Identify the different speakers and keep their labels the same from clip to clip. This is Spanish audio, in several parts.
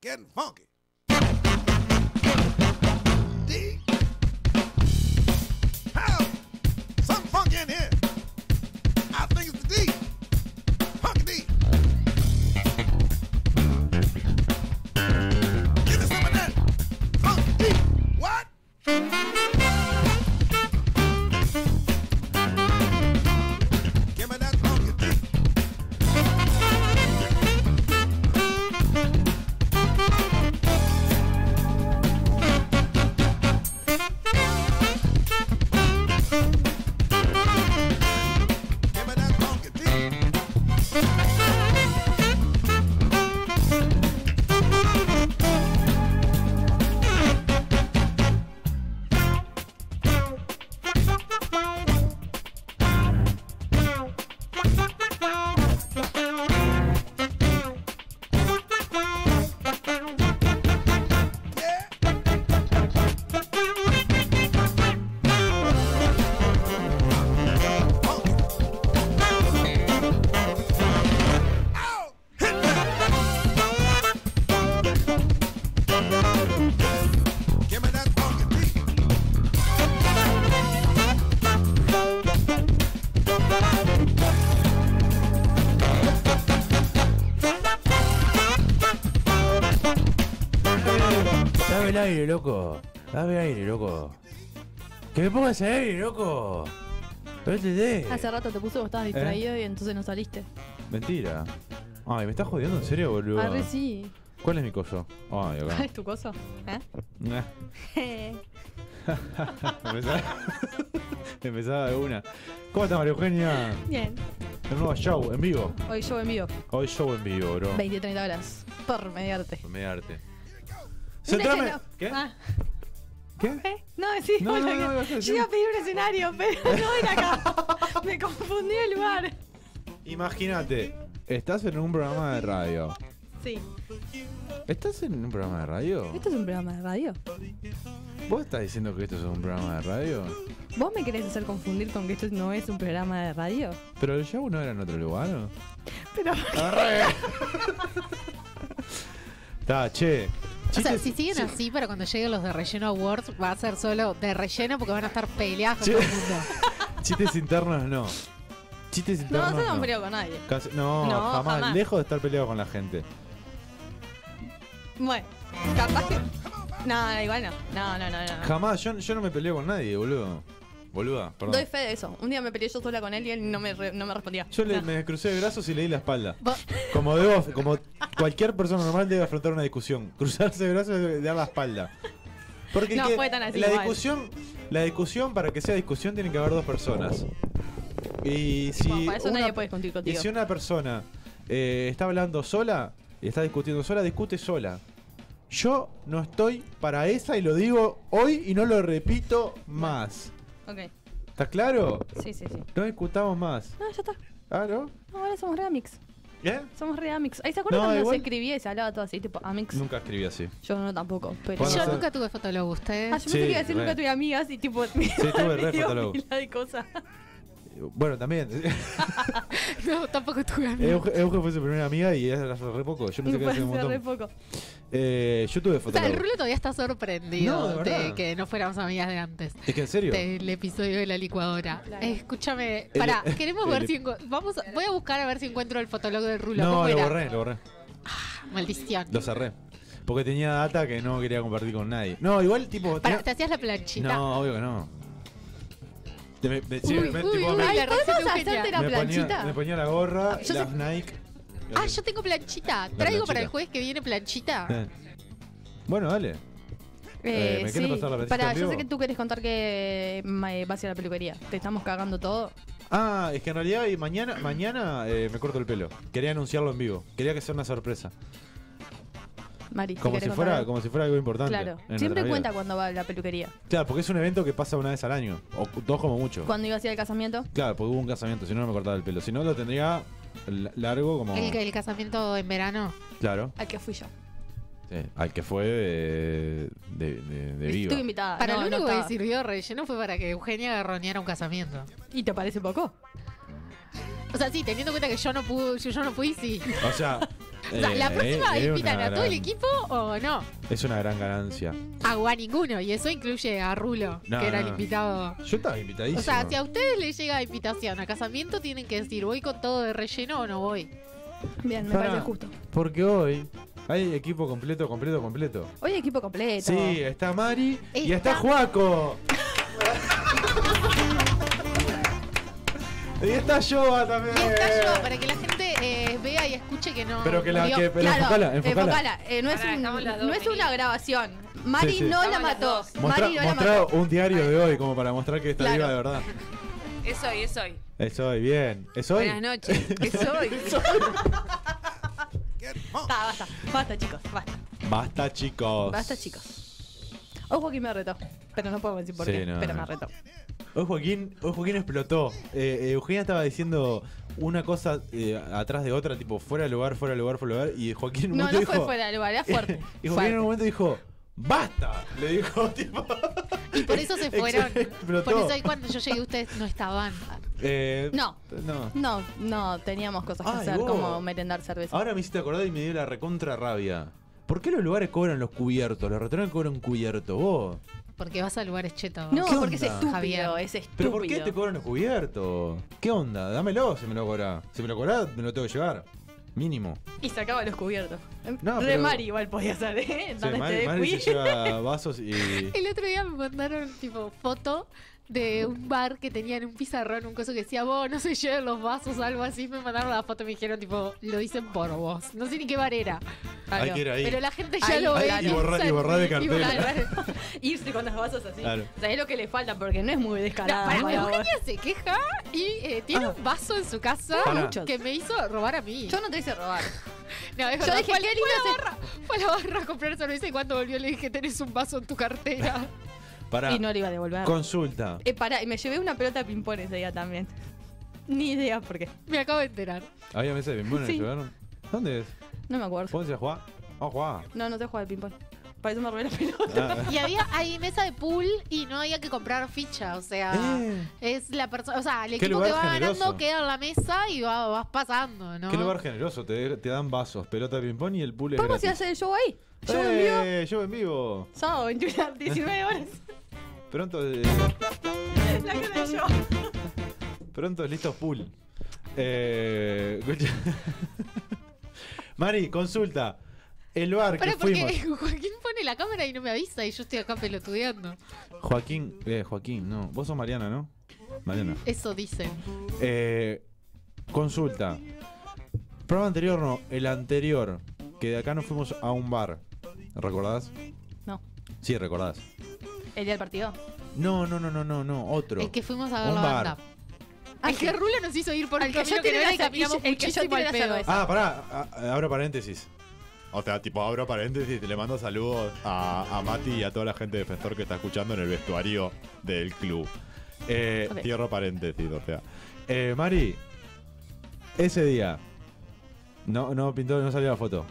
Speaker 1: Getting funky. D. How? Something funky in here. I think it's the D. Funky D. Give me some of that. Funky D. What? Give me that funky D. Give me that funky D. Yeah. Funky. Ow! Hit that. Give me that funky beat.
Speaker 2: Dame el aire, loco. Dame el aire, loco. Que me pongas el aire, loco. este ¿Me entendés?
Speaker 3: Hace rato te puse, vos
Speaker 2: ¿Eh?
Speaker 3: estabas distraído y entonces no saliste.
Speaker 2: Mentira. Ay, ¿me estás jodiendo en serio, boludo?
Speaker 3: Arre, Ah, sí.
Speaker 2: ¿Cuál es mi coso? Ay, acá.
Speaker 3: ¿Es tu cosa? ¿Eh?
Speaker 2: Nah. Empezaba- Empezaba de una. ¿Cómo estás, María Eugenia?
Speaker 3: Bien.
Speaker 2: El nuevo show en vivo.
Speaker 3: Hoy yo envío
Speaker 2: Hoy show en vivo, bro.
Speaker 3: 20-30 horas por mediarte.
Speaker 2: Me arte.
Speaker 3: Un
Speaker 2: ¡Centrame!
Speaker 3: escena-
Speaker 2: ¿Qué?
Speaker 3: Ah,
Speaker 2: ¿Qué?
Speaker 3: ¿eh? No, sí,
Speaker 2: No,
Speaker 3: bueno,
Speaker 2: no, no,
Speaker 3: que-
Speaker 2: ibas a decir-
Speaker 3: yo iba a pedir un escenario, pero no era acá. Me confundí el lugar.
Speaker 2: Imagínate, estás en un programa de radio.
Speaker 3: Sí.
Speaker 2: ¿Estás en un programa de radio?
Speaker 3: ¿Esto es un programa de radio?
Speaker 2: ¿Vos estás diciendo que esto es un programa de radio?
Speaker 3: ¿Vos me querés hacer confundir con que esto no es un programa de radio?
Speaker 2: ¿Pero el show no era en otro lugar? ¿no?
Speaker 3: Pero,
Speaker 2: ¡Arre! Ta, che.
Speaker 4: O sea,
Speaker 2: Chistes-
Speaker 4: si siguen así, para cuando lleguen los de relleno awards, va a ser solo de relleno porque van a estar peleadas con
Speaker 2: Sí.
Speaker 4: todo el mundo.
Speaker 2: Chistes internos no. Chistes
Speaker 3: no,
Speaker 2: internos
Speaker 3: yo no
Speaker 2: no.
Speaker 3: me peleo con nadie.
Speaker 2: Casi- no,
Speaker 3: No,
Speaker 2: jamás.
Speaker 3: jamás.
Speaker 2: Lejos de estar peleado con la gente.
Speaker 3: Bueno, capaz que. No, igual no. No, no, no, no.
Speaker 2: Jamás. Yo, yo no me peleo con nadie, boludo. Boluda, perdón.
Speaker 3: Doy fe de eso. Un día me peleé yo sola con él y él no me, re- no me respondía.
Speaker 2: Yo le,
Speaker 3: No.
Speaker 2: me crucé de brazos y le di la espalda.
Speaker 4: Vos-
Speaker 2: Como debo, como cualquier persona normal debe afrontar una discusión. Cruzarse de brazos y dar la espalda. Porque
Speaker 3: No
Speaker 2: que-
Speaker 3: fue tan así
Speaker 2: la
Speaker 3: igual.
Speaker 2: discusión, la discusión para que sea discusión tienen que haber dos personas. Y si
Speaker 3: Bueno, para eso
Speaker 2: una-
Speaker 3: nadie puede discutir
Speaker 2: y
Speaker 3: contigo.
Speaker 2: si una persona eh, está hablando sola y está discutiendo sola, discute sola. Yo no estoy para esa y lo digo hoy y no lo repito más.
Speaker 3: Ok,
Speaker 2: ¿Está claro?
Speaker 3: sí, sí, sí.
Speaker 2: No discutamos más.
Speaker 3: No, ya está.
Speaker 2: ¿Ah, no?
Speaker 3: No, ahora somos re amix.
Speaker 2: ¿Eh?
Speaker 3: Somos re amix. Ahí se acuerdan
Speaker 2: No,
Speaker 3: cuando
Speaker 2: igual-
Speaker 3: se escribía y se hablaba todo así, tipo amix.
Speaker 2: Nunca escribí así.
Speaker 3: Yo no tampoco, pero.
Speaker 2: Bueno,
Speaker 4: yo
Speaker 2: sí.
Speaker 4: nunca tuve fotólogo,
Speaker 3: Ah, yo
Speaker 4: ustedes.
Speaker 3: pensé
Speaker 2: Sí,
Speaker 3: que iba a decir
Speaker 2: re.
Speaker 3: nunca tuve amigas y tipo. Sí,
Speaker 2: tuve re fotólogo.
Speaker 3: de cosas.
Speaker 2: Bueno, también.
Speaker 4: No, tampoco tuve amigos.
Speaker 2: Euge, Euge fue su primera amiga y ella hace re poco. Yo pensé que
Speaker 3: Fue
Speaker 2: hace
Speaker 3: hace
Speaker 2: un
Speaker 3: re
Speaker 2: montón.
Speaker 3: poco.
Speaker 2: Eh, yo tuve
Speaker 4: O sea, el
Speaker 2: fotógrafo.
Speaker 4: Rulo todavía está sorprendido
Speaker 2: No, de
Speaker 4: de
Speaker 2: verdad.
Speaker 4: que no fuéramos amigas de antes.
Speaker 2: Es que en serio.
Speaker 4: Del episodio de la licuadora.
Speaker 3: Claro.
Speaker 4: Eh, Escúchame, pará,
Speaker 2: El-
Speaker 4: queremos
Speaker 2: el-
Speaker 4: ver si enco- vamos a- Voy a buscar a ver si encuentro el fotólogo del Rulo.
Speaker 2: No,
Speaker 4: ¿Cómo
Speaker 2: lo
Speaker 4: era?
Speaker 2: borré, lo borré.
Speaker 4: Maldición.
Speaker 2: Lo cerré. Porque tenía data que no quería compartir con nadie. No, igual tipo.
Speaker 4: Pará,
Speaker 2: tenía-
Speaker 4: te hacías la planchita.
Speaker 2: No, obvio que no. Te- Me, me- sí,
Speaker 4: Uy,
Speaker 2: me-
Speaker 4: uy,
Speaker 2: tipo,
Speaker 4: uy,
Speaker 2: me-
Speaker 4: la
Speaker 3: Ay,
Speaker 4: receta
Speaker 3: ¿podemos
Speaker 4: Eugenia.
Speaker 3: hacerte la
Speaker 2: me ponía,
Speaker 3: planchita?
Speaker 2: me ponía la gorra,
Speaker 4: Ah, yo
Speaker 2: las Nike.
Speaker 4: Ah, yo tengo planchita. Traigo para
Speaker 2: planchita.
Speaker 4: el jueves que viene planchita.
Speaker 2: Eh. Bueno, dale. Eh, ¿me quieres pasar la planchita
Speaker 3: Pará,
Speaker 2: en
Speaker 3: yo
Speaker 2: vivo?
Speaker 3: sé que tú querés contar que me vas a ir a la peluquería. Te estamos cagando todo.
Speaker 2: Ah, es que en realidad y mañana, mañana eh, me corto el pelo. Quería anunciarlo en vivo. Quería que sea una sorpresa.
Speaker 3: Mari, ¿te
Speaker 2: Como si
Speaker 3: querés
Speaker 2: fuera,
Speaker 3: contar?
Speaker 2: como si fuera algo importante.
Speaker 3: Claro.
Speaker 2: en nuestra
Speaker 3: Siempre
Speaker 2: vida.
Speaker 3: cuenta cuando va a la peluquería.
Speaker 2: Claro, porque es un evento que pasa una vez al año. O dos como mucho.
Speaker 3: Cuando iba a ir al casamiento.
Speaker 2: Claro, porque hubo un casamiento, si no, no me cortaba el pelo. Si no, lo tendría la- largo como.
Speaker 4: El, el casamiento en verano.
Speaker 2: Claro.
Speaker 3: Al que fui yo.
Speaker 2: Sí, Al que fue de, de, de- de viva.
Speaker 3: Estuve invitada.
Speaker 4: Para
Speaker 3: No,
Speaker 4: lo
Speaker 3: no
Speaker 4: único que
Speaker 3: estaba.
Speaker 4: sirvió relleno fue para que Eugenia garroneara un casamiento.
Speaker 3: ¿Y te parece poco?
Speaker 4: O sea, sí, teniendo en cuenta que yo no pude, yo, yo no fui, sí.
Speaker 2: O sea,
Speaker 4: O sea, la
Speaker 2: Eh,
Speaker 4: próxima
Speaker 2: es
Speaker 4: invitan
Speaker 2: una
Speaker 4: a todo el
Speaker 2: gran-
Speaker 4: equipo o no.
Speaker 2: Es una gran ganancia.
Speaker 4: A, o a ninguno. Y eso incluye a Rulo,
Speaker 2: No,
Speaker 4: que era el
Speaker 2: no.
Speaker 4: invitado.
Speaker 2: Yo estaba invitadísimo.
Speaker 4: O sea, si a ustedes les llega invitación a casamiento, tienen que decir, ¿voy con todo de relleno o no voy?
Speaker 3: Bien, me
Speaker 2: Para.
Speaker 3: parece justo.
Speaker 2: Porque hoy hay equipo completo, completo, completo.
Speaker 3: Hoy equipo completo.
Speaker 2: Sí, está Mari y
Speaker 4: Está-
Speaker 2: está Juaco. y está Yoa también.
Speaker 4: Y está yo, para que la gente eh, vea y escuche que no.
Speaker 2: Pero que la-
Speaker 4: murió.
Speaker 2: que- pero-
Speaker 3: claro,
Speaker 2: enfocala, enfocala.
Speaker 3: enfocala. Eh, no es,
Speaker 5: Pará,
Speaker 3: un-
Speaker 5: estamos las dos,
Speaker 3: no es
Speaker 5: vení.
Speaker 3: una grabación. Mari
Speaker 2: Sí, sí.
Speaker 3: no la
Speaker 5: Estamos las
Speaker 3: mató.
Speaker 5: dos.
Speaker 2: Mostra-
Speaker 3: Mari no la
Speaker 2: mostrá
Speaker 3: mató.
Speaker 2: un diario de hoy como para mostrar que está
Speaker 3: Claro.
Speaker 2: viva de verdad.
Speaker 5: Es hoy, es hoy.
Speaker 2: Es hoy, bien. Es hoy.
Speaker 5: Buenas noches.
Speaker 3: Que soy.
Speaker 1: Get pumped.
Speaker 3: Basta, basta. Basta, chicos. Basta.
Speaker 2: Basta, chicos.
Speaker 3: Basta, chicos. Hoy Joaquín me retó. Pero no podemos decir por
Speaker 2: Sí,
Speaker 3: qué.
Speaker 2: no,
Speaker 3: pero
Speaker 2: no.
Speaker 3: me retó.
Speaker 2: Hoy Joaquín, hoy Joaquín explotó. Eh, eh, Eugenia estaba diciendo una cosa eh, atrás de otra, tipo fuera de lugar, fuera de lugar, fuera de lugar. Y Joaquín en un
Speaker 3: No,
Speaker 2: momento
Speaker 3: no fue
Speaker 2: dijo-
Speaker 3: fuera de lugar, era fuerte.
Speaker 2: y Joaquín en
Speaker 3: Fuerte.
Speaker 2: un momento dijo, ¡basta! Le dijo, tipo.
Speaker 4: Y por eso se fueron.
Speaker 2: Explotó.
Speaker 4: Por eso ahí cuando yo llegué ustedes no estaban.
Speaker 2: eh,
Speaker 3: No.
Speaker 2: No.
Speaker 3: No, no, teníamos cosas que
Speaker 2: Ay,
Speaker 3: hacer,
Speaker 2: vos.
Speaker 3: como merendar cerveza.
Speaker 2: Ahora me hiciste acordar y me dio la recontra rabia. ¿Por qué los lugares cobran los cubiertos? Los restaurantes cobran cubiertos, vos.
Speaker 4: Porque vas a lugares chetos.
Speaker 3: no,
Speaker 2: ¿Qué
Speaker 3: porque es
Speaker 2: onda?
Speaker 3: estúpido,
Speaker 4: Javier.
Speaker 3: es estúpido.
Speaker 2: ¿Pero por qué te cobran los cubiertos? ¿Qué onda? Dámelo si me lo cobrás. Si me lo cobrás, me lo tengo que llevar. Mínimo.
Speaker 3: Y sacaba los cubiertos.
Speaker 2: No,
Speaker 3: Re
Speaker 2: pero-
Speaker 3: Mari igual podía ser, ¿eh?
Speaker 2: Sí,
Speaker 3: Dame este
Speaker 2: Mari-
Speaker 3: de
Speaker 2: Mari
Speaker 3: cuí.
Speaker 2: se lleva vasos y.
Speaker 4: El otro día me mandaron tipo foto de un bar que tenían un pizarrón, un coso que decía, vos no se lleven los vasos, algo así. Me mandaron la foto y me dijeron, tipo, lo dicen por vos. No sé ni qué bar era.
Speaker 2: Hay que ir ahí.
Speaker 4: Pero la gente ya
Speaker 3: Ahí,
Speaker 4: lo ve.
Speaker 3: claro.
Speaker 2: Y borrar- y borrar de
Speaker 4: piensa en- y
Speaker 2: cartel.
Speaker 4: borrar-
Speaker 3: Irse con las vasas así.
Speaker 2: Claro.
Speaker 3: O sea, es lo que le falta porque no es muy
Speaker 4: No,
Speaker 3: descarada.
Speaker 4: pará,
Speaker 3: para vos. Ah.
Speaker 4: Eugenia se queja y eh, tiene un vaso en su casa
Speaker 2: Pará.
Speaker 4: muchos, que me hizo robar a mí.
Speaker 3: Yo no te hice robar.
Speaker 4: no, es
Speaker 3: Yo
Speaker 4: verdad,
Speaker 3: dije,
Speaker 4: fue, al- fue
Speaker 3: qué
Speaker 4: a la
Speaker 3: lindo
Speaker 4: barra, fue a la barra a comprar cerveza y cuando volvió le dije, tenés un vaso en tu cartera.
Speaker 2: Pará.
Speaker 3: Y no le iba a devolver.
Speaker 2: Consulta.
Speaker 3: Eh, pará, y me llevé una pelota de ping-pong ese día también. Ni idea por qué.
Speaker 4: me acabo de enterar.
Speaker 2: Había mesa de ping-pong, ¿la
Speaker 3: Sí.
Speaker 2: llevaron? ¿Dónde es?
Speaker 3: No me acuerdo.
Speaker 2: ¿Ponce a jugar? Vamos a jugar.
Speaker 3: No, no sé jugar al ping-pong. Para eso me robé la pelota.
Speaker 2: Ah,
Speaker 4: Y había ahí mesa de pool y no había que comprar ficha, o sea...
Speaker 2: eh,
Speaker 4: Es la persona, o sea, el
Speaker 2: Qué
Speaker 4: equipo
Speaker 2: lugar
Speaker 4: que va
Speaker 2: generoso.
Speaker 4: ganando queda en la mesa y va- vas pasando, ¿no?
Speaker 2: Qué lugar generoso. Te, te dan vasos, pelota de ping-pong y el pool es
Speaker 3: Vamos a
Speaker 2: gratis.
Speaker 3: hacer el show ahí. Show en vivo.
Speaker 2: ¡Eh! Yo en vivo.
Speaker 3: Sábado 21, 19 horas.
Speaker 2: Pronto, eh,
Speaker 3: La cara de yo.
Speaker 2: pronto es listo pool. Eh, escucha. Mari, consulta. El bar que
Speaker 4: Pero
Speaker 2: fuimos.
Speaker 4: porque Joaquín pone la cámara y no me avisa y yo estoy acá pelotudeando.
Speaker 2: Joaquín, eh, Joaquín, no. Vos sos Mariana, ¿no? Mariana.
Speaker 4: Eso dicen.
Speaker 2: Eh, consulta. Programa anterior no, el anterior. Que de acá nos fuimos a un bar. ¿Recordás?
Speaker 3: No.
Speaker 2: Sí, recordás.
Speaker 3: El día del partido.
Speaker 2: No, no, no, no, no, no. Otro.
Speaker 4: El que fuimos a ver
Speaker 2: Un
Speaker 4: la
Speaker 2: bar.
Speaker 4: banda. El que Rulo nos hizo ir por el
Speaker 3: Ah, Al que yo
Speaker 4: camino que
Speaker 3: tiré
Speaker 4: no era
Speaker 3: la
Speaker 4: y
Speaker 3: cer-
Speaker 4: caminamos
Speaker 3: el que yo
Speaker 4: muchísimo
Speaker 3: tiré
Speaker 4: al
Speaker 3: la
Speaker 4: pedo.
Speaker 3: cerveza.
Speaker 2: Ah, pará. a- abro paréntesis. O sea, tipo, abro paréntesis. Le mando saludos a, a Mati y a toda la gente de Festor que está escuchando en el vestuario del club. Eh,
Speaker 3: Ok.
Speaker 2: Cierro paréntesis, o sea. Eh, Mari, ese día. No, no pintó, no salió la foto.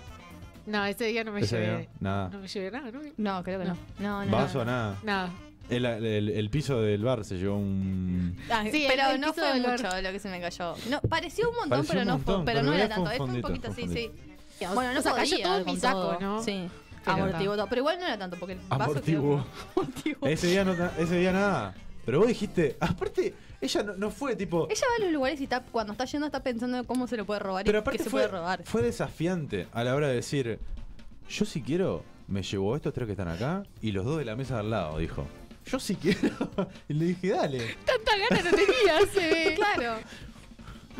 Speaker 4: No, ese día no me
Speaker 2: Ese
Speaker 4: llevé.
Speaker 2: día, Ah. nada.
Speaker 4: No me llevé nada, ¿no?
Speaker 3: No, creo que no. No, no.
Speaker 2: Vaso,
Speaker 3: no.
Speaker 2: nada.
Speaker 4: Nada.
Speaker 2: El, el- el piso del bar se llevó un.
Speaker 3: Ah,
Speaker 4: Sí,
Speaker 3: pero
Speaker 4: el- el
Speaker 3: no
Speaker 4: piso
Speaker 3: fue
Speaker 4: del bar.
Speaker 3: mucho lo que se me cayó. No, pareció un montón,
Speaker 2: Pareció
Speaker 3: pero,
Speaker 2: un
Speaker 3: no, fue-
Speaker 2: montón,
Speaker 3: pero
Speaker 2: pero
Speaker 3: no
Speaker 2: en
Speaker 3: era
Speaker 2: realidad
Speaker 3: tanto.
Speaker 2: fue
Speaker 3: Fue
Speaker 2: un
Speaker 3: un
Speaker 2: fondito,
Speaker 3: poquito,
Speaker 2: fue
Speaker 3: sí,
Speaker 2: un
Speaker 3: sí.
Speaker 4: Ya,
Speaker 3: Bueno, no
Speaker 4: o sea,
Speaker 3: podía
Speaker 4: cayó todo en
Speaker 3: con
Speaker 4: mi saco,
Speaker 3: todo.
Speaker 4: ¿no?
Speaker 3: Sí.
Speaker 4: Pero
Speaker 3: Amortiguó todo. Pero igual no era tanto, porque el vaso quedó
Speaker 2: Amortiguó.
Speaker 3: como- amortiguó.
Speaker 2: Ese día, no, ta- ese día nada. Pero vos dijiste. Aparte, ella no, no fue tipo.
Speaker 3: Ella va a los lugares y está, cuando está yendo está pensando en cómo se lo puede robar
Speaker 2: Pero
Speaker 3: y que
Speaker 2: aparte
Speaker 3: se
Speaker 2: fue,
Speaker 3: puede robar.
Speaker 2: fue desafiante a la hora de decir. Yo si quiero, me llevo estos tres que están acá y los dos de la mesa de al lado, dijo. Yo si quiero. y le dije, dale.
Speaker 4: Tanta gana no tenía, se ve.
Speaker 3: Claro.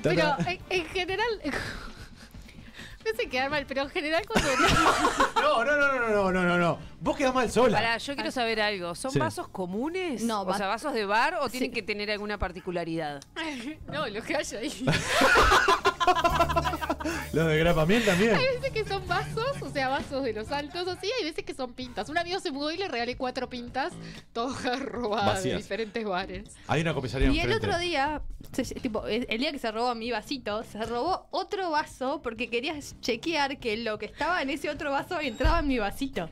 Speaker 4: Pero
Speaker 2: Tata-
Speaker 4: en, en general. No sé quedar mal, pero en general cuando venía-
Speaker 2: No, no, no, no, no, no, no, no. Vos quedás mal sola.
Speaker 5: Pará, yo quiero saber algo. ¿Son
Speaker 2: Sí.
Speaker 5: vasos comunes?
Speaker 3: No,
Speaker 5: o
Speaker 3: va-
Speaker 5: sea, vasos de bar o tienen
Speaker 3: Sí.
Speaker 5: que tener alguna particularidad.
Speaker 4: No, los que hay ahí.
Speaker 2: Los de grapa miel también.
Speaker 4: Hay veces que son vasos, o sea, vasos de los altos, así, hay veces que son pintas. Un amigo se mudó y le regalé cuatro pintas, todas robadas
Speaker 2: Vacías.
Speaker 4: de diferentes bares.
Speaker 2: Hay una comisaría
Speaker 3: Y el
Speaker 2: enfrente.
Speaker 3: otro día, se- tipo, el día que se robó mi vasito, se robó otro vaso porque quería chequear que lo que estaba en ese otro vaso entraba en mi vasito.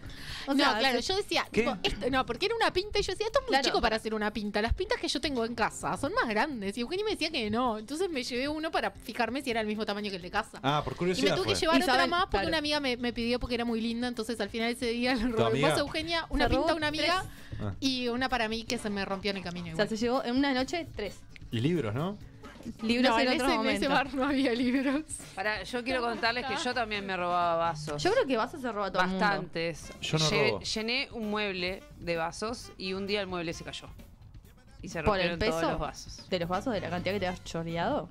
Speaker 3: O
Speaker 4: no, claro, yo decía,
Speaker 2: ¿Qué?
Speaker 4: tipo, esto, no, porque era una pinta y yo decía, esto es muy
Speaker 3: Claro.
Speaker 4: chico para hacer una pinta. Las pintas que yo tengo en casa son más grandes. Y Eugenio me decía que no. Entonces me llevé uno para fijarme si era el mismo tamaño que el de casa.
Speaker 2: Ah, por
Speaker 4: Y me
Speaker 2: curiosidad.
Speaker 4: tuve que
Speaker 2: fue.
Speaker 4: llevar otra
Speaker 3: Isabel,
Speaker 4: más porque
Speaker 3: claro.
Speaker 4: una amiga me, me pidió porque era muy linda, entonces al final ese día le robé un
Speaker 2: amiga?
Speaker 4: vaso a Eugenia, una
Speaker 3: Se robó
Speaker 4: pinta a una amiga
Speaker 2: Ah.
Speaker 4: y una para mí que se me rompió en el camino.
Speaker 3: O
Speaker 4: Igual.
Speaker 3: sea, se llevó en una noche tres.
Speaker 2: Y libros, ¿no?
Speaker 3: Libros
Speaker 4: No,
Speaker 3: en,
Speaker 4: en,
Speaker 3: otro
Speaker 4: ese, en
Speaker 3: momento.
Speaker 4: ese bar no había libros.
Speaker 5: Pará, yo quiero contarles que yo también me robaba vasos.
Speaker 3: Yo creo que vasos se roba todo el mundo.
Speaker 5: Bastantes.
Speaker 2: Yo no
Speaker 5: Lle-
Speaker 2: robo.
Speaker 5: Llené un mueble de vasos y un día el mueble se cayó. Y se
Speaker 3: ¿Por el
Speaker 5: rompieron todos
Speaker 3: peso?
Speaker 5: los vasos.
Speaker 3: De los vasos, de la cantidad que te has choreado,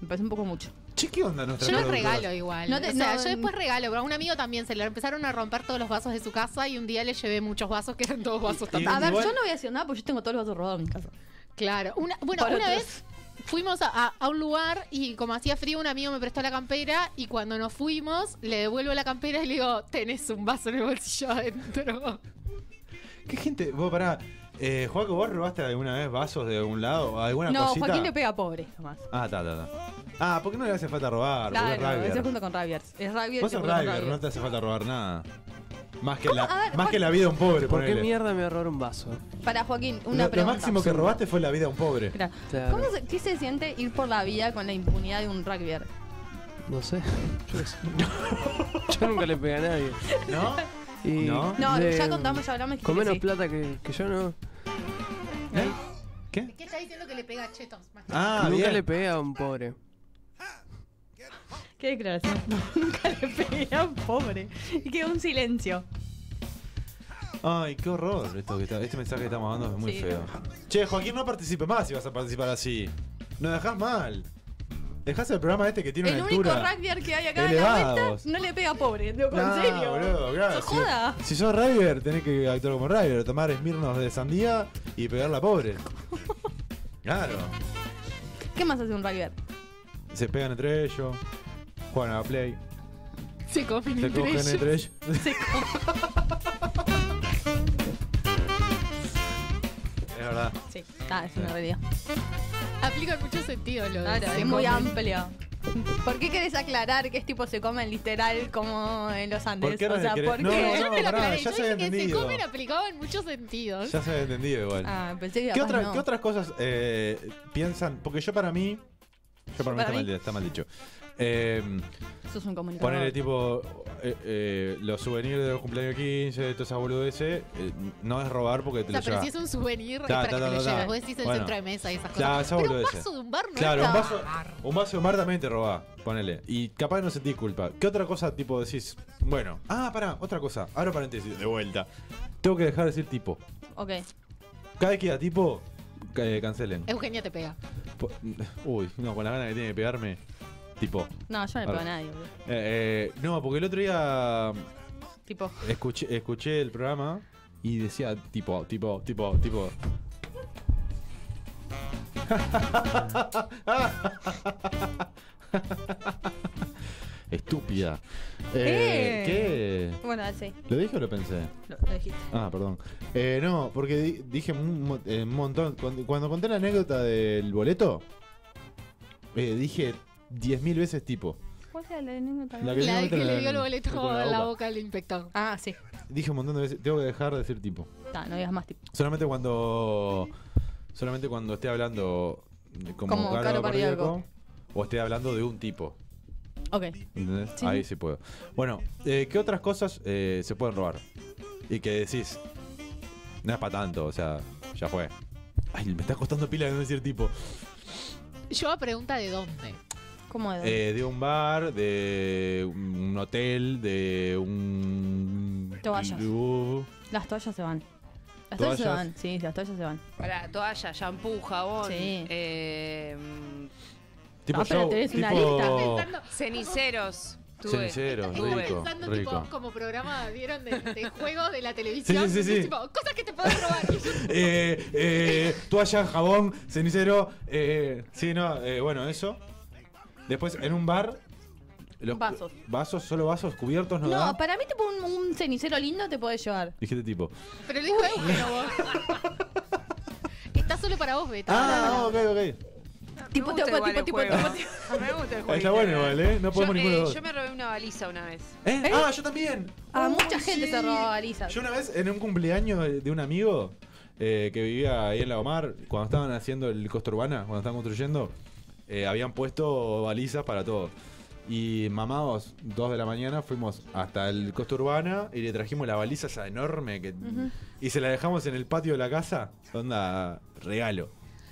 Speaker 3: me parece un poco mucho.
Speaker 2: Che, ¿qué onda nuestra
Speaker 4: Yo los
Speaker 2: productora?
Speaker 4: regalo igual.
Speaker 3: No te-
Speaker 4: o sea,
Speaker 3: no, mm.
Speaker 4: yo después
Speaker 3: en-
Speaker 4: regalo, pero a un amigo también se le empezaron a romper todos los vasos de su casa y un día le llevé muchos vasos que eran todos vasos también.
Speaker 3: A ver,
Speaker 2: igual-
Speaker 3: yo no voy a decir nada porque yo tengo todos los vasos robados en mi casa.
Speaker 4: Claro. Una, bueno,
Speaker 3: Para
Speaker 4: una
Speaker 3: atrás.
Speaker 4: vez fuimos a, a- a un lugar y como hacía frío, un amigo me prestó la campera y cuando nos fuimos le devuelvo la campera y le digo, tenés un vaso en el bolsillo adentro.
Speaker 2: ¿Qué gente? Vos pará. Eh, Joaco, ¿vos robaste alguna vez vasos de algún lado? ¿Alguna
Speaker 3: no,
Speaker 2: cosita?
Speaker 3: Joaquín le pega pobre, nomás.
Speaker 2: Ah, ta, ta, ta. Ah, ¿por qué no le hace falta robar? Porque es
Speaker 3: Claro,
Speaker 2: Rider.
Speaker 3: se junta con Rabiers. Es Rabiers.
Speaker 2: Vos
Speaker 3: se
Speaker 2: sos
Speaker 3: junta con
Speaker 2: Rider, no
Speaker 3: Rabiers.
Speaker 2: te hace falta robar nada. Más que, la,
Speaker 3: A ver,
Speaker 2: más
Speaker 3: Joaquín-
Speaker 2: que la vida de un pobre,
Speaker 6: ¿Por qué
Speaker 2: ponele.
Speaker 6: mierda me robaron un vaso?
Speaker 3: Para Joaquín,
Speaker 2: Lo-
Speaker 3: una
Speaker 2: lo,
Speaker 3: pregunta.
Speaker 2: máximo que robaste fue la vida de un pobre.
Speaker 3: Claro.
Speaker 6: Claro.
Speaker 3: ¿Cómo se- ¿Qué se siente ir por la vida con la impunidad de un rugbyer?
Speaker 6: No sé. Yo, qué sé. Yo nunca le pegué a nadie.
Speaker 2: ¿No?
Speaker 6: Y
Speaker 2: No.
Speaker 3: No,
Speaker 6: de-
Speaker 3: ya contamos, ya hablamos.
Speaker 6: Con
Speaker 3: que
Speaker 6: menos
Speaker 3: sí.
Speaker 6: plata que, que yo no.
Speaker 2: ¿Eh? ¿Qué?
Speaker 4: ¿Qué está diciendo que le pega a Chetos?
Speaker 2: Ah,
Speaker 6: nunca
Speaker 2: bien.
Speaker 6: le pegué a un pobre.
Speaker 3: Qué declaración. Nunca le pegué a un pobre. Y quedó un silencio.
Speaker 2: Ay, qué horror. Esto que está- este mensaje que estamos dando es muy
Speaker 3: Sí.
Speaker 2: feo. Che, Joaquín, no participe más si vas a participar así. Nos dejás mal. Dejás el programa este que tiene
Speaker 3: El
Speaker 2: una
Speaker 3: único
Speaker 2: altura.
Speaker 3: rugbyer que hay acá en
Speaker 2: elevada,
Speaker 3: la vuelta
Speaker 2: vos.
Speaker 3: no le pega a pobre. Digo, ¿con
Speaker 2: No,
Speaker 3: serio?
Speaker 2: boludo, claro,
Speaker 3: ¿Se
Speaker 2: si-
Speaker 3: joda?
Speaker 2: Si, sos Rider, tenés que actuar como Rider, tomar esmirnos de sandía y pegarla pobre. Claro.
Speaker 3: ¿Qué más hace un rugbyer?
Speaker 2: Se pegan entre ellos, juegan a play,
Speaker 4: Se comen
Speaker 2: se
Speaker 4: entre
Speaker 2: cogen
Speaker 4: ellos.
Speaker 2: entre ellos. es verdad.
Speaker 3: Sí, ah, es una realidad.
Speaker 4: Aplica en muchos sentidos lo de
Speaker 3: Claro,
Speaker 4: se
Speaker 3: es muy
Speaker 4: comen.
Speaker 3: amplio. ¿Por qué querés aclarar que es tipo se comen literal como en los Andes?
Speaker 2: ¿Por qué
Speaker 3: o sea,
Speaker 2: querés-
Speaker 3: ¿por
Speaker 2: no,
Speaker 3: qué?
Speaker 4: Yo no me lo
Speaker 2: pará,
Speaker 4: aclaré,
Speaker 2: ya
Speaker 4: yo
Speaker 2: se
Speaker 4: dije
Speaker 2: había
Speaker 4: que se
Speaker 2: entendido.
Speaker 4: comen aplicado en muchos sentidos.
Speaker 2: Ya se había entendido igual.
Speaker 3: Ah, pensé que
Speaker 2: ¿Qué,
Speaker 3: capaz
Speaker 2: otra-
Speaker 3: no.
Speaker 2: qué otras cosas eh, piensan? Porque yo para mí. Yo para,
Speaker 3: Para
Speaker 2: mí, está,
Speaker 3: mí.
Speaker 2: Mal, está mal dicho. Eh,
Speaker 3: Sos un comunicador.
Speaker 2: Ponerle tipo eh, eh, los souvenirs de los cumpleaños 15, de todas esas boludeces, eh, no es robar porque te
Speaker 4: O sea,
Speaker 2: lo
Speaker 4: pero
Speaker 2: llevas.
Speaker 4: si es un souvenir
Speaker 2: Ta,
Speaker 4: es para
Speaker 2: ta,
Speaker 4: que
Speaker 2: ta,
Speaker 4: te lo
Speaker 2: ta, ta.
Speaker 4: lleves. Vos decís el
Speaker 2: Bueno.
Speaker 4: centro de mesa y esas
Speaker 2: Claro,
Speaker 4: cosas.
Speaker 2: esa
Speaker 4: Pero un
Speaker 2: boludez.
Speaker 4: vaso de un bar no
Speaker 2: Claro,
Speaker 4: está
Speaker 2: un vaso, un vaso de mar también te robás, ponele. Y capaz no sentís culpa. ¿Qué otra cosa tipo decís? Bueno, ah, pará, otra cosa. Ahora paréntesis, de vuelta. Tengo que dejar de decir tipo.
Speaker 3: Ok.
Speaker 2: Cada vez que da tipo, ca- eh, cancelen.
Speaker 4: Eugenia te pega.
Speaker 2: Po- Uy, no, con la gana que tiene de pegarme, tipo.
Speaker 3: No, yo no le pego
Speaker 2: Ahora.
Speaker 3: a nadie. boludo.
Speaker 2: Eh, eh, no, porque el otro día mm,
Speaker 3: Tipo,
Speaker 2: escuché, escuché el programa y decía tipo, tipo, tipo, tipo. Estúpida.
Speaker 3: Eh.
Speaker 2: Eh,
Speaker 3: bueno, sí,
Speaker 2: ¿Qué? ¿Lo dije o lo pensé?
Speaker 3: lo, lo dijiste.
Speaker 2: Ah, perdón. Eh, no, porque di- dije un, mo- eh, un montón. Cuando, cuando conté la anécdota del boleto, eh, dije 10.000 veces tipo.
Speaker 3: ¿Cuál era la anécdota?
Speaker 2: La que
Speaker 4: La
Speaker 2: tengo
Speaker 4: vez que
Speaker 2: otra
Speaker 4: le
Speaker 2: en-
Speaker 4: dio el boleto
Speaker 2: con
Speaker 4: a la
Speaker 2: boca.
Speaker 4: boca al inspector.
Speaker 3: Ah, sí.
Speaker 2: Dije un montón de veces, tengo que dejar de decir tipo.
Speaker 3: Ta, no digas más tipo.
Speaker 2: Solamente cuando. Solamente cuando esté hablando de- como,
Speaker 3: Como
Speaker 2: Caro,
Speaker 3: Caro
Speaker 2: Pardiaco,
Speaker 3: Pardiaco.
Speaker 2: o esté hablando de un tipo.
Speaker 3: Ok.
Speaker 2: ¿entendés?
Speaker 3: Sí.
Speaker 2: Ahí sí puedo. Bueno, eh, ¿qué otras cosas eh, se pueden robar? Y que decís. No es para tanto, o sea, ya fue. Ay, me está costando pila de no decir tipo.
Speaker 4: Yo a pregunta de dónde.
Speaker 3: ¿Cómo es?
Speaker 2: Eh, de un bar, de un hotel, de un.
Speaker 3: Toallas.
Speaker 2: Uh,
Speaker 3: Las toallas se van. Las toallas, se
Speaker 2: Toallas.
Speaker 3: van, sí, las toallas se van.
Speaker 5: Para toalla, shampoo, jabón,
Speaker 3: Sí.
Speaker 5: eh, mm,
Speaker 2: tipo
Speaker 3: Ah, pero
Speaker 2: show,
Speaker 3: tenés una
Speaker 2: tipo-
Speaker 3: lista.
Speaker 4: Pensando-
Speaker 5: ceniceros. Tuve.
Speaker 2: Ceniceros,
Speaker 4: Estaba
Speaker 2: rico,
Speaker 4: pensando
Speaker 2: rico.
Speaker 4: tipo como programa vieron de, de juegos de la televisión.
Speaker 2: Sí, sí, sí,
Speaker 4: y
Speaker 2: sí.
Speaker 4: tipo, cosas que te puedes robar. Y yo,
Speaker 2: Eh, eh, toalla, jabón, cenicero. Eh, sí, no, eh, bueno, eso. Después, en un bar. los-
Speaker 3: Vasos.
Speaker 2: Vasos, solo vasos, cubiertos, no,
Speaker 3: No,
Speaker 2: da.
Speaker 3: para mí tipo un, un cenicero lindo te podés llevar.
Speaker 2: Dijiste tipo.
Speaker 4: pero le dijo agujero vos. Está solo para vos, Beto.
Speaker 2: Ah, ok, ok.
Speaker 3: Tipo,
Speaker 5: Me gusta
Speaker 3: tipo,
Speaker 5: igual el
Speaker 3: tipo,
Speaker 5: juego.
Speaker 3: tipo,
Speaker 5: Me gusta el juego.
Speaker 2: Ahí está bueno igual, ¿eh? No podemos ninguno
Speaker 5: yo,
Speaker 2: de
Speaker 5: eh,
Speaker 2: los dos.
Speaker 5: yo me robé una baliza una vez.
Speaker 2: ¿Eh? Ah, yo también.
Speaker 3: A
Speaker 2: Oh,
Speaker 3: mucha gente
Speaker 2: sí.
Speaker 3: se roba balizas.
Speaker 2: Yo una vez, en un cumpleaños de de un amigo eh, que vivía ahí en La Omar, cuando estaban haciendo el Costa Urbana, cuando estaban construyendo, eh, habían puesto balizas para todo. Y mamados, 2 de la mañana, fuimos hasta el Costa Urbana y le trajimos la baliza esa enorme que y se la dejamos en el patio de la casa. Onda, regalo.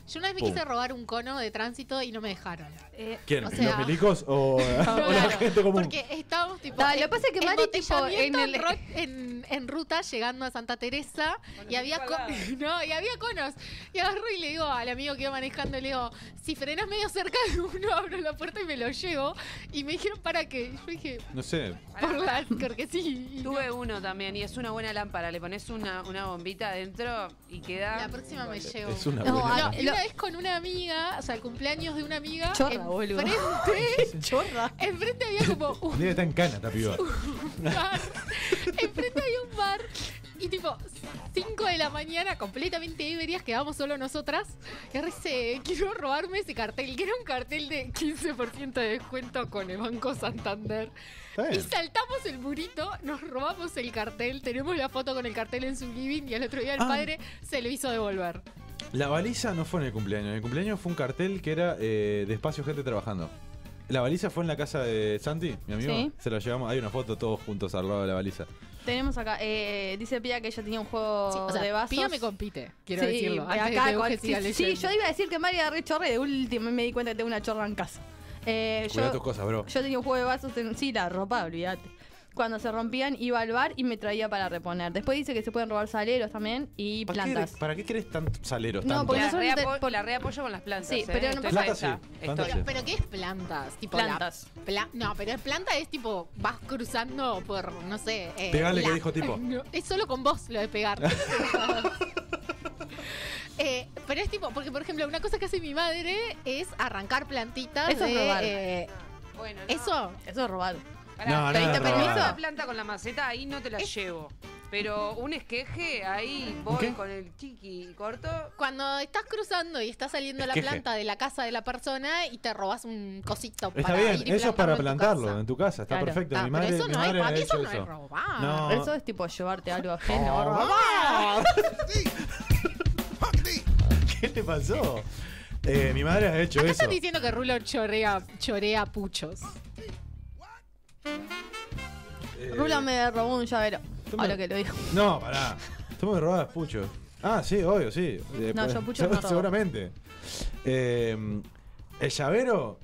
Speaker 4: Yo una vez me
Speaker 2: Pum.
Speaker 4: quise robar un cono de tránsito y no me dejaron.
Speaker 3: Eh,
Speaker 2: ¿Quién?
Speaker 4: O sea-
Speaker 2: ¿Los milicos o, o la
Speaker 4: Claro,
Speaker 2: gente común?
Speaker 4: Porque estábamos tipo.
Speaker 3: No, lo
Speaker 4: en-
Speaker 3: que pasa es que
Speaker 4: en
Speaker 3: Mari, tipo,
Speaker 4: embotellamiento
Speaker 3: en el-
Speaker 4: en, ro- en- en ruta llegando a Santa Teresa y había, co- no, y había conos. Y agarro y le digo al amigo que iba manejando, le digo, si frenas medio cerca de uno, abro la puerta y me lo llevo. Y me dijeron, ¿para qué? Yo dije,
Speaker 2: No sé.
Speaker 4: por la. Porque sí. y no.
Speaker 5: Tuve uno también y es una buena lámpara. Le pones una, una bombita adentro y queda.
Speaker 4: La próxima me llevo.
Speaker 2: Es una
Speaker 3: No,
Speaker 2: buena-
Speaker 4: No, y
Speaker 3: Lo-
Speaker 4: una vez con una amiga, o sea, el cumpleaños de una amiga.
Speaker 3: Chorra, boludo.
Speaker 4: enfrente, enfrente había como un
Speaker 2: Debe estar en cana esta piba.
Speaker 4: bar. Enfrente había un bar. Y tipo, 5 de la mañana, completamente ebrias, quedábamos solo nosotras. Y ahora dice, quiero robarme ese cartel, que era un cartel de 15% de descuento con el Banco Santander.
Speaker 2: Está
Speaker 4: Y
Speaker 2: bien.
Speaker 4: saltamos el burito, nos robamos el cartel, tenemos la foto con el cartel en su living y al otro día el
Speaker 2: Ah.
Speaker 4: padre se lo hizo devolver.
Speaker 2: La baliza no fue en el cumpleaños. En el cumpleaños fue un cartel que era eh, Despacio Gente Trabajando. La baliza fue en la casa de Santi, mi amigo.
Speaker 3: Sí.
Speaker 2: Se la llevamos. Hay una foto todos juntos al lado de la baliza.
Speaker 3: Tenemos acá, eh, dice Pía que ella tenía un juego
Speaker 4: Sí, o sea,
Speaker 3: de vasos.
Speaker 4: Pía me compite, quiero
Speaker 3: Sí,
Speaker 4: decirlo.
Speaker 3: de
Speaker 4: antes de
Speaker 3: acá
Speaker 4: que
Speaker 3: con-
Speaker 4: Euge
Speaker 3: sí,
Speaker 4: siga
Speaker 3: sí,
Speaker 4: leyendo.
Speaker 3: yo iba a decir que Mari era re chorra y de última me di cuenta que tengo una chorra en casa. Eh,
Speaker 2: Cuidado tus
Speaker 3: yo,
Speaker 2: cosas, bro.
Speaker 3: yo tenía un juego de vasos en sí, la ropa, olvídate. Cuando se rompían iba al bar y me traía para reponer. Después dice que se pueden robar saleros también y
Speaker 2: ¿Para qué,
Speaker 3: plantas.
Speaker 2: ¿Para qué querés tantos saleros?
Speaker 3: No,
Speaker 2: tantos?
Speaker 3: porque
Speaker 5: La,
Speaker 3: nosotros
Speaker 5: reapo-
Speaker 3: no te-
Speaker 5: la reapoyo con las plantas.
Speaker 3: Sí,
Speaker 5: ¿eh?
Speaker 3: pero no
Speaker 5: Estoy
Speaker 2: pasa-
Speaker 5: falsa,
Speaker 2: Plantas sí,
Speaker 5: estoy-
Speaker 2: plantas sí.
Speaker 4: Pero, pero ¿qué es plantas? Tipo, la
Speaker 3: plantas.
Speaker 4: pla- no, pero el planta es tipo, vas cruzando por, no sé. eh,
Speaker 2: Pegale que
Speaker 4: la-
Speaker 2: dijo tipo.
Speaker 4: No, es solo con vos lo de pegar. Eh, pero es tipo, porque por ejemplo, una cosa que hace mi madre es arrancar plantitas.
Speaker 3: Eso es
Speaker 4: de,
Speaker 3: robar.
Speaker 4: eh,
Speaker 5: Bueno, no.
Speaker 4: eso.
Speaker 3: Eso es robado.
Speaker 5: Pará,
Speaker 2: No,
Speaker 5: pero
Speaker 2: no,
Speaker 5: te
Speaker 2: no,
Speaker 5: permiso
Speaker 2: no.
Speaker 5: la planta con la maceta, ahí no te la llevo. Pero un esqueje, ahí voy
Speaker 2: ¿Qué?
Speaker 5: con el chiqui corto.
Speaker 4: Cuando estás cruzando y está saliendo la
Speaker 2: Esqueje.
Speaker 4: planta de la casa de la persona y te robas un cosito
Speaker 2: Está
Speaker 4: para
Speaker 2: bien,
Speaker 4: ir y
Speaker 2: eso es para
Speaker 4: plantarlo.
Speaker 2: plantarlo
Speaker 4: en
Speaker 2: en
Speaker 4: tu
Speaker 2: tu casa. Está
Speaker 3: Claro.
Speaker 2: perfecto.
Speaker 4: casa. Ah,
Speaker 2: mi
Speaker 4: pero
Speaker 2: madre,
Speaker 4: eso
Speaker 2: mi
Speaker 4: no es
Speaker 2: madre
Speaker 4: pa-
Speaker 2: ha hecho
Speaker 4: eso no
Speaker 2: eso.
Speaker 4: es robar.
Speaker 2: No.
Speaker 3: Eso es tipo llevarte algo ajeno.
Speaker 2: Oh.
Speaker 3: robar.
Speaker 4: Ah,
Speaker 1: Hunkity.
Speaker 2: ¿Qué te pasó? Eh, mi madre ha hecho
Speaker 4: Acá
Speaker 2: eso.
Speaker 4: están diciendo que Rulo chorea, chorea puchos.
Speaker 2: Eh,
Speaker 3: Rulo me robó un llavero.
Speaker 2: Toma.
Speaker 3: A lo que lo dijo.
Speaker 2: No, pará. Tú me robabas pucho. Ah, sí, obvio, sí. Eh,
Speaker 3: No,
Speaker 2: pues,
Speaker 3: yo pucho no robo.
Speaker 2: Seguramente. Eh, el llavero.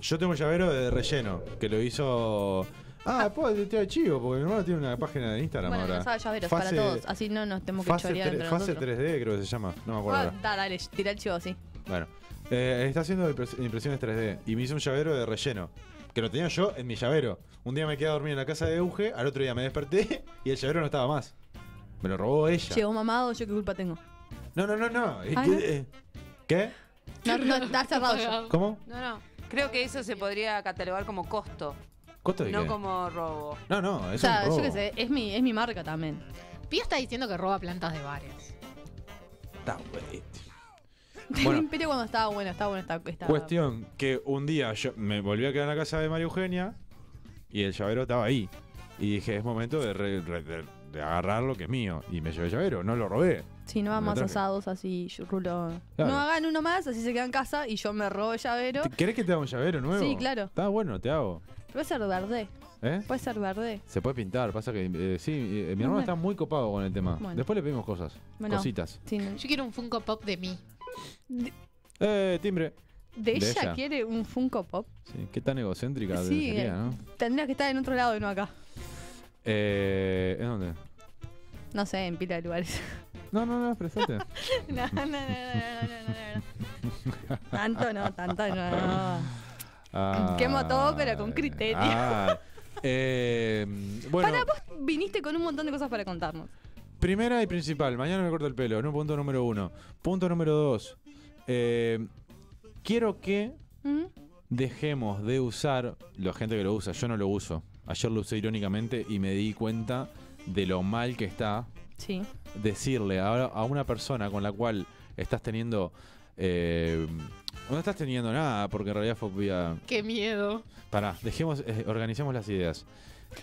Speaker 2: Yo tengo un llavero de relleno que lo hizo. Ah, después de tío chivo, porque mi hermano tiene una página de Instagram
Speaker 3: Bueno,
Speaker 2: ahora.
Speaker 3: lanzaba llaveros
Speaker 2: Fase-
Speaker 3: para todos. Así no nos tenemos que
Speaker 2: Fase,
Speaker 3: chorear
Speaker 2: tre-
Speaker 3: entre
Speaker 2: fase
Speaker 3: nosotros.
Speaker 2: 3D creo que se llama. No me acuerdo
Speaker 3: Ah,
Speaker 2: ahora.
Speaker 3: da, dale, tira el chivo así.
Speaker 2: Bueno, eh, está haciendo impres- impresiones 3D y me hizo un llavero de relleno. Que lo tenía yo en mi llavero. Un día me quedé a dormir en la casa de Euge, al otro día me desperté y el llavero no estaba más. Me lo robó ella.
Speaker 3: Llegó mamado, yo qué culpa tengo.
Speaker 2: No, no, no, no. Eh,
Speaker 3: Ah,
Speaker 2: ¿qué-
Speaker 3: ¿no?
Speaker 2: eh, ¿Qué?
Speaker 3: No, no, está cerrado yo.
Speaker 2: ¿Cómo?
Speaker 5: No, no. Creo que eso se podría catalogar como costo,
Speaker 2: ¿Costo de
Speaker 5: no
Speaker 2: qué?
Speaker 5: como robo.
Speaker 2: No, no, es
Speaker 3: O sea,
Speaker 2: un robo.
Speaker 3: yo qué sé, Eh, es mi, es mi marca también.
Speaker 4: Pío está diciendo que roba plantas de bares.
Speaker 2: Está, güey. Bueno.
Speaker 3: Bueno. Pero cuando estaba bueno, estaba bueno, estaba. estaba-
Speaker 2: Cuestión que un día yo me volví a quedar en la casa de María Eugenia y el llavero estaba ahí. Y dije, es momento de, re- re- de- de agarrar lo que es mío. Y me llevé el llavero, no lo robé.
Speaker 3: Si no van
Speaker 2: Me
Speaker 3: más
Speaker 2: traje.
Speaker 3: asados, así yo rulo.
Speaker 2: Claro.
Speaker 3: No hagan uno más, así se queda en casa y yo me robo el llavero.
Speaker 2: ¿Te- ¿Querés que te haga un llavero nuevo?
Speaker 3: Sí, claro.
Speaker 2: Está bueno, te hago.
Speaker 3: Puede ser verde,
Speaker 2: ¿Eh?
Speaker 3: puede ser verde.
Speaker 2: Se puede pintar, pasa que eh, sí, eh, mi hermano
Speaker 3: Bueno.
Speaker 2: está muy copado con el tema.
Speaker 3: Bueno.
Speaker 2: Después le pedimos cosas,
Speaker 3: Bueno.
Speaker 2: cositas.
Speaker 3: Sí, no.
Speaker 4: Yo quiero un Funko Pop de mí.
Speaker 2: Eh, timbre.
Speaker 3: ¿De,
Speaker 2: De
Speaker 3: ella,
Speaker 2: ella.
Speaker 3: quiere un Funko Pop?
Speaker 2: Sí, Eh, qué tan egocéntrica de-
Speaker 3: Sí,
Speaker 2: sería,
Speaker 3: eh.
Speaker 2: ¿no?
Speaker 3: Tendría que estar en otro lado y no acá.
Speaker 2: Eh, ¿En dónde?
Speaker 3: No sé, en pila de lugares.
Speaker 2: No, no, no, prestate.
Speaker 3: no, no, no, no, no, no, no, no. Tanto no, tanto no.
Speaker 2: Ah,
Speaker 3: Quemo todo, pero con criterio.
Speaker 2: ah. Eh, bueno,
Speaker 3: Para vos viniste con un montón de cosas para contarnos.
Speaker 2: primera y principal, mañana me corto el pelo, no punto número uno. Punto número dos. eh, quiero que
Speaker 3: ¿Mm?
Speaker 2: dejemos de usar, la gente que lo usa, yo no lo uso. Ayer lo usé irónicamente y me di cuenta de lo mal que está
Speaker 3: Sí.
Speaker 2: decirle a, a una persona con la cual estás teniendo... eh, no estás teniendo nada, porque en realidad fue vía...
Speaker 4: Qué miedo.
Speaker 2: Pará, dejemos, eh, organicemos las ideas.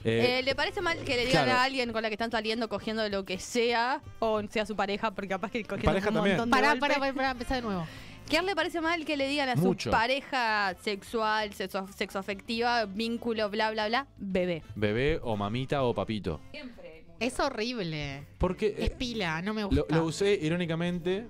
Speaker 2: Eh,
Speaker 3: Eh, ¿Le parece mal que le digan
Speaker 2: claro.
Speaker 3: a alguien con la que están saliendo cogiendo lo que sea o sea su pareja? Porque capaz que cogiendo
Speaker 2: Pareja
Speaker 3: un
Speaker 2: también.
Speaker 3: montón de
Speaker 4: Pará,
Speaker 3: golpes.
Speaker 4: pará, pará, pará, empezá de nuevo.
Speaker 3: ¿Qué le parece mal que le digan a
Speaker 2: Mucho.
Speaker 3: su pareja sexual, sexo, sexoafectiva, vínculo, bla, bla, bla, bebé?
Speaker 2: Bebé o mamita o papito.
Speaker 4: Es horrible.
Speaker 2: Porque eh,
Speaker 4: Es pila, no me gusta.
Speaker 2: lo, lo usé irónicamente.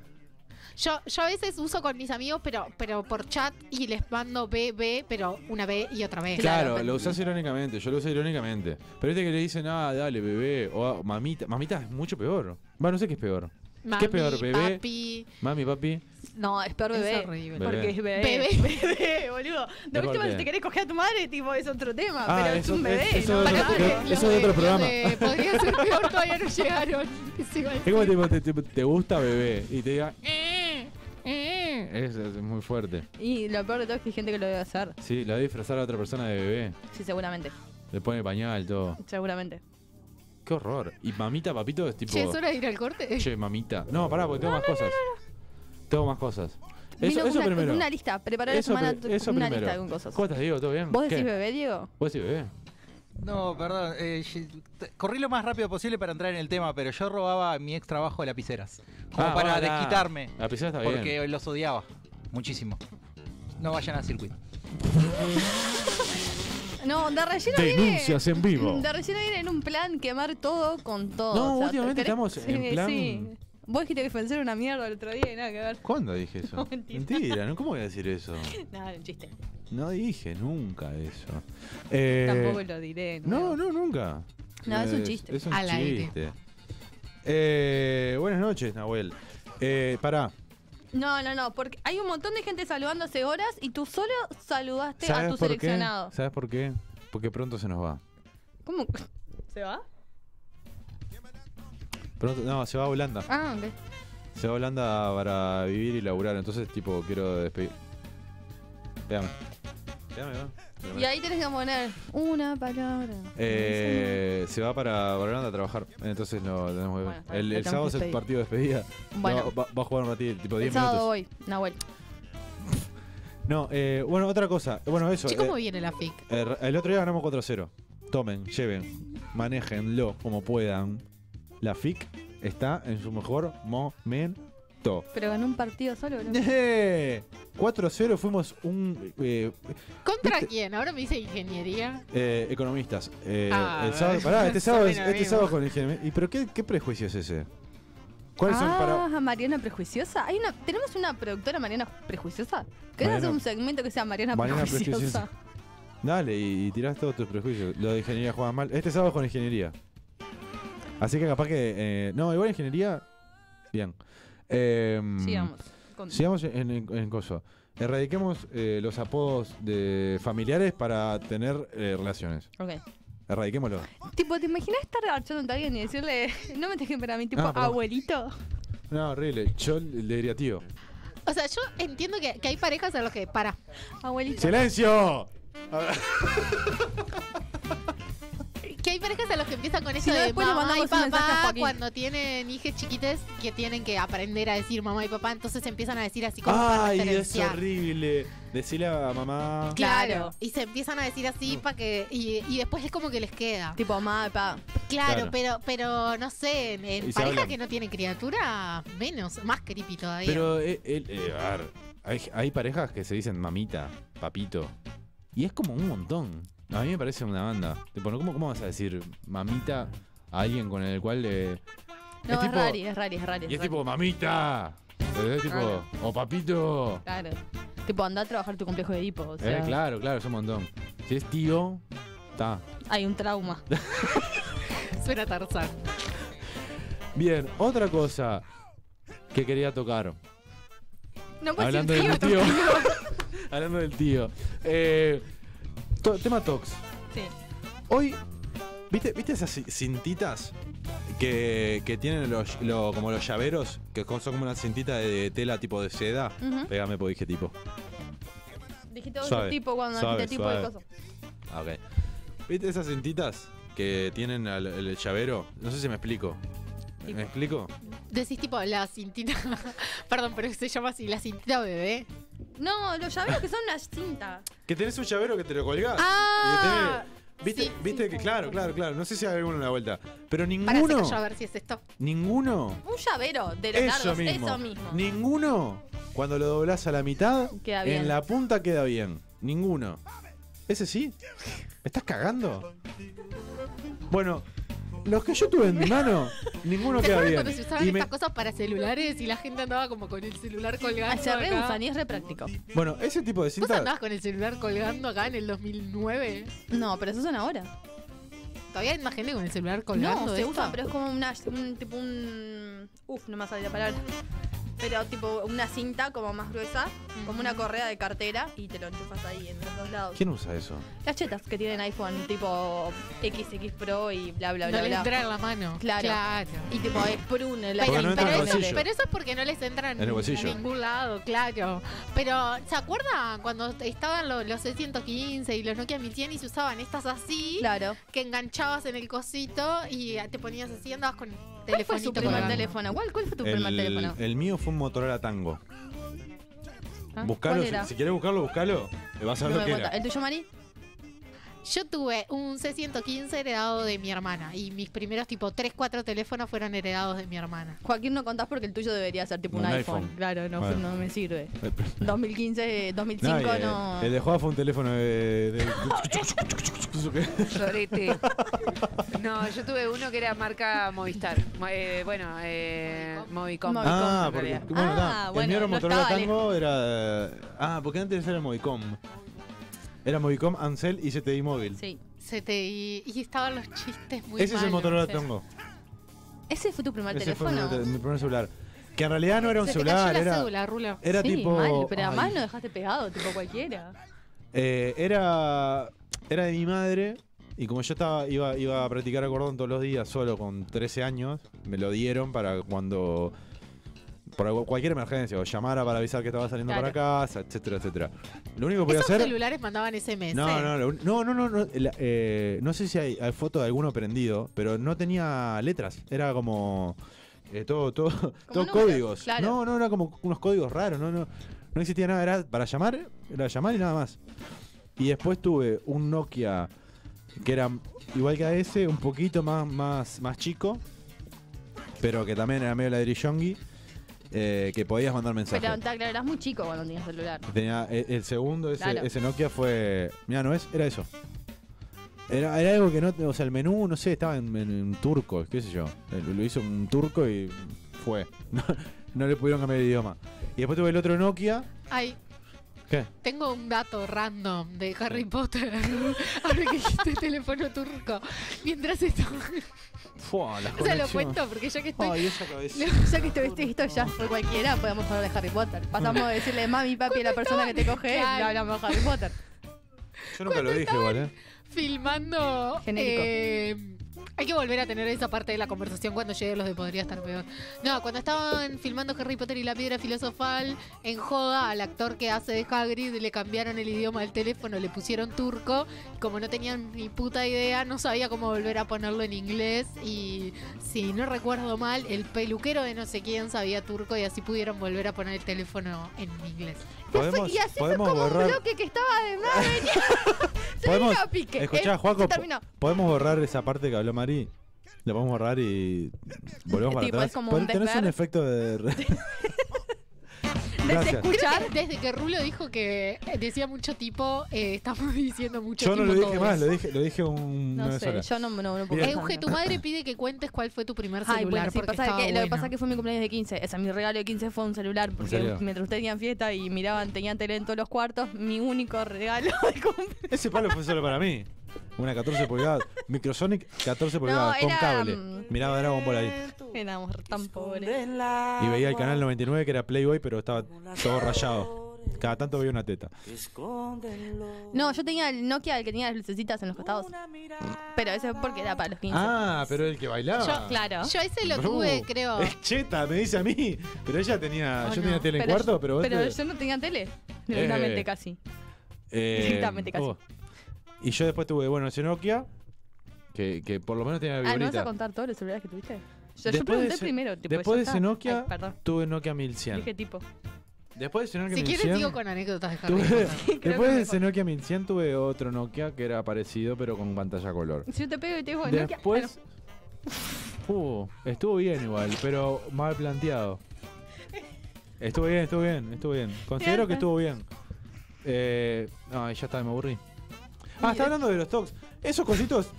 Speaker 4: Yo, yo a veces uso con mis amigos, pero, pero por chat y les mando B, B, pero una B y otra B.
Speaker 2: Claro, lo usás irónicamente, yo lo usé irónicamente. Pero viste que le dicen, ah, dale, bebé, o ah, mamita. Mamita es mucho peor. Bueno, no sé qué es peor.
Speaker 4: Mami,
Speaker 2: ¿Qué es peor, bebé?
Speaker 4: papi.
Speaker 2: Mami, papi.
Speaker 3: No, es peor
Speaker 4: Es
Speaker 3: bebé.
Speaker 4: horrible.
Speaker 3: Porque es bebé.
Speaker 4: Bebé.
Speaker 3: bebé, boludo. De
Speaker 2: Es
Speaker 3: última,
Speaker 2: porque-
Speaker 3: si te querés coger a tu madre, tipo, es otro tema.
Speaker 2: Ah,
Speaker 3: pero es
Speaker 2: eso-
Speaker 3: un bebé.
Speaker 2: es- eso
Speaker 3: no,
Speaker 2: es otro-
Speaker 3: Dale.
Speaker 2: Eso es de otro
Speaker 4: Lo
Speaker 2: programa.
Speaker 4: de Podría ser peor, todavía no llegaron. Eso iba a
Speaker 2: Es como
Speaker 4: decir.
Speaker 2: tipo, te, te- te gusta bebé y te diga,
Speaker 4: Eh, eh.
Speaker 2: es, es muy fuerte.
Speaker 3: Y lo peor de todo es que hay gente que lo debe hacer.
Speaker 2: Sí, la voy a disfrazar a otra persona de bebé.
Speaker 3: Sí, seguramente.
Speaker 2: Le pone pañal, todo.
Speaker 3: Seguramente.
Speaker 2: Qué horror. Y mamita, papito es tipo.
Speaker 4: Che, ¿es hora de ir al corte?
Speaker 2: Che, mamita. No, pará, porque tengo más cosas. Tengo más cosas. Eso,
Speaker 3: Vino
Speaker 2: eso
Speaker 3: una,
Speaker 2: primero.
Speaker 3: Una lista. Preparar la
Speaker 2: eso
Speaker 3: semana
Speaker 2: pri- eso
Speaker 3: una
Speaker 2: primero.
Speaker 3: lista con cosas.
Speaker 2: ¿Cómo estás, Diego? ¿Todo bien?
Speaker 3: ¿Vos decís
Speaker 2: ¿Qué?
Speaker 3: bebé, Diego?
Speaker 2: ¿Vos decís bebé?
Speaker 7: No, perdón. eh, ye- t- corrí lo más rápido posible para entrar en el tema, pero yo robaba mi ex trabajo de lapiceras. Como
Speaker 2: Ah,
Speaker 7: para
Speaker 2: hola.
Speaker 7: desquitarme.
Speaker 2: La piscina está bien.
Speaker 7: Porque los odiaba. Muchísimo. No vayan a circuito.
Speaker 3: No, de relleno
Speaker 2: Denuncias en
Speaker 3: viene.
Speaker 2: vivo.
Speaker 3: De relleno viene en un plan quemar todo con todo.
Speaker 2: No,
Speaker 3: O sea,
Speaker 2: últimamente
Speaker 3: ¿querés-
Speaker 2: estamos en plan-
Speaker 3: Vos dijiste que Fencer era una mierda el otro día y nada que ver.
Speaker 2: ¿Cuándo dije eso?
Speaker 3: No,
Speaker 2: mentira.
Speaker 3: mentira.
Speaker 2: ¿no? ¿Cómo voy a decir eso?
Speaker 3: Nada, un chiste.
Speaker 2: No dije nunca eso. Eh,
Speaker 3: Tampoco lo diré.
Speaker 2: No, no, nunca.
Speaker 3: No, es un chiste.
Speaker 2: Es un
Speaker 4: Al aire.
Speaker 2: chiste. Eh, buenas noches, Nahuel. Eh, pará.
Speaker 3: No, no, no, porque hay un montón de gente saludando hace horas y tú solo saludaste a
Speaker 2: ¿Sabes
Speaker 3: tu
Speaker 2: por qué?
Speaker 3: seleccionado.
Speaker 2: ¿Sabes por qué? Porque pronto se nos va.
Speaker 3: ¿Cómo? ¿Se va?
Speaker 2: Pronto, no, se va a Holanda.
Speaker 3: Ah, ok.
Speaker 2: Se va a Holanda para vivir y laburar. Entonces, tipo, quiero despedir. Déjame. Déjame, va. Déjame.
Speaker 3: Y ahí tenés que poner una palabra.
Speaker 2: Eh, se va para Holanda a trabajar. Entonces lo tenemos que ver.
Speaker 3: Bueno, está bien,
Speaker 2: el
Speaker 3: lo
Speaker 2: el
Speaker 3: tenemos
Speaker 2: sábado
Speaker 3: que
Speaker 2: es el
Speaker 3: despedir.
Speaker 2: partido de despedida.
Speaker 3: Bueno.
Speaker 2: No, va, va a jugar un ratito, tipo
Speaker 3: El
Speaker 2: 10
Speaker 3: sábado
Speaker 2: minutos.
Speaker 3: voy, Nahuel.
Speaker 2: No, eh, bueno, otra cosa. Bueno, eso.
Speaker 4: Che, ¿cómo
Speaker 2: eh,
Speaker 4: viene la FIC?
Speaker 2: el, el otro día ganamos 4-0. Tomen, lleven, manéjenlo como puedan. La FIC está en su mejor momento.
Speaker 3: Pero ganó un partido solo, boludo.
Speaker 2: ¡Eh! 4-0 fuimos un eh,
Speaker 4: ¿Contra quién? Ahora me dice ingeniería.
Speaker 2: eh, economistas. Eh,
Speaker 4: Ah,
Speaker 2: el sábado, pará, este sábado, es-
Speaker 4: saben a
Speaker 2: este
Speaker 4: mí,
Speaker 2: sábado con el GM. ¿Y pero qué, qué prejuicio es ese? ¿Cuáles son para,
Speaker 3: Ah, Mariana Prejuiciosa. Hay una, tenemos una productora Mariana Prejuiciosa. ¿Querés
Speaker 2: Mariana-
Speaker 3: hacer un segmento que sea Mariana,
Speaker 2: Mariana
Speaker 3: Prejuiciosa?
Speaker 2: Prejuiciosa. Dale, y, y tirás todos tus prejuicios. Lo de ingeniería juega mal. Este sábado con ingeniería. Así que capaz que. eh, no, igual ingeniería. Bien. Em,
Speaker 3: Sigamos. Con-
Speaker 2: Sigamos en, en, en coso. Erradiquemos eh, los apodos de familiares para tener eh, relaciones.
Speaker 3: Ok.
Speaker 2: Erradiquémoslo.
Speaker 3: Tipo, ¿te imaginas estar archando a alguien y decirle, no me dejen para mí, tipo,
Speaker 2: Ah, perdón.
Speaker 3: abuelito?
Speaker 2: No, horrible. Yo le diría tío.
Speaker 4: O sea, yo entiendo que, que hay parejas a los que. Para.
Speaker 3: Abuelito.
Speaker 2: ¡Silencio!
Speaker 4: Que hay parejas a los que empiezan con eso
Speaker 3: Si no,
Speaker 4: de
Speaker 3: después le
Speaker 4: mamá y
Speaker 3: mandamos un mensaje a
Speaker 4: papá
Speaker 3: Joaquín.
Speaker 4: cuando tienen hijos chiquites que tienen que aprender a decir mamá y papá, entonces empiezan a decir así como para
Speaker 2: ¡Ay, es
Speaker 4: referenciar.
Speaker 2: horrible! Decile a mamá.
Speaker 4: Claro, y se empiezan a decir así para que y, y después es como que les queda.
Speaker 3: Tipo, mamá, papá.
Speaker 2: Claro.
Speaker 4: Claro, pero pero no sé, en, en
Speaker 2: Y se
Speaker 4: pareja
Speaker 2: hablan.
Speaker 4: que no tienen criatura, menos, más creepy todavía.
Speaker 2: Pero, eh, él, eh, a ver, hay, hay parejas que se dicen mamita, papito. Y es como un montón. A mí me parece una banda. Tipo, ¿no? ¿cómo, cómo vas a decir mamita a alguien con el cual... eh,
Speaker 3: No, es,
Speaker 2: tipo-
Speaker 3: rari, es rari, es rari.
Speaker 2: Y es
Speaker 3: rari.
Speaker 2: tipo, mamita. Es tipo,
Speaker 3: Claro.
Speaker 2: o papito.
Speaker 3: Claro. Tipo, anda a trabajar tu complejo de hipo. O
Speaker 2: Eh,
Speaker 3: sea,
Speaker 2: claro, claro, es un montón. Si es tío, está.
Speaker 3: hay un trauma.
Speaker 4: Suena Tarzán.
Speaker 2: Bien, otra cosa que quería tocar.
Speaker 3: No puedes
Speaker 2: Hablando
Speaker 3: decir
Speaker 2: del
Speaker 3: pues, tío.
Speaker 2: tío. Hablando del tío. Eh, to- tema Tox.
Speaker 3: Sí.
Speaker 2: Hoy, ¿viste, ¿viste esas ci- cintitas que, que tienen los, lo- como los llaveros? Que con- son como una cintita de tela tipo de seda.
Speaker 3: Ujú.
Speaker 2: Pégame porque dije tipo.
Speaker 3: Dijiste vos
Speaker 2: Suave,
Speaker 3: tipo cuando
Speaker 2: suave,
Speaker 3: dijiste tipo
Speaker 2: suave.
Speaker 3: de cosas.
Speaker 2: Ah, ok. ¿Viste esas cintitas que tienen al- el, llavero? No sé si me explico. ¿Me explico?
Speaker 4: Decís tipo la cintita, perdón, pero se llama así, la cintita bebé.
Speaker 3: No, los llaveros que son las cintas.
Speaker 2: Que tenés un llavero que te lo colgás.
Speaker 4: Ah,
Speaker 2: Y que tenés- ¿Viste,
Speaker 4: sí,
Speaker 2: viste
Speaker 4: sí,
Speaker 2: que,
Speaker 4: sí.
Speaker 2: claro, claro, claro. No sé si hay alguno en la vuelta. Pero
Speaker 4: para
Speaker 2: ninguno,
Speaker 4: yo a ver si es esto.
Speaker 2: ninguno
Speaker 3: Un llavero de los
Speaker 2: Eso
Speaker 3: largos,
Speaker 2: mismo.
Speaker 3: eso mismo.
Speaker 2: Ninguno Cuando lo doblás a la mitad,
Speaker 3: Queda bien.
Speaker 2: en la punta queda bien. Ninguno. ¿Ese sí? ¿Me estás cagando? Bueno, los que yo tuve en mi mano, ninguno
Speaker 4: ¿Se
Speaker 2: queda
Speaker 4: acuerdan
Speaker 2: bien.
Speaker 4: cuando se usaban
Speaker 2: Y me-
Speaker 4: estas cosas para celulares y la gente andaba como con el celular colgando?
Speaker 3: Ah, se re
Speaker 4: acá?
Speaker 3: usan y es re práctico.
Speaker 2: Bueno, ese tipo de
Speaker 4: ¿Vos
Speaker 2: cinta.
Speaker 4: andabas con el celular colgando acá en el 2009?
Speaker 3: No, pero se usan ahora.
Speaker 4: ¿Todavía hay más gente con el celular colgando?
Speaker 3: No, se
Speaker 4: de esto?
Speaker 3: usan, pero es como una, un tipo un... Uf, no me sale la palabra. Pero tipo una cinta como más gruesa, como una correa de cartera y te lo enchufas ahí en los dos lados.
Speaker 2: ¿Quién usa eso?
Speaker 3: Las chetas que tienen iPhone tipo XX Pro y bla bla
Speaker 4: no
Speaker 3: bla
Speaker 4: les
Speaker 3: bla.
Speaker 4: entra en la mano.
Speaker 3: Claro. Y tipo es prune la
Speaker 4: Pero,
Speaker 2: Porque no entra
Speaker 4: pero
Speaker 2: en el
Speaker 4: eso,
Speaker 2: bolsillo.
Speaker 4: pero eso es porque no les entran
Speaker 2: En el bolsillo.
Speaker 4: a ningún lado, claro. Pero, ¿se acuerdan cuando estaban los, los 615 y los Nokia 1100 y se usaban estas así?
Speaker 3: Claro.
Speaker 4: Que enganchabas en el cosito y te ponías así, andabas con
Speaker 3: ¿Cuál fue su
Speaker 4: telefonito
Speaker 3: primer
Speaker 4: colgando.
Speaker 3: teléfono? ¿Cuál, cuál fue tu primer teléfono?
Speaker 2: El, eh, el mío fue un Motorola Tango.
Speaker 3: ¿Ah?
Speaker 2: Buscalo,
Speaker 3: ¿Cuál
Speaker 2: si,
Speaker 3: era?
Speaker 2: si querés buscarlo, buscalo. Eh, Vas a
Speaker 3: No
Speaker 2: ver
Speaker 3: me
Speaker 2: lo que
Speaker 3: cuenta.
Speaker 2: era.
Speaker 3: ¿El tuyo, Mari?
Speaker 4: Yo tuve un C115 heredado de mi hermana y mis primeros tipo 3, 4 teléfonos fueron heredados de mi hermana.
Speaker 3: Joaquín, no contás porque el tuyo debería ser tipo un,
Speaker 2: Un
Speaker 3: iPhone.
Speaker 2: iPhone.
Speaker 3: Claro, no,
Speaker 2: Bueno.
Speaker 3: no me sirve.
Speaker 2: Eh,
Speaker 3: 2015, 2005
Speaker 2: No, y, eh,
Speaker 3: no.
Speaker 2: El de Juan fue un teléfono de. de- Eso que-
Speaker 5: Sorete. No, yo tuve uno que era marca Movistar. Mo- eh, bueno, eh, Movicom.
Speaker 3: Movicom,
Speaker 2: Ah,
Speaker 5: en
Speaker 2: porque.
Speaker 5: realidad.
Speaker 2: Bueno,
Speaker 3: Ah,
Speaker 2: está. el
Speaker 3: bueno,
Speaker 2: mío era un
Speaker 3: no
Speaker 2: Motorola
Speaker 3: estaba
Speaker 2: Tango, era. Ah, porque antes era Movicom. Era Movicom, Ancel y CTI Móvil.
Speaker 3: Sí.
Speaker 4: Se te y, y estaban los chistes muy
Speaker 2: Ese es el
Speaker 4: malos.
Speaker 2: Motorola
Speaker 3: sí.
Speaker 2: Tango.
Speaker 3: ¿Ese fue tu primer
Speaker 2: Ese fue mi,
Speaker 3: teléfono?
Speaker 2: te- mi primer celular. Que en realidad no era un
Speaker 4: Se te
Speaker 2: celular,
Speaker 4: cayó la
Speaker 2: era.
Speaker 4: cédula, Rulo.
Speaker 2: Era
Speaker 3: sí,
Speaker 2: tipo.
Speaker 3: mal, pero además
Speaker 2: ay,
Speaker 3: lo dejaste pegado, tipo cualquiera.
Speaker 2: Eh, era, era de mi madre y como yo estaba iba, iba a practicar acordón todos los días solo con 13 años, me lo dieron para cuando... Para cu- cualquier emergencia, o llamara para avisar que estaba saliendo
Speaker 3: Claro.
Speaker 2: para casa, etcétera, etcétera. Lo único que podía
Speaker 4: Esos
Speaker 2: hacer...
Speaker 4: celulares mandaban SMS.
Speaker 2: No, no, lo un- no, no, no, no, la- eh, no sé si hay, hay foto de alguno prendido, pero no tenía letras, era como eh, todo, todo, todo
Speaker 3: números,
Speaker 2: códigos.
Speaker 3: claro.
Speaker 2: No, no, era como unos códigos raros, no, no, no existía nada, era para llamar, era llamar y nada más. Y después tuve un Nokia que era igual que a ese, un poquito más, más, más chico, pero que también era medio ladrillongui, eh, que podías mandar mensajes.
Speaker 3: Pero está claro, eras muy chico cuando tenías celular.
Speaker 2: Tenía e- el, segundo, ese,
Speaker 3: Claro.
Speaker 2: ese Nokia fue. Mira, no es, era eso. Era, era algo que no. O sea, el menú, no sé, estaba en, en- en turco, qué sé yo. Eh, Lo hizo un turco y fue. No, no le pudieron cambiar el idioma. Y después tuve el otro Nokia.
Speaker 4: Ay,
Speaker 2: ¿Qué?
Speaker 4: tengo un dato random de Harry Potter. Ahora que dijiste teléfono turco. Mientras esto.
Speaker 2: Fua, las
Speaker 4: O sea, lo
Speaker 2: conexiones.
Speaker 4: cuento porque ya que estoy.
Speaker 2: Ay, esa cabeza.
Speaker 3: Ya que estuviste esto ya fue cualquiera, podemos hablar de Harry Potter. Pasamos de decirle mami, papi a la persona que te coge, y
Speaker 4: Claro.
Speaker 3: hablamos de Harry Potter.
Speaker 2: Yo nunca lo dije igual, ¿eh?
Speaker 4: filmando.
Speaker 3: Genérico.
Speaker 4: eh, hay que volver a tener esa parte de la conversación cuando llegue los de podría estar peor. No, cuando estaban filmando Harry Potter y la piedra filosofal, en joda al actor que hace de Hagrid le cambiaron el idioma del teléfono, le pusieron turco. y como no tenían ni puta idea, no sabía cómo volver a ponerlo en inglés. Y si no recuerdo mal, el peluquero de no sé quién sabía turco y así pudieron volver a poner el teléfono en inglés.
Speaker 2: Podemos,
Speaker 3: y así fue
Speaker 2: podemos
Speaker 3: como un
Speaker 2: borrar.
Speaker 3: bloque que estaba de más venía. Se
Speaker 2: Podemos-
Speaker 3: vino a pique.
Speaker 2: Escuchá,
Speaker 3: Eh,
Speaker 2: Juaco,
Speaker 3: se terminó.
Speaker 2: po- podemos borrar esa parte que habló Mari. La podemos borrar y volvemos para
Speaker 3: Tipo,
Speaker 2: atrás.
Speaker 3: es como
Speaker 2: Pero
Speaker 3: un
Speaker 2: tenés un
Speaker 3: desver.
Speaker 2: efecto de. Gracias.
Speaker 4: escuchar desde que Rulo dijo que eh, decía mucho tipo, eh, estamos diciendo mucho
Speaker 2: Yo no
Speaker 4: tipo.
Speaker 2: lo dije
Speaker 4: todos.
Speaker 2: más, lo dije, lo dije un,
Speaker 3: No
Speaker 2: una vez
Speaker 3: sé,
Speaker 2: sola.
Speaker 3: yo no, no, no puedo.
Speaker 2: Bien.
Speaker 4: Euge, tu madre pide que cuentes cuál fue tu primer celular.
Speaker 3: Ay, bueno, sí,
Speaker 4: porque
Speaker 3: pasa que,
Speaker 4: estaba
Speaker 3: lo que
Speaker 4: bueno.
Speaker 3: pasa es que fue mi cumpleaños de 15. O sea, mi regalo de 15 fue un celular, porque
Speaker 2: serio?
Speaker 3: mientras ustedes tenían fiesta y miraban, tenían tele en todos los cuartos, mi único regalo de cumpleaños.
Speaker 2: Ese palo fue solo para mí. Una 14 pulgadas. Microsonic 14 pulgadas con
Speaker 3: era,
Speaker 2: cable.
Speaker 3: mm,
Speaker 2: Miraba Dragon Ball ahí.
Speaker 3: Éramos tan pobres.
Speaker 2: Y veía el canal 99 que era Playboy, pero estaba todo rayado. Cada tanto veía una teta.
Speaker 3: No, yo tenía el Nokia, el que tenía las lucecitas en los costados. Pero eso fue porque era para los 15.
Speaker 2: Ah, pero el que bailaba.
Speaker 3: Yo, claro.
Speaker 4: Yo ese lo
Speaker 2: Bru,
Speaker 4: tuve, creo.
Speaker 2: Es cheta, me dice a mí. Pero ella tenía.
Speaker 4: Oh,
Speaker 2: yo tenía
Speaker 4: no.
Speaker 2: tele en
Speaker 3: Pero
Speaker 2: cuarto,
Speaker 3: yo-
Speaker 2: pero vos
Speaker 3: pero
Speaker 2: te-
Speaker 3: yo no tenía tele. Directamente
Speaker 2: Eh.
Speaker 3: casi. Ah,
Speaker 2: Eh,
Speaker 3: Directamente, casi.
Speaker 2: Y yo después tuve, bueno, ese Nokia. Que, que por lo menos tenía la
Speaker 3: Ah, ¿no vas
Speaker 2: viborita.
Speaker 3: a contar todos los celulares que tuviste? Yo, yo
Speaker 2: Después de
Speaker 3: pregunté
Speaker 2: ese-
Speaker 3: primero. tipo,
Speaker 2: después
Speaker 3: ya
Speaker 2: de
Speaker 3: está.
Speaker 2: ese Nokia-
Speaker 3: Ay, perdón.
Speaker 2: tuve Nokia 1100.
Speaker 3: Dije tipo.
Speaker 2: Después de ese Nokia
Speaker 4: Si
Speaker 2: 1100.
Speaker 4: quieres, sigo con anécdotas de Harry
Speaker 2: Tuve,
Speaker 4: Potter.
Speaker 3: creo
Speaker 2: después
Speaker 3: que
Speaker 2: de
Speaker 3: mejor.
Speaker 2: ese Nokia 1100 tuve otro Nokia que era parecido pero con pantalla color.
Speaker 3: Si yo te pego y te digo Nokia.
Speaker 2: Después... Ah, Uh, estuvo bien igual, pero mal planteado. Estuvo bien, estuvo bien, estuvo bien. Considero que estuvo bien. Eh, no, ya está, me aburrí. Ah, está hablando de los tocs. Esos cositos.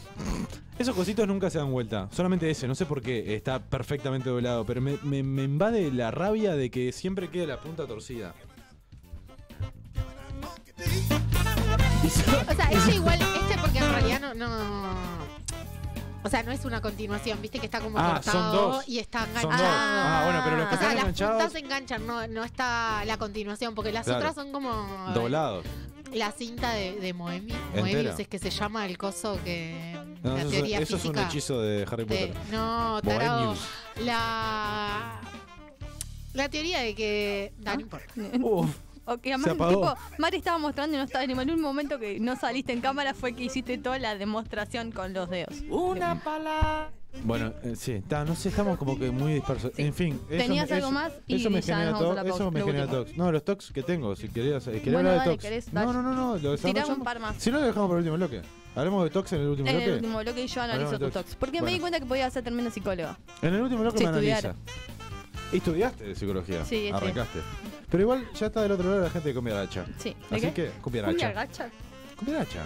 Speaker 2: Esos cositos nunca se dan vuelta. Solamente ese, no sé por qué. Está perfectamente doblado. Pero me, me- me invade la rabia de que siempre quede la punta torcida.
Speaker 4: O sea, este igual, este porque en realidad no, no. O sea, no es una continuación, viste que está como
Speaker 2: Ah, son
Speaker 4: cortado
Speaker 2: dos.
Speaker 4: y está
Speaker 2: Son
Speaker 4: enganchado.
Speaker 2: dos. Ah, bueno, pero los que
Speaker 4: O sea,
Speaker 2: están
Speaker 4: las puntas
Speaker 2: enganchados.
Speaker 4: se enganchan, no, no está la continuación, porque las
Speaker 2: Claro.
Speaker 4: otras son como
Speaker 2: Doblados.
Speaker 4: la cinta de, de Moebi-
Speaker 2: Entera.
Speaker 4: Moebius, es que se llama el coso que
Speaker 2: No,
Speaker 4: la
Speaker 2: eso, es-
Speaker 4: teoría
Speaker 2: eso es un
Speaker 4: física
Speaker 2: hechizo de Harry
Speaker 4: de-
Speaker 2: Potter.
Speaker 4: Este, no, tarado,
Speaker 2: Bohemius.
Speaker 4: la la teoría de que no, no importa.
Speaker 2: Uf,
Speaker 3: O que además,
Speaker 2: Se apagó.
Speaker 3: tipo, eh, Mari estaba mostrando y no estaba en ningún momento que no saliste en cámara fue que hiciste toda la demostración con los dedos. Una
Speaker 2: Bueno, eh, sí, está, no sé, estamos como que muy dispersos. En fin, eso
Speaker 3: Tenías
Speaker 2: me-
Speaker 3: algo
Speaker 2: eso-
Speaker 3: más y
Speaker 2: eso me
Speaker 3: ya
Speaker 2: genera
Speaker 3: nos vamos a la
Speaker 2: to- eso
Speaker 3: pausa,
Speaker 2: me
Speaker 3: lo
Speaker 2: genera
Speaker 3: último.
Speaker 2: tox. No, los tox que tengo, si querías, eh, quería
Speaker 3: Bueno,
Speaker 2: hablar de
Speaker 3: dale,
Speaker 2: tox.
Speaker 3: querés,
Speaker 2: no,
Speaker 3: dale.
Speaker 2: no, no, no, lo
Speaker 3: Tirame
Speaker 2: desarrollamos.
Speaker 3: un par más.
Speaker 2: Si no lo dejamos para el último bloque. Hablamos de tox en el último
Speaker 3: En
Speaker 2: bloque.
Speaker 3: el último bloque y yo analizo
Speaker 2: Hablamos de
Speaker 3: tu
Speaker 2: tox.
Speaker 3: tox. Porque me
Speaker 2: Bueno.
Speaker 3: di cuenta que podía ser tremenda psicóloga.
Speaker 2: En el último bloque
Speaker 3: Sí,
Speaker 2: me analiza.
Speaker 3: estudiar.
Speaker 2: Estudiaste de psicología.
Speaker 3: Sí, este.
Speaker 2: Arrancaste. Pero igual ya está del otro lado la gente de Comiaracha.
Speaker 3: Sí. ¿De
Speaker 2: Así
Speaker 3: qué?
Speaker 2: que,
Speaker 3: Cumbia
Speaker 2: Comiaracha.
Speaker 3: gacha.
Speaker 2: Comiaracha.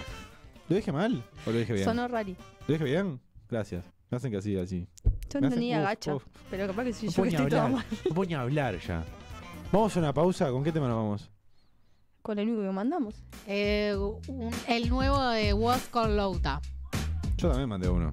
Speaker 2: ¿Lo dije mal o lo dije bien?
Speaker 3: Sonó rari.
Speaker 2: ¿Lo dije bien? Gracias. Me hacen que así, así.
Speaker 3: Yo
Speaker 2: Me
Speaker 3: no
Speaker 2: hacen
Speaker 3: tenía
Speaker 2: uf,
Speaker 3: gacha.
Speaker 2: uf.
Speaker 3: Pero capaz que
Speaker 2: No
Speaker 3: soy yo que
Speaker 2: puedo ni
Speaker 3: estoy toda
Speaker 2: hablar.
Speaker 3: mal.
Speaker 2: No puedo ni hablar ya. Vamos a una pausa. ¿Con qué tema nos vamos?
Speaker 3: Con el único que mandamos.
Speaker 4: Eh, un- el nuevo de Was con Louta.
Speaker 2: Yo también mandé uno.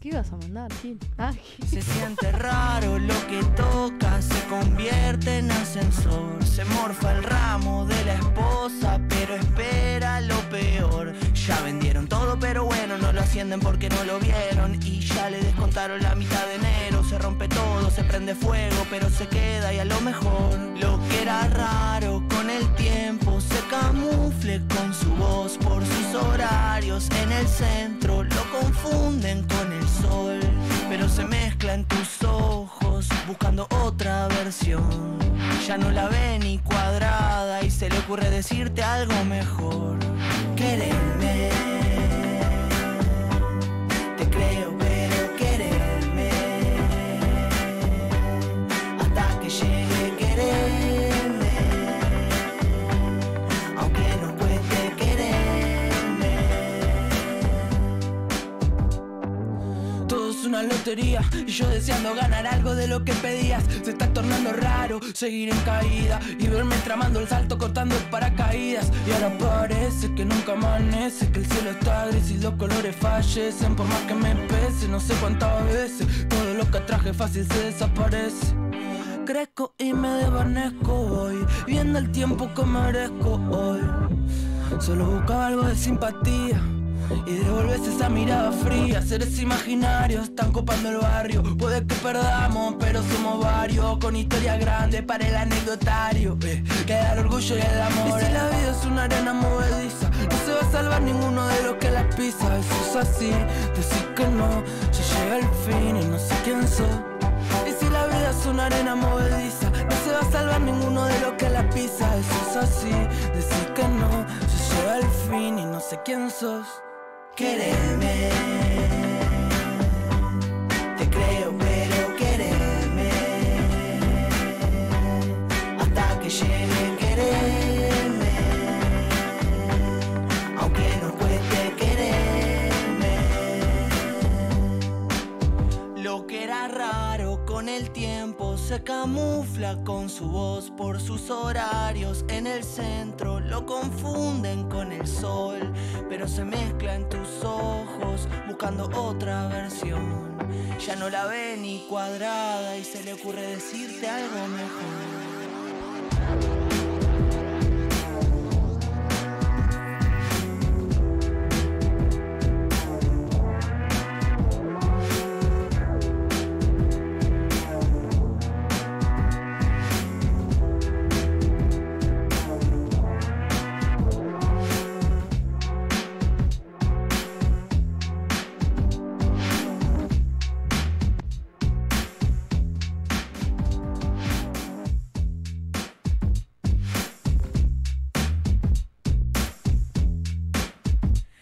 Speaker 3: ¿Qué ibas a mandar, Gil? Ah, Gil.
Speaker 8: Se siente raro lo que toca, se convierte en ascensor. Se morfa el ramo de la esposa, pero espera lo peor. Ya vendieron todo, pero bueno, no lo ascienden porque no lo vieron. Y ya le descontaron la mitad de enero. Se rompe todo, se prende fuego, pero se queda y a lo mejor. Lo que era raro con el tiempo se camufle con su voz por sus horarios. En el centro lo confunden con el sol, pero se mezcla en tus ojos buscando otra versión. Ya no la ve ni cuadrada y se le ocurre decirte algo mejor. Quererme, te creo, pero quererme. Hasta que llegue quererme, aunque no cueste quererme. Todo es una lotería y yo deseando ganar algo de lo que pedías. Se está tornando raro seguir en caída y verme tramando el salto cortando el paracaídas. Y ahora parece que nunca amanece, que el cielo está gris y los colores fallecen. Por más que me pese, no sé cuántas veces todo lo que traje fácil se desaparece. Crezco y me desvanezco hoy, viendo el tiempo que merezco hoy. Solo buscaba algo de simpatía Y devolves esa mirada fría Seres imaginarios están copando el barrio Puede que perdamos, pero somos varios Con historias grandes para el anecdotario eh, Queda el orgullo y el amor Y si la vida es una arena movediza No se va a salvar ninguno de los que la pisa Eso es así, decir que no Ya llega el fin y no sé quién soy y si la vida es una arena movediza, no se va a salvar ninguno de los que la pisa. Eso es así, decir que no, se llega el fin y no sé quién sos. Quererme, te creo, pero quererme. Hasta que llegue quererme, aunque no cueste quererme. Lo que era raro con el tiempo se camufla con su voz por sus horarios en el centro, lo confunden con el sol, pero se mezcla en tus ojos buscando otra versión. Ya no la ve ni cuadrada y se le ocurre decirte algo mejor.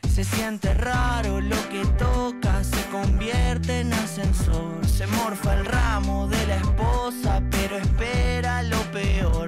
Speaker 8: Se siente raro lo que toca, se convierte en ascensor. Se morfa el ramo de la esposa, pero espera lo peor.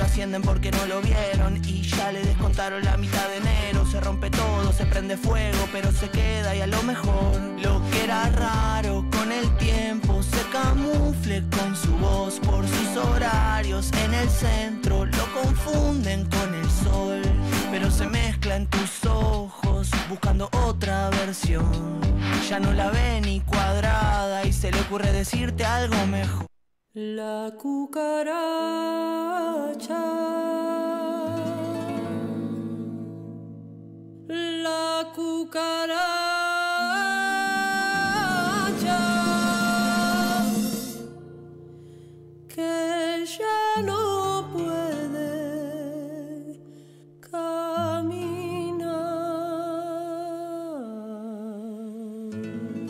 Speaker 8: defienden porque no lo vieron y ya le descontaron la mitad de enero. Se rompe todo, se prende fuego, pero se queda y a lo mejor lo que era raro con el tiempo se camufle con su voz por sus horarios en el centro. Lo confunden con el sol, pero se mezcla en tus ojos buscando otra versión. Ya no la ve ni cuadrada y se le ocurre decirte algo mejor.
Speaker 9: La cucaracha. La cucaracha. Que ya no puede caminar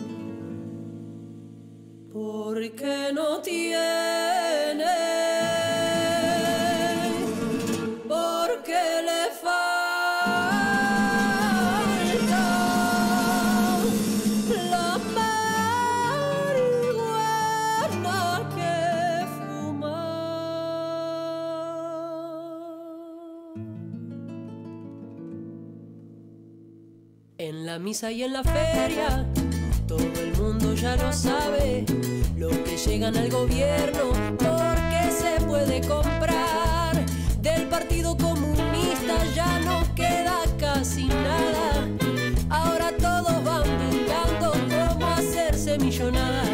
Speaker 9: porque no tiene, porque le falta la marihuana que fuma. En la misa y en la feria, todo el mundo ya lo sabe lo que llegan al gobierno, porque se puede comprar. Del Partido Comunista ya no queda casi nada. Ahora todos van buscando cómo hacerse millonadas.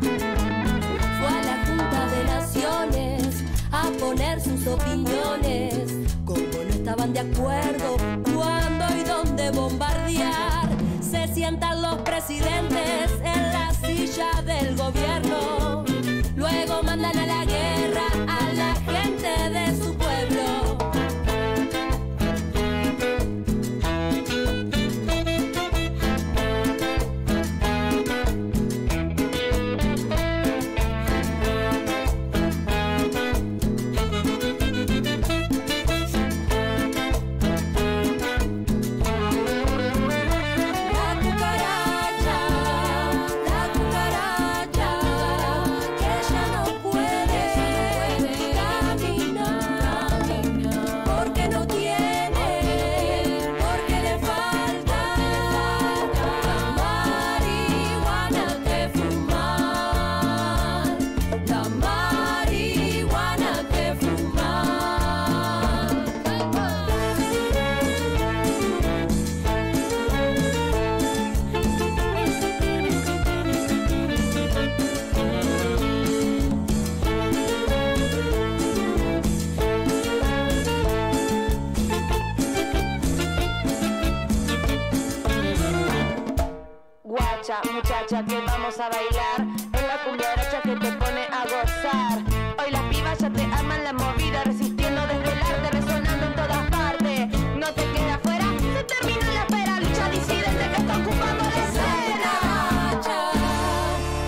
Speaker 10: Fue a la Junta de Naciones a poner sus opiniones. Como no estaban de acuerdo, cuándo y dónde bombardear. Se sientan los presidentes en la silla del gobierno. Luego mandan a la guerra a la gente de su pueblo. La cucaracha, la cucaracha, que ya no puede caminar, porque no tiene, porque le falta la marihuana que fumar, la marihuana que fumar.
Speaker 11: Guacha, muchacha, que vamos a bailar. Es la cumbaracha que te pone a gozar. Hoy las pibas ya te aman la movida, resistiendo desde el arte, resonando en todas partes. No te queda afuera, se terminó la espera. Lucha disidente que está ocupando la escena.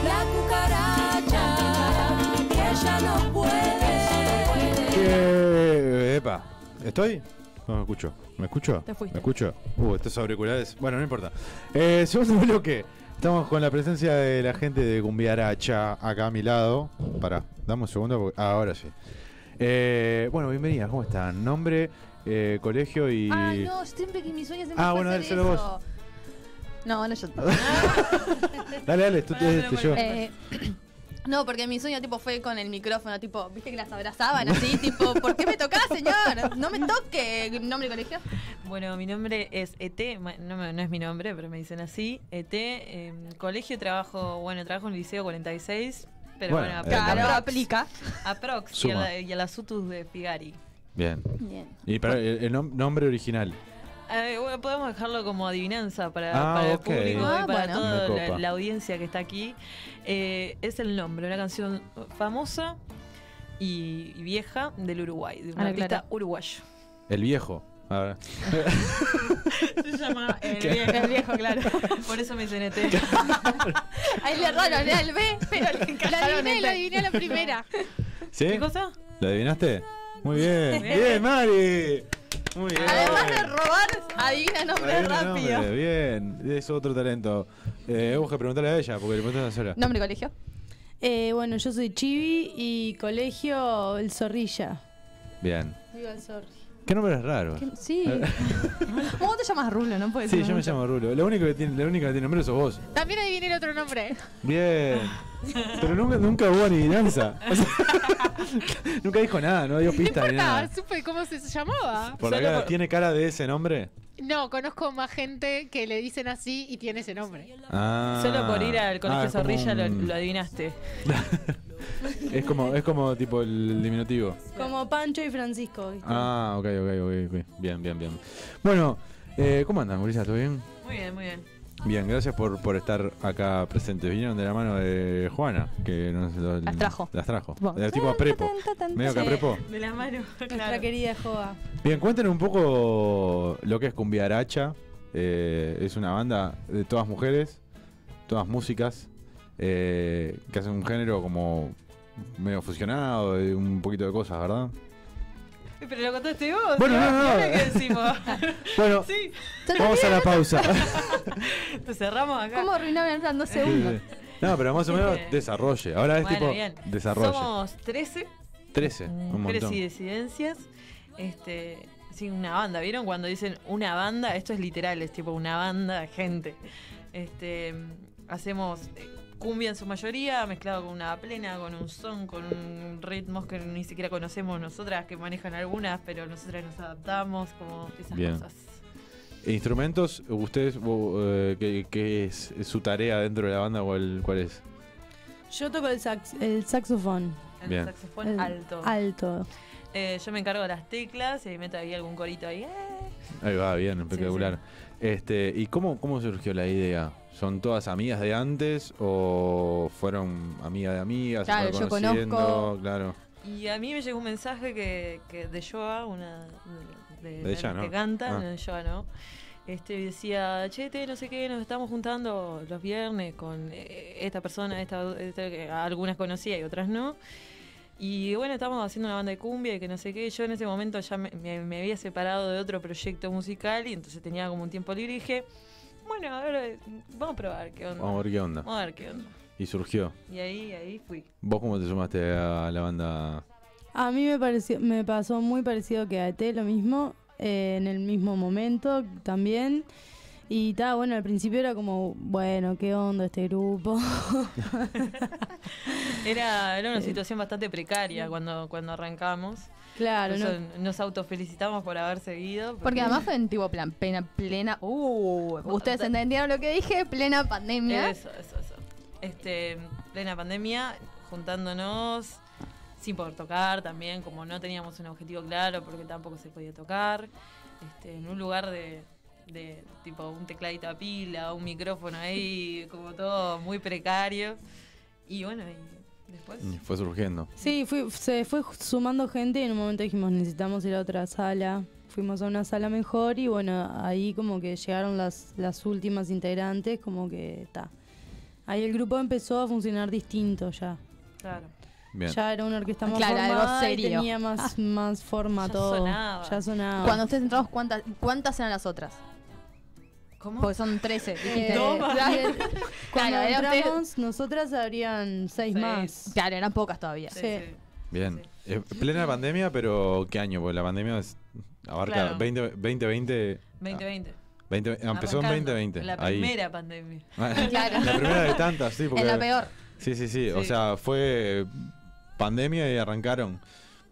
Speaker 9: La cucaracha, que ya no puede.
Speaker 2: Eh, Epa, ¿estoy? No, me escucho. ¿Me escucho?
Speaker 9: Te fuiste.
Speaker 2: ¿Me escucho? Uh, estos auriculares. Bueno, no importa. Eh, segundo bloque. Estamos con la presencia de la gente de Cumbiaracha acá a mi lado. Pará, dame un segundo. Porque... ah, ahora sí. Eh, bueno, bienvenidas. ¿Cómo están? Nombre, eh, colegio y.
Speaker 3: Ah, no, siempre que mis sueños se me
Speaker 2: Ah,
Speaker 3: fue
Speaker 2: bueno,
Speaker 3: hacer
Speaker 2: déselo vos.
Speaker 3: eso. No, no, yo.
Speaker 2: Dale, dale, tú,
Speaker 3: Pará,
Speaker 2: este, yo.
Speaker 3: Eh, no, porque mi sueño tipo fue con el micrófono, tipo, viste que las abrazaban así, tipo, ¿por qué me tocás, señor? No me toque, nombre y colegio.
Speaker 12: Bueno, mi nombre es ET, ma- no, me- no es mi nombre, pero me dicen así. ET, eh, colegio, trabajo, bueno, trabajo en el liceo 46, pero
Speaker 2: Bueno,
Speaker 12: bueno,
Speaker 2: eh, Claro,
Speaker 3: aplica.
Speaker 12: Aprox y a,
Speaker 2: Suma.
Speaker 12: la, y a la Sutus de Figari.
Speaker 2: Bien.
Speaker 3: Bien.
Speaker 2: Y para el, el nom- nombre original.
Speaker 12: Eh, bueno, podemos dejarlo como adivinanza para,
Speaker 2: Ah,
Speaker 12: para
Speaker 2: ok.
Speaker 12: el público
Speaker 2: Ah,
Speaker 12: y para
Speaker 2: bueno.
Speaker 12: toda
Speaker 2: Me
Speaker 12: la,
Speaker 2: copa.
Speaker 12: la audiencia que está aquí. Eh, es el nombre, una canción famosa y, y vieja del Uruguay, de un
Speaker 2: Ana
Speaker 12: artista
Speaker 2: Clara.
Speaker 12: uruguayo.
Speaker 2: El viejo. A ver.
Speaker 12: Se llama el
Speaker 2: ¿Qué?
Speaker 12: viejo, el viejo, claro. Por eso me dicen E ET.
Speaker 3: Ahí le erraron era el B, pero le
Speaker 4: La
Speaker 3: encajaron
Speaker 4: adiviné,
Speaker 3: el
Speaker 4: la
Speaker 3: E.
Speaker 4: adiviné a la primera.
Speaker 2: ¿Sí?
Speaker 12: ¿Qué cosa?
Speaker 2: ¿Lo adivinaste? Muy bien.
Speaker 3: Bien.
Speaker 2: bien, Mari. Muy bien.
Speaker 3: Además de robar, adivina nombre
Speaker 2: Adivina
Speaker 3: rápido.
Speaker 2: nombre, Bien, es otro talento. Eh, Euge, preguntale a ella, porque le preguntaste sola.
Speaker 3: Nombre y colegio.
Speaker 13: Eh, bueno, yo soy Chibi y colegio El Zorrilla.
Speaker 2: Bien.
Speaker 13: Viva El Zorrilla.
Speaker 2: ¿Qué nombre es raro?
Speaker 13: Sí.
Speaker 3: ¿Cómo te llamas Rulo? No puede
Speaker 2: Ah. Eh. Sí,
Speaker 3: ser.
Speaker 2: yo me llamo Rulo. La única que tiene, la única que tiene nombre sos vos.
Speaker 4: También adiviné el otro nombre.
Speaker 2: Bien. Pero nunca, nunca hubo adivinanza. O sea, nunca dijo nada, no dio pistas ni
Speaker 4: Ah,
Speaker 2: nada.
Speaker 4: supe cómo se llamaba.
Speaker 2: Por la
Speaker 4: Solo
Speaker 2: cara,
Speaker 4: por-
Speaker 2: ¿tiene cara de ese nombre?
Speaker 4: No, conozco más gente que le dicen así y tiene ese nombre.
Speaker 2: Ah.
Speaker 12: Solo por ir al colegio
Speaker 2: Ah, es como
Speaker 12: Zorrilla lo,
Speaker 2: un-
Speaker 12: lo adivinaste.
Speaker 2: Es como, es como tipo el diminutivo.
Speaker 13: Como Pancho y Francisco. ¿viste?
Speaker 2: Ah, ok, ok, ok. ok. Bien, bien, bien. Bueno, eh, ¿cómo andan, Gurisa? ¿Todo bien?
Speaker 12: Muy bien, muy bien.
Speaker 2: Bien, gracias por, por estar acá presentes. Vinieron de la mano de Juana, que nos lo-
Speaker 12: Las trajo.
Speaker 2: Las trajo.
Speaker 12: Bueno.
Speaker 2: Era tipo a prepo. Medio que a
Speaker 13: Sí.
Speaker 2: prepo.
Speaker 12: De la mano,
Speaker 13: Nuestra
Speaker 12: claro.
Speaker 13: querida Joa.
Speaker 2: Bien, cuéntenos un poco lo que es Cumbiaracha. Eh, es una banda de todas mujeres, todas músicas, eh, que hacen un género como medio fusionado, de un poquito de cosas, ¿verdad?
Speaker 12: Eh, Pero lo contaste vos.
Speaker 2: Bueno,
Speaker 12: ¿no?
Speaker 2: no, no.
Speaker 12: Ahora que decimos.
Speaker 2: Bueno,
Speaker 12: Sí.
Speaker 2: vamos a la pausa.
Speaker 12: Te cerramos acá.
Speaker 3: ¿Cómo arruinaron en plan dos segundos?
Speaker 2: no, pero más o menos desarrolle. Ahora es
Speaker 12: Este. Bueno,
Speaker 2: tipo
Speaker 12: bien.
Speaker 2: desarrolle.
Speaker 12: Somos 13
Speaker 2: 13, un
Speaker 12: mujeres
Speaker 2: montón.
Speaker 12: y desidencias. Este, sí, una banda. ¿Vieron cuando dicen una banda? Esto es literal, es tipo una banda de gente. Este, hacemos eh, cumbia en su mayoría, mezclado con una plena, con un son, con un ritmos que ni siquiera conocemos nosotras, que manejan algunas, pero nosotras nos adaptamos, como esas
Speaker 2: Bien.
Speaker 12: cosas.
Speaker 2: ¿Instrumentos? ¿Ustedes vo- eh, qué, qué es su tarea dentro de la banda? ¿Cuál, cuál es?
Speaker 13: Yo toco el, sax- el saxofón.
Speaker 12: El
Speaker 2: Bien.
Speaker 12: saxofón
Speaker 13: El
Speaker 12: alto.
Speaker 13: Eh, Alto.
Speaker 12: Eh, yo me encargo de las teclas y meto ahí algún corito ahí. ¡eh!
Speaker 2: Ahí va, bien, espectacular. Este, ¿Y cómo, cómo surgió la idea? ¿Son todas amigas de antes o fueron amigas de amigas? se
Speaker 12: Claro,
Speaker 2: fue
Speaker 12: yo
Speaker 2: conociendo?
Speaker 12: conozco.
Speaker 2: Claro.
Speaker 12: Y a mí me llegó un mensaje que, que de Joa, una de, de-
Speaker 2: De ella,
Speaker 12: la que
Speaker 2: ¿no?
Speaker 12: canta,
Speaker 2: Ah.
Speaker 12: no de Joa, ¿no? Este, y decía, che, te, no sé qué, nos estamos juntando los viernes con eh, esta persona, esta, esta que a algunas conocía y otras no. Y bueno, estábamos haciendo una banda de cumbia y que no sé qué. Yo en ese momento ya me, me- me había separado de otro proyecto musical y entonces tenía como un tiempo libre y dije, bueno, a ver, eh, vamos a probar qué onda.
Speaker 2: Vamos a ver qué onda.
Speaker 12: Vamos a ver qué onda.
Speaker 2: Y surgió.
Speaker 12: Y ahí, ahí fui.
Speaker 2: ¿Vos cómo te sumaste a la banda?
Speaker 13: A mí me, pareció, me pasó muy parecido que a ET, lo mismo, eh, en el mismo momento también. Y ta, bueno, al principio era como, bueno, qué onda este grupo.
Speaker 12: Era, era una situación bastante precaria cuando, cuando arrancamos.
Speaker 13: Claro,
Speaker 12: Por
Speaker 13: no.
Speaker 12: eso Nos autofelicitamos por haber seguido.
Speaker 3: Pues Porque además fue en tipo plan, plena, plena. Uh, ustedes entendieron lo que dije, plena pandemia.
Speaker 12: Eso, eso, eso. Este, plena pandemia, juntándonos sin poder tocar también, como no teníamos un objetivo claro porque tampoco se podía tocar. Este, en un lugar de, de tipo un tecladito a pila, un micrófono ahí, como todo muy precario. Y bueno, y después.
Speaker 2: Y Mm, fue surgiendo.
Speaker 13: Sí, fui- se fue sumando gente y en un momento dijimos, necesitamos ir a otra sala. Fuimos a una sala mejor y bueno, ahí como que llegaron las, las últimas integrantes, como que ta. Ahí el grupo empezó a funcionar distinto ya.
Speaker 12: Claro.
Speaker 3: Ah.
Speaker 2: Bien.
Speaker 13: Ya era una orquesta más
Speaker 3: Claro, algo
Speaker 13: formada y
Speaker 3: serio. Ah,
Speaker 13: tenía más, más forma
Speaker 3: Ya
Speaker 13: todo.
Speaker 3: sonaba.
Speaker 13: Ya sonaba.
Speaker 3: Cuando ustedes entramos, ¿cuántas, ¿cuántas eran las otras?
Speaker 12: ¿Cómo?
Speaker 3: Porque son 13. dijiste.
Speaker 13: Toma.
Speaker 3: Eh, Claro,
Speaker 13: Eh, Cuando
Speaker 3: eran ustedes-
Speaker 13: entramos, nosotras habrían seis más.
Speaker 3: Claro, eran pocas todavía.
Speaker 13: Sí.
Speaker 2: Bien. Eh, plena pandemia, pero ¿qué año? Porque la pandemia es- abarca
Speaker 12: Claro.
Speaker 2: 20, 2020.
Speaker 12: 2020.
Speaker 2: 20, ah, empezó en
Speaker 12: Arrancando,
Speaker 2: 2020.
Speaker 12: La
Speaker 2: ahí.
Speaker 12: primera pandemia.
Speaker 2: Claro. La primera de tantas, sí. Porque,
Speaker 12: la peor.
Speaker 2: Sí, sí, sí. O
Speaker 12: Sí.
Speaker 2: sea, fue pandemia y arrancaron.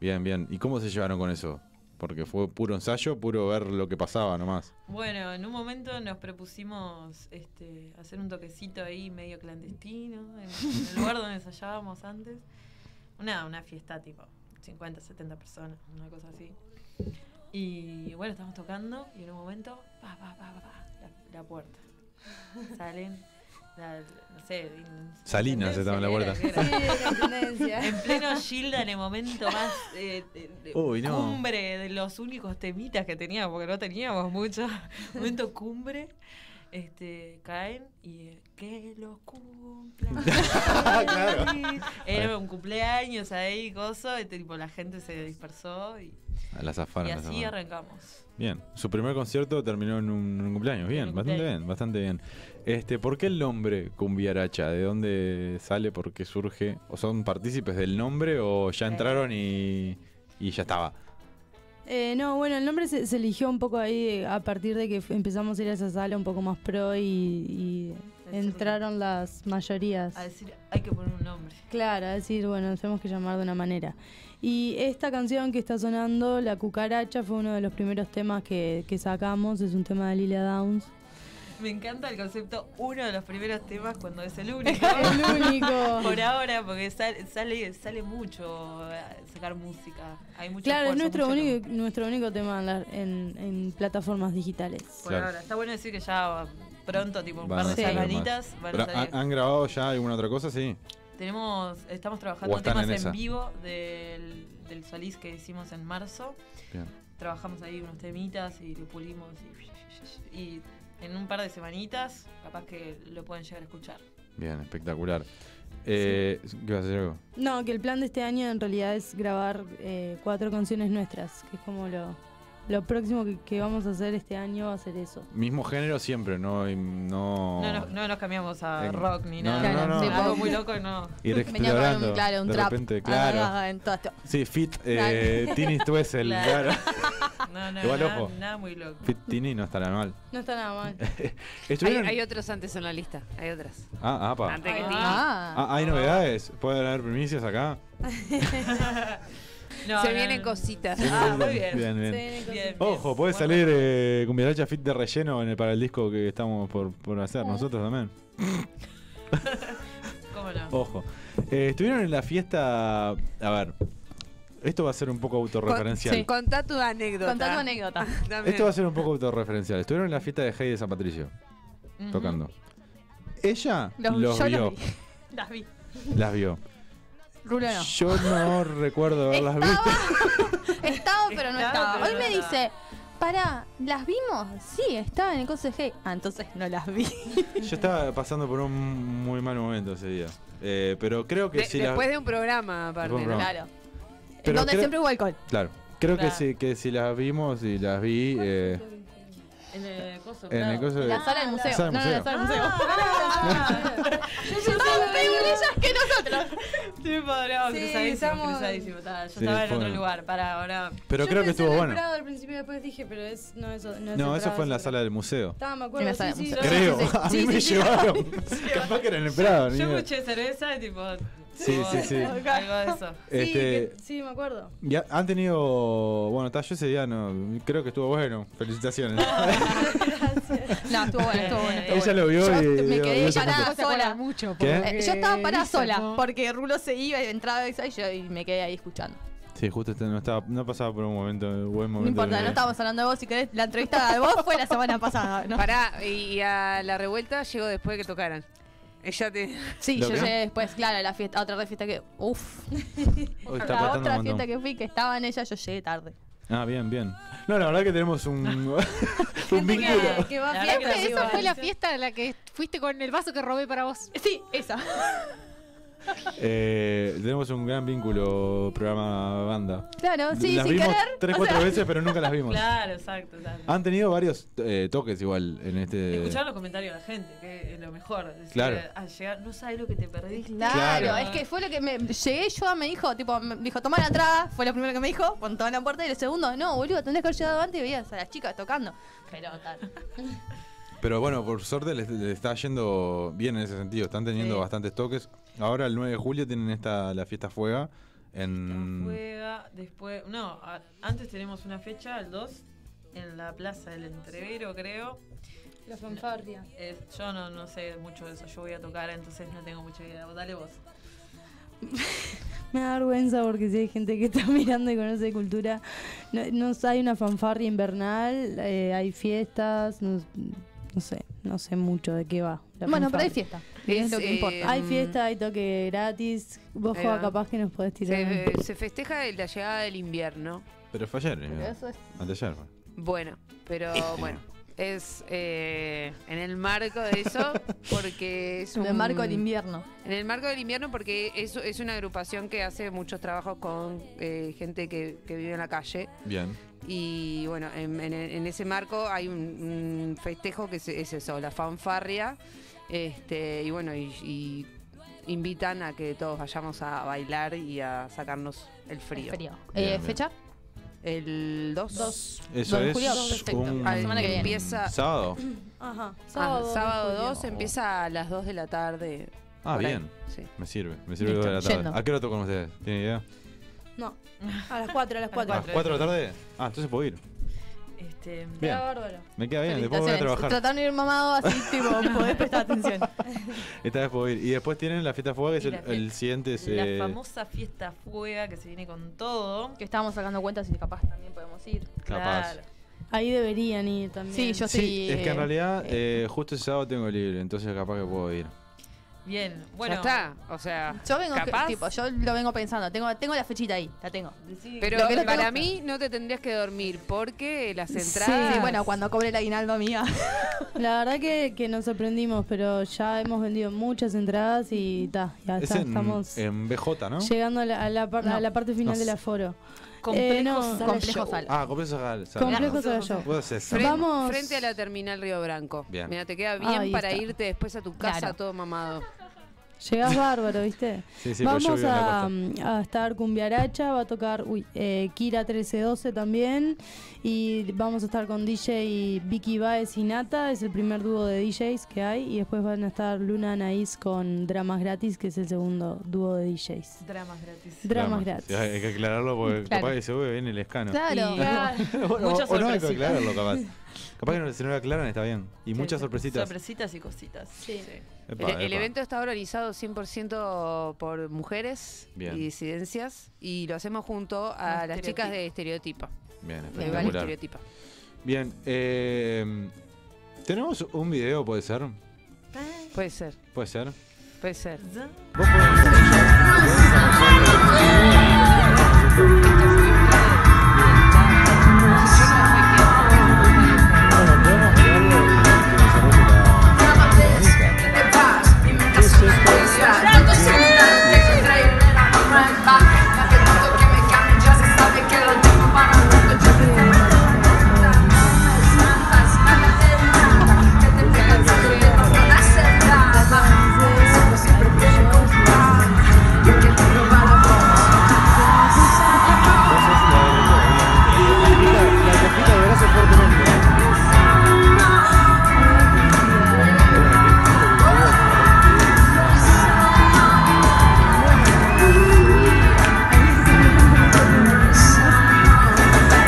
Speaker 2: Bien, bien. ¿Y cómo se llevaron con eso? Porque fue puro ensayo, puro ver lo que pasaba nomás.
Speaker 12: Bueno, en un momento nos propusimos este, hacer un toquecito ahí medio clandestino, en, en el lugar donde ensayábamos antes. Una, una fiesta tipo 50, 70 personas, una cosa así. Y bueno, estábamos tocando y en un momento, pa, pa, pa, pa, pa, la, la puerta. Salen la- no sé.
Speaker 2: Salinas estaba en la vuelta.
Speaker 12: intendencia. En pleno Gilda, en el momento más eh, eh, eh,
Speaker 2: Uy, no.
Speaker 12: cumbre de los únicos temitas que teníamos, porque no teníamos mucho. Momento cumbre. Este, caen y eh, que los cumplan.
Speaker 2: Claro.
Speaker 12: Era un cumpleaños ahí, gozo, este, tipo, la gente se dispersó y,
Speaker 2: A la zafana.
Speaker 12: y
Speaker 2: la
Speaker 12: así
Speaker 2: zafaron.
Speaker 12: arrancamos.
Speaker 2: Bien, su primer concierto terminó en un, en un cumpleaños. Bien,
Speaker 12: un
Speaker 2: bastante
Speaker 12: cumpleaños.
Speaker 2: bien, bastante bien. Este, ¿Por qué el nombre Cumbiaracha? ¿De dónde sale? ¿Por qué surge? ¿O son partícipes del nombre o
Speaker 12: Eh.
Speaker 2: ya entraron y, y ya estaba?
Speaker 13: Eh, no, bueno, el nombre se, se eligió un poco ahí eh, a partir de que fu- empezamos a ir a esa sala un poco más pro y, y entraron las mayorías.
Speaker 12: A decir, hay que poner un nombre.
Speaker 13: Claro, a decir, bueno, nos tenemos que llamar de una manera. Y esta canción que está sonando, La Cucaracha, fue uno de los primeros temas que, que sacamos, es un tema de Lilia Downs.
Speaker 12: Me encanta el concepto, uno de los primeros temas cuando es el único.
Speaker 13: El único.
Speaker 12: Por ahora, porque sal- sale, sale mucho eh, sacar música. Hay mucho
Speaker 13: Claro, es
Speaker 12: esfuerzo,
Speaker 13: nuestro
Speaker 12: mucho
Speaker 13: único, nuestro único tema en, la- en- en plataformas digitales.
Speaker 12: Por ahora, está bueno decir que ya pronto, tipo un
Speaker 2: Van
Speaker 12: par
Speaker 2: a
Speaker 12: de
Speaker 2: salir más.
Speaker 12: semanitas, van a
Speaker 2: Pero, ah,
Speaker 12: salir.
Speaker 2: ¿han, han grabado ya alguna otra cosa? Sí.
Speaker 12: Tenemos, estamos
Speaker 2: ¿O
Speaker 12: trabajando
Speaker 2: están
Speaker 12: temas
Speaker 2: en
Speaker 12: en,
Speaker 2: esa?
Speaker 12: vivo del, del Solís que hicimos en marzo.
Speaker 2: Bien.
Speaker 12: Trabajamos ahí unos temitas y lo pulimos y, y en un par de semanitas capaz que lo pueden llegar a escuchar.
Speaker 2: Bien, espectacular. Eh, ¿Qué vas a hacer algo?
Speaker 13: No, que el plan de este año en realidad es grabar eh, cuatro canciones nuestras, que es como lo, lo próximo que, que vamos a hacer este año va a ser eso.
Speaker 2: Mismo género siempre, no. y No,
Speaker 12: No, nos, no nos cambiamos a
Speaker 2: Eh,
Speaker 12: rock ni
Speaker 2: no,
Speaker 12: nada.
Speaker 2: no, no, no.
Speaker 12: Sí,
Speaker 2: No.
Speaker 12: algo muy loco no.
Speaker 2: Ir
Speaker 3: Venía con
Speaker 2: explorando,
Speaker 3: un, claro, un
Speaker 2: de
Speaker 3: trap.
Speaker 2: repente, claro.
Speaker 3: Ah, en todo esto.
Speaker 2: Sí, Fit eh,
Speaker 3: Claro.
Speaker 2: Tini Stuessel,
Speaker 12: Claro.
Speaker 2: claro.
Speaker 12: No, no,
Speaker 2: Igual,
Speaker 12: nada,
Speaker 2: ojo.
Speaker 12: nada muy loco.
Speaker 2: Fit Tini no estará mal.
Speaker 13: No está nada mal.
Speaker 5: Hay,
Speaker 2: Estuvieron-
Speaker 5: hay otros antes en la lista, hay otras.
Speaker 2: Ah, ah, pa.
Speaker 5: Antes que
Speaker 13: Ah.
Speaker 2: Ah, ¿Hay novedades? ¿Pueden haber primicias acá?
Speaker 5: ti. Se vienen cositas.
Speaker 2: Ah, muy bien. Bien, bien. Ojo, puede salir eh, Cumbiaracha Fit de relleno en el- para el disco que estamos por, por hacer nosotros también.
Speaker 12: ¿Cómo no?
Speaker 2: Ojo. Eh, estuvieron en la fiesta. A ver. Esto va a ser un poco autorreferencial.
Speaker 5: Contá tu anécdota.
Speaker 3: Contá tu anécdota.
Speaker 5: Dame.
Speaker 2: Esto va a ser un poco autorreferencial. Estuvieron en la fiesta de Heidi de San Patricio.
Speaker 12: Ujú.
Speaker 2: Tocando. Ella
Speaker 3: Los-
Speaker 2: los
Speaker 3: yo los
Speaker 2: vio.
Speaker 12: Las vi.
Speaker 2: Las vio.
Speaker 3: Rulo no.
Speaker 2: Yo no recuerdo haberlas visto.
Speaker 3: Estaba, pero
Speaker 12: Estaba,
Speaker 3: no estaba.
Speaker 12: pero
Speaker 3: Hoy
Speaker 12: no
Speaker 3: me
Speaker 12: estaba.
Speaker 3: dice, pará, ¿las vimos? Sí, estaba en el consejo. Ah, entonces no las vi.
Speaker 2: Yo estaba pasando por un muy mal momento ese día. Eh, pero creo que
Speaker 5: De-
Speaker 2: si las-
Speaker 5: después de un programa, aparte.
Speaker 2: Después de un
Speaker 5: ¿no?
Speaker 2: programa.
Speaker 3: Claro.
Speaker 2: Pero
Speaker 3: Donde
Speaker 2: creo-
Speaker 3: siempre hubo alcohol.
Speaker 2: Claro. Creo que
Speaker 3: Claro.
Speaker 2: si, que si las vimos y las vi. eh,
Speaker 12: En el coso.
Speaker 2: En el coso de-
Speaker 3: La sala del museo.
Speaker 2: Sala del
Speaker 3: No, no, la
Speaker 2: museo.
Speaker 3: sala del museo.
Speaker 12: Estaban
Speaker 3: igualillas
Speaker 12: que nosotros. Sí, pobre,
Speaker 3: ah.
Speaker 12: no,
Speaker 13: Sí,
Speaker 12: cruzadísimo,
Speaker 13: estamos-
Speaker 12: cruzadísimo, está. Yo
Speaker 2: Sí,
Speaker 12: estaba en
Speaker 2: fue-
Speaker 12: otro lugar, para ahora.
Speaker 2: pero creo que estuvo bueno.
Speaker 13: al principio, después dije, pero es, no, eso, no
Speaker 2: No, eso fue en la sala del museo.
Speaker 13: Estaba, me
Speaker 3: En
Speaker 13: acuerdo.
Speaker 3: la sala
Speaker 13: sí,
Speaker 3: del
Speaker 13: sí,
Speaker 3: museo.
Speaker 13: sí,
Speaker 2: Creo.
Speaker 13: sí, sí.
Speaker 2: A mí
Speaker 13: Sí,
Speaker 2: me
Speaker 13: sí, sí.
Speaker 2: llevaron. Capaz que era en el Prado. ni
Speaker 12: Yo
Speaker 2: idea.
Speaker 12: escuché cerveza y tipo.
Speaker 2: Ah, Sí,
Speaker 12: tipo,
Speaker 2: sí, sí.
Speaker 12: Algo de eso.
Speaker 13: Sí, que-
Speaker 2: Este,
Speaker 13: sí, me acuerdo.
Speaker 2: y ha- han tenido. Bueno, está, yo ese día no. Creo que estuvo bueno. Felicitaciones.
Speaker 3: No, estuvo bueno, estuvo bueno. estuvo
Speaker 2: Ella
Speaker 3: bueno.
Speaker 2: lo vio
Speaker 3: Yo
Speaker 2: y.
Speaker 3: me
Speaker 2: dio- dio
Speaker 3: quedé
Speaker 2: ese
Speaker 3: parada
Speaker 2: punto.
Speaker 3: sola.
Speaker 4: mucho.
Speaker 2: ¿Qué?
Speaker 3: Eh, Yo estaba parada
Speaker 4: Esa,
Speaker 3: sola
Speaker 4: ¿no?
Speaker 3: porque Rulo se iba y entraba y yo y me quedé ahí escuchando.
Speaker 2: Sí, justo este no, estaba, no pasaba por un momento, buen momento.
Speaker 3: No importa,
Speaker 2: de-
Speaker 3: no estábamos hablando de vos. Si querés, la entrevista de vos fue la semana pasada. ¿no?
Speaker 5: Pará, y a la revuelta llegó después de que tocaran. Ella te.
Speaker 3: Sí,
Speaker 2: ¿Lo
Speaker 3: yo
Speaker 2: que?
Speaker 3: llegué después, claro, a la fiesta, a otra fiesta que. Uf.
Speaker 2: Hoy está
Speaker 3: la
Speaker 2: apretando un
Speaker 3: otra
Speaker 2: montón.
Speaker 3: fiesta que fui que estaba en ella, yo llegué tarde.
Speaker 2: Ah, bien, bien. No, la verdad que tenemos un, un vínculo.
Speaker 13: que va
Speaker 3: La verdad
Speaker 13: bien,
Speaker 3: que
Speaker 13: pero
Speaker 3: sí,
Speaker 13: igual.
Speaker 4: Esa fue la fiesta en la que fuiste con el vaso que robé para vos.
Speaker 3: Sí, esa.
Speaker 2: Eh, tenemos un gran vínculo programa banda.
Speaker 3: Claro, sí,
Speaker 2: las
Speaker 3: sin
Speaker 2: vimos
Speaker 3: querer.
Speaker 2: tres,
Speaker 3: o
Speaker 2: cuatro
Speaker 3: sea,
Speaker 2: veces, pero nunca las vimos.
Speaker 12: Claro, exacto. exacto.
Speaker 2: Han tenido varios eh, toques igual en este.
Speaker 12: Escuchar los comentarios de la gente, que es lo mejor. Decir,
Speaker 2: Claro.
Speaker 12: Al llegar, no sabes lo que te perdiste.
Speaker 3: Claro,
Speaker 2: Claro.
Speaker 3: es que fue lo que me llegué yo me dijo, tipo, me dijo, toma la entrada, fue lo primero que me dijo, pon toda la puerta y el segundo, no, boludo, tendrías que haber llegado antes y veías a las chicas tocando. Pero tal.
Speaker 2: Pero bueno, por suerte les, les está yendo bien en ese sentido. Están teniendo
Speaker 12: Sí.
Speaker 2: bastantes toques. Ahora el 9 de julio tienen esta la fiesta fuega en
Speaker 12: Juega, después. No, a- antes tenemos una fecha, el 2, en la plaza del Entrevero, creo.
Speaker 13: La fanfarria.
Speaker 12: Eh, yo no, no sé mucho de eso, yo voy a tocar, entonces no tengo mucha idea. Dale vos.
Speaker 13: Me da vergüenza porque si hay gente que está mirando y conoce de cultura, no, no sé, hay una fanfarria invernal, eh, hay fiestas, no, no sé, no sé mucho de qué va. la
Speaker 3: Bueno,
Speaker 13: fanfarria.
Speaker 3: pero hay
Speaker 13: eh,
Speaker 3: fiesta, que es lo que
Speaker 5: em,
Speaker 3: importa.
Speaker 13: Hay fiesta, hay toque gratis. Vos,
Speaker 5: Ahí
Speaker 13: Joa,
Speaker 5: va. eh,
Speaker 13: capaz que nos podés tirar. un-
Speaker 5: Se, se festeja la llegada del invierno.
Speaker 2: Pero fue ayer, ¿no?
Speaker 5: Pero eso es-
Speaker 2: Anteayer fue.
Speaker 5: Bueno, pero bueno, es eh, en el marco de eso, porque es
Speaker 3: En
Speaker 5: un...
Speaker 3: el marco del invierno.
Speaker 5: En el marco del invierno, porque es, es una agrupación que hace muchos trabajos con eh, gente que, que vive en la calle.
Speaker 2: Bien.
Speaker 5: Y bueno, en, en- en ese marco hay un, un festejo que es, es eso, la fanfarria. Este, y bueno, y, y invitan a que todos vayamos a bailar y a sacarnos el frío.
Speaker 3: frío. Eh, Bien, bien. ¿fecha?
Speaker 5: El 2.
Speaker 3: Dos.
Speaker 2: Eso Dos de es julio. un
Speaker 5: Ah,
Speaker 2: semana que viene.
Speaker 5: Empieza,
Speaker 2: sábado.
Speaker 13: Ajá,
Speaker 5: Ah,
Speaker 13: sábado dos de
Speaker 5: sábado
Speaker 13: julio.
Speaker 5: 2 empieza a las 2 de la tarde.
Speaker 2: Ah,
Speaker 5: Por ahí.
Speaker 2: bien.
Speaker 5: Sí.
Speaker 2: Me sirve. Me sirve dos
Speaker 13: Listo,
Speaker 2: de la tarde.
Speaker 13: yendo.
Speaker 2: ¿A qué hora tocan ustedes? ¿Tienen idea?
Speaker 13: No, a las 4, a las 4.
Speaker 2: ¿A las 4 de la tarde? Ah, entonces puedo ir.
Speaker 13: Este,
Speaker 2: Bien.
Speaker 13: era bárbaro.
Speaker 2: Me queda bien, después voy a trabajar.
Speaker 3: Tratar de ir mamado así, tipo, podés prestar atención.
Speaker 2: Esta vez puedo ir. Y después tienen la fiesta fuga, que es
Speaker 12: Y
Speaker 2: el,
Speaker 12: la fiesta-
Speaker 2: el siguiente. es,
Speaker 12: La
Speaker 2: eh,
Speaker 12: famosa fiesta fuega que se viene con todo.
Speaker 3: Que estábamos sacando cuentas y capaz también podemos ir.
Speaker 2: Capaz.
Speaker 13: Ahí deberían ir también.
Speaker 3: Sí, yo
Speaker 2: Sí,
Speaker 3: sí.
Speaker 2: es que en realidad eh, justo ese sábado tengo libre, entonces capaz que puedo ir.
Speaker 12: Bien,
Speaker 5: bueno. Ya está, o sea,
Speaker 3: Yo vengo,
Speaker 5: capaz.
Speaker 3: tipo, yo lo vengo pensando. Tengo, tengo la fechita ahí, la tengo.
Speaker 5: Pero
Speaker 3: Lo que no
Speaker 5: para
Speaker 3: tengo-
Speaker 5: mí no te tendrías que dormir porque las entradas.
Speaker 3: Sí, bueno, cuando cobre el aguinaldo mía.
Speaker 13: La verdad que, que nos sorprendimos, pero ya hemos vendido muchas entradas y ta, ya
Speaker 2: Es
Speaker 13: está,
Speaker 2: en,
Speaker 13: estamos
Speaker 2: en BJ, ¿no?
Speaker 13: llegando a la, a la par- a la parte final
Speaker 2: No.
Speaker 13: del aforo.
Speaker 5: Complejo
Speaker 13: Eh, no,
Speaker 5: Sala
Speaker 13: complejo
Speaker 5: Show.
Speaker 13: sala.
Speaker 2: Ah, complejo Sagal.
Speaker 13: Complejo Sagal Show.
Speaker 2: Puedo hacer
Speaker 5: Fren-
Speaker 2: Sagal.
Speaker 5: Frente a la terminal Río Branco.
Speaker 2: Bien.
Speaker 5: Mira, te queda bien
Speaker 13: Ahí
Speaker 5: para
Speaker 13: está.
Speaker 5: irte después a tu casa
Speaker 13: Claro.
Speaker 5: todo mamado.
Speaker 13: Llegás bárbaro, ¿viste?
Speaker 2: Sí, sí, porque yo
Speaker 13: Vamos
Speaker 2: vivo en la
Speaker 13: a, a estar Cumbiaracha, va a tocar uy, eh, Kira 1312 también. Y vamos a estar con DJ Vicky Baez y Nata, es el primer dúo de DJs que hay. Y después van a estar Luna Anaís con Dramas Gratis, que es el segundo dúo de DJs.
Speaker 12: Dramas gratis.
Speaker 13: Dramas
Speaker 2: Sí,
Speaker 13: gratis.
Speaker 2: hay que aclararlo porque
Speaker 13: Claro.
Speaker 2: capaz que se vuelve bien el escano.
Speaker 13: Claro.
Speaker 2: Bueno, o-
Speaker 12: Muchas
Speaker 2: o no hay que
Speaker 12: sorpresitas.
Speaker 2: aclararlo, capaz. Capaz que no, si no lo aclaran está bien. Y muchas sorpresitas.
Speaker 12: Sorpresitas y cositas. Sí.
Speaker 2: Epa,
Speaker 5: El, el
Speaker 2: epa.
Speaker 5: evento está organizado 100% por mujeres
Speaker 2: Bien.
Speaker 5: y disidencias y lo hacemos junto a las chicas de Estereotipa.
Speaker 2: Bien,
Speaker 5: De Vale
Speaker 2: espectacular.
Speaker 5: Estereotipa.
Speaker 2: Bien, eh, tenemos un video, puede ser.
Speaker 5: Puede ser,
Speaker 2: Puede ser.
Speaker 5: puede ser.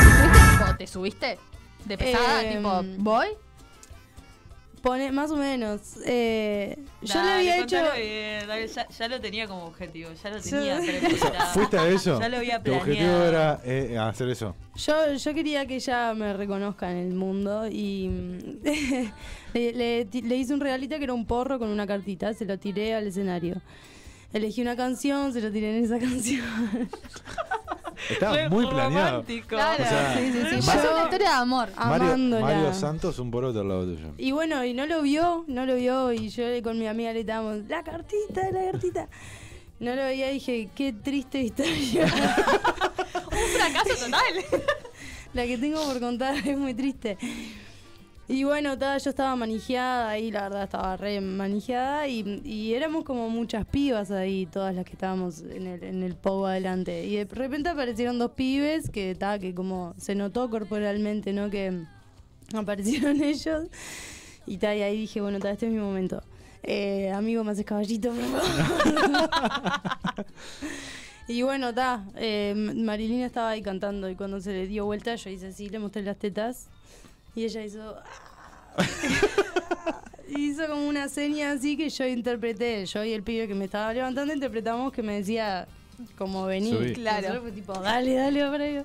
Speaker 3: Tipo, ¿Te subiste? ¿De pesada?
Speaker 13: Eh,
Speaker 3: tipo, ¿voy?
Speaker 13: Pone, más o menos. eh, yo le
Speaker 12: Dale,
Speaker 13: había hecho.
Speaker 12: contalo bien, dale, ya, ya lo tenía como objetivo, ya lo
Speaker 13: Sí.
Speaker 12: tenía.
Speaker 2: O sea,
Speaker 12: preparado.
Speaker 2: ¿Fuiste a eso?
Speaker 12: Ya lo había
Speaker 2: Tu objetivo
Speaker 12: planeado.
Speaker 2: era eh, hacer eso.
Speaker 13: Yo, yo quería que ella me reconozca en el mundo y mm, le, le ti- le hice un regalito que era un porro con una cartita, se lo tiré al escenario. Elegí una canción, se lo tiré en esa canción.
Speaker 2: Estaba muy planeado.
Speaker 3: Claro.
Speaker 2: O sea,
Speaker 3: sí, sí, sí.
Speaker 2: Mar-
Speaker 3: Va a ser una historia de amor.
Speaker 2: Mario,
Speaker 13: amándola.
Speaker 2: Mario Santos, un poroto al lado tuyo.
Speaker 13: Y bueno, y no lo vio, no lo vio y yo con mi amiga le estábamos, la cartita, la cartita. No lo veía y dije, qué triste historia.
Speaker 3: Un fracaso total.
Speaker 13: La que tengo por contar es muy triste. Y bueno, ta, yo estaba manijeada ahí, la verdad estaba re manijeada y, y éramos como muchas pibas ahí, todas las que estábamos en el, en el pogo adelante. Y de repente aparecieron dos pibes que, ta, que como se notó corporalmente, ¿no? Que aparecieron ellos. Y, ta, y ahí dije, bueno, ta, este es mi momento. Eh, amigo, me haces caballito, por favor. Y bueno, está. Marilina estaba ahí cantando y cuando se le dio vuelta yo hice así, le mostré las tetas y ella hizo... ah. hizo como una seña así que yo interpreté, yo y el pibe que me estaba levantando interpretamos que me decía como vení.
Speaker 3: Subí. Claro.
Speaker 13: Nosotros fue tipo, dale, dale, para arriba.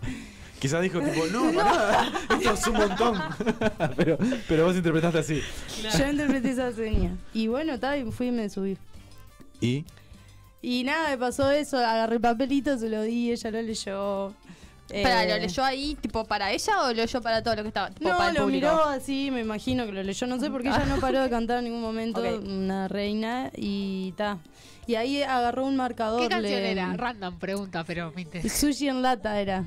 Speaker 2: Quizás dijo tipo, no,
Speaker 13: No.
Speaker 2: pará, esto es un montón. pero, pero vos interpretaste así.
Speaker 13: Yo interpreté esa seña. Y bueno, está, y fui y me subí.
Speaker 2: Y
Speaker 13: Y nada, me pasó eso, agarré el papelito, se lo di, ella lo leyó.
Speaker 3: Espera,
Speaker 13: Eh,
Speaker 3: ¿lo leyó ahí tipo para ella o lo leyó para todo lo que estaba? Tipo,
Speaker 13: No,
Speaker 3: para el
Speaker 13: lo
Speaker 3: público?
Speaker 13: miró así, me imagino que lo leyó, no sé por qué ella no paró de cantar en ningún momento,
Speaker 3: Ok.
Speaker 13: una reina, y ta. Y ahí agarró un marcador.
Speaker 4: ¿Qué canción
Speaker 13: le-
Speaker 4: era? Random pregunta, pero me interesa.
Speaker 13: Sushi en lata era.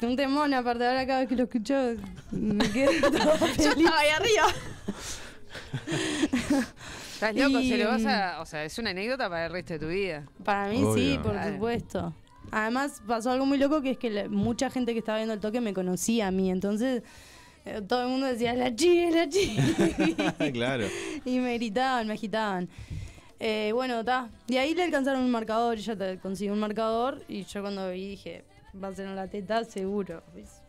Speaker 13: Un temón, aparte, ahora cada vez que lo escucho me quedo toda
Speaker 3: Yo
Speaker 13: feliz.
Speaker 3: estaba ahí arriba.
Speaker 5: Estás loco,
Speaker 13: Y-
Speaker 5: se lo vas a. O sea, es una anécdota para el resto de tu vida.
Speaker 13: Para mí sí,
Speaker 5: Obvio.
Speaker 13: por
Speaker 5: Claro.
Speaker 13: supuesto. Además pasó algo muy loco que es que la- mucha gente que estaba viendo el toque me conocía a mí, entonces eh, todo el mundo decía, la chi, la chi.
Speaker 2: claro.
Speaker 13: y me gritaban, me agitaban. Eh, bueno, está. Y ahí le alcanzaron un marcador, ella te- consiguió un marcador y yo cuando vi dije, va a ser en la teta, seguro. Pues,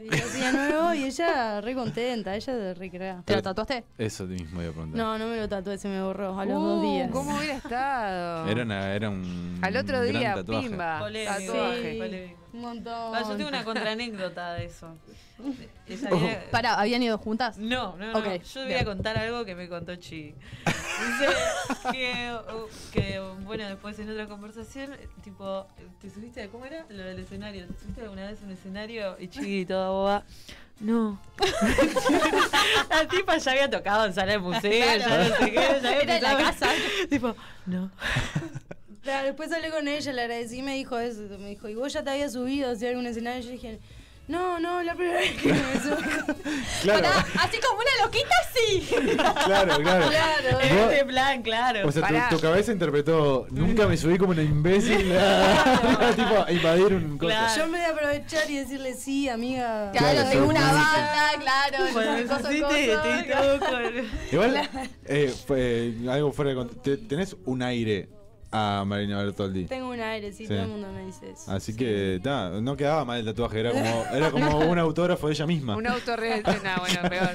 Speaker 13: Y lo hacía nuevo y ella re contenta, ella se recrea.
Speaker 2: ¿Te lo
Speaker 3: tatuaste?
Speaker 2: Eso mismo iba a preguntar.
Speaker 13: No, no me lo tatué, se me borró a los
Speaker 5: Uh,
Speaker 13: dos días.
Speaker 5: ¿Cómo hubiera estado?
Speaker 2: Era, una- era un.
Speaker 5: Al otro
Speaker 2: gran
Speaker 5: día,
Speaker 2: tatuaje.
Speaker 5: pimba.
Speaker 12: Polémico,
Speaker 5: tatuaje.
Speaker 12: polémico.
Speaker 13: Un montón.
Speaker 12: Ah, yo tengo una contraanécdota de eso. Esa
Speaker 3: Oh.
Speaker 12: era-
Speaker 3: Pará, ¿habían ido juntas?
Speaker 12: No, no, no.
Speaker 3: Ok,
Speaker 12: Yo voy
Speaker 3: bien.
Speaker 12: a contar algo que me contó Chi. Dice que, uh, que, bueno, después en otra conversación, tipo, ¿te subiste a cómo era? Lo del escenario. ¿Te subiste alguna vez a un escenario? Y Chi, toda boba. No. La tipa ya había tocado en sala de museo, ya no sé qué, ya había
Speaker 13: Era en la
Speaker 12: empezado-
Speaker 13: casa.
Speaker 12: tipo, no.
Speaker 13: Claro, después hablé con ella, le agradecí y me dijo eso. Me dijo, ¿y vos ya te habías subido hacia algún escenario? Y yo dije, no, no, la primera vez que me subo.
Speaker 2: Claro,
Speaker 3: Así como una loquita, sí.
Speaker 2: claro, claro.
Speaker 12: Claro, en
Speaker 2: Vos-
Speaker 5: eh,
Speaker 12: este plan, claro.
Speaker 2: O sea,
Speaker 12: Pará.
Speaker 2: tu, tu cabeza interpretó, nunca me subí como una imbécil a, tipo, a invadir un coso.
Speaker 13: Yo me voy a aprovechar y decirle, sí, amiga.
Speaker 2: Claro, Claro, tengo una sí.
Speaker 3: banda, claro.
Speaker 12: Cuando
Speaker 13: coso,
Speaker 12: me
Speaker 13: coso,
Speaker 12: pusiste, te
Speaker 13: claro.
Speaker 12: toco.
Speaker 2: Igual, eh, fue- algo fuera de cont- te- Tenés un aire a Marina Bertoldi.
Speaker 13: Tengo un aire, sí,
Speaker 2: Sí. Ah,
Speaker 13: todo el mundo me dice eso.
Speaker 2: Así que, ta, no quedaba mal el tatuaje, era como, era como un autógrafo de ella misma.
Speaker 5: Un autorre. no, bueno, peor.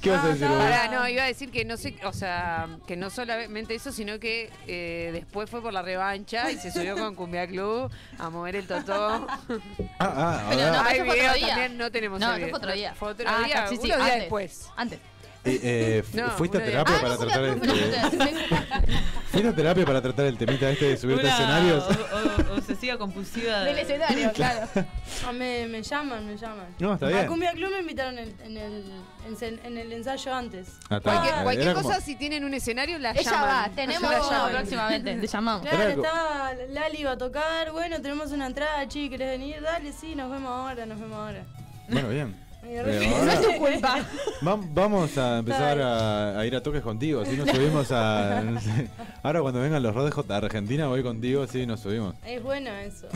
Speaker 2: ¿Qué vas a decir vos?
Speaker 5: Pará, Ah, no, iba a decir que no sé, o sea, que no solamente eso, sino que eh, después fue por la revancha y se subió con Cumbia Club a mover el totó.
Speaker 2: Ah, ah,
Speaker 5: Pero
Speaker 2: ahora-
Speaker 5: no, Hay
Speaker 3: Eso fue otro
Speaker 5: video
Speaker 3: día.
Speaker 5: también, no tenemos
Speaker 3: No,
Speaker 5: el
Speaker 3: no
Speaker 5: video.
Speaker 3: fue otro día.
Speaker 5: Fue otro
Speaker 3: Ah,
Speaker 5: día,
Speaker 3: sí, sí,
Speaker 5: unos días
Speaker 3: antes.
Speaker 5: después.
Speaker 3: Antes.
Speaker 2: Eh, eh, fu-
Speaker 5: No,
Speaker 2: ¿Fuiste a
Speaker 5: una-
Speaker 2: terapia
Speaker 5: Ah,
Speaker 2: para
Speaker 5: no,
Speaker 2: tratar
Speaker 5: una-
Speaker 2: este- ¿Fuiste a terapia para tratar el temita este de subirte a escenarios?
Speaker 12: o- o- obsesiva compulsiva.
Speaker 13: Del escenario, claro. Ah, me, me llaman, me llaman.
Speaker 2: No, está
Speaker 13: A
Speaker 2: bien.
Speaker 13: Cumbia Club me invitaron en, en el, en sen- en el ensayo antes.
Speaker 2: Ah, está bien.
Speaker 5: Cualquier, cualquier
Speaker 2: Era
Speaker 5: cosa,
Speaker 2: como-
Speaker 5: si tienen un escenario, la
Speaker 3: Ella
Speaker 5: llaman.
Speaker 3: va, tenemos
Speaker 5: La
Speaker 3: vos
Speaker 5: llaman.
Speaker 3: próximamente, te llamamos.
Speaker 13: Claro,
Speaker 2: Era co-
Speaker 13: estaba Lali iba a tocar, bueno, tenemos una entrada, chi, ¿querés venir? Dale, sí, nos vemos ahora, nos vemos ahora.
Speaker 2: Bueno, bien.
Speaker 13: Ay,
Speaker 2: Pero
Speaker 13: No
Speaker 2: ahora
Speaker 13: es tu culpa.
Speaker 2: vam- vamos a empezar a, a ir a toques contigo, así nos subimos a... no sé. Ahora cuando vengan los rodeos a Argentina voy contigo, así nos subimos.
Speaker 13: Es bueno eso.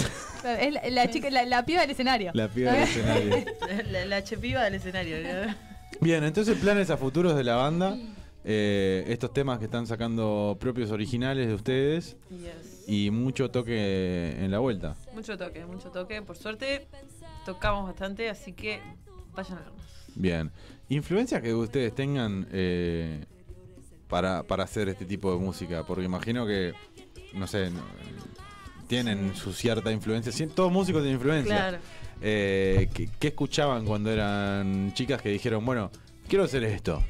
Speaker 3: Es la, la chica, la, la piba del escenario.
Speaker 2: La piba del escenario.
Speaker 12: La, la chepiva del escenario. ¿no?
Speaker 2: Bien, entonces planes a futuros de la banda, eh, estos temas que están sacando propios originales de ustedes
Speaker 12: Yes.
Speaker 2: y mucho toque en la vuelta.
Speaker 12: Mucho toque, mucho toque. Por suerte, tocamos bastante, así que vayan a vernos.
Speaker 2: Bien. Influencias que ustedes tengan eh, para, para hacer este tipo de música, porque imagino que, no sé, no, tienen su cierta influencia. Sí, Todo músico tiene influencia.
Speaker 12: Claro.
Speaker 2: Eh, ¿qué, qué escuchaban cuando eran chicas que dijeron, bueno, quiero hacer esto?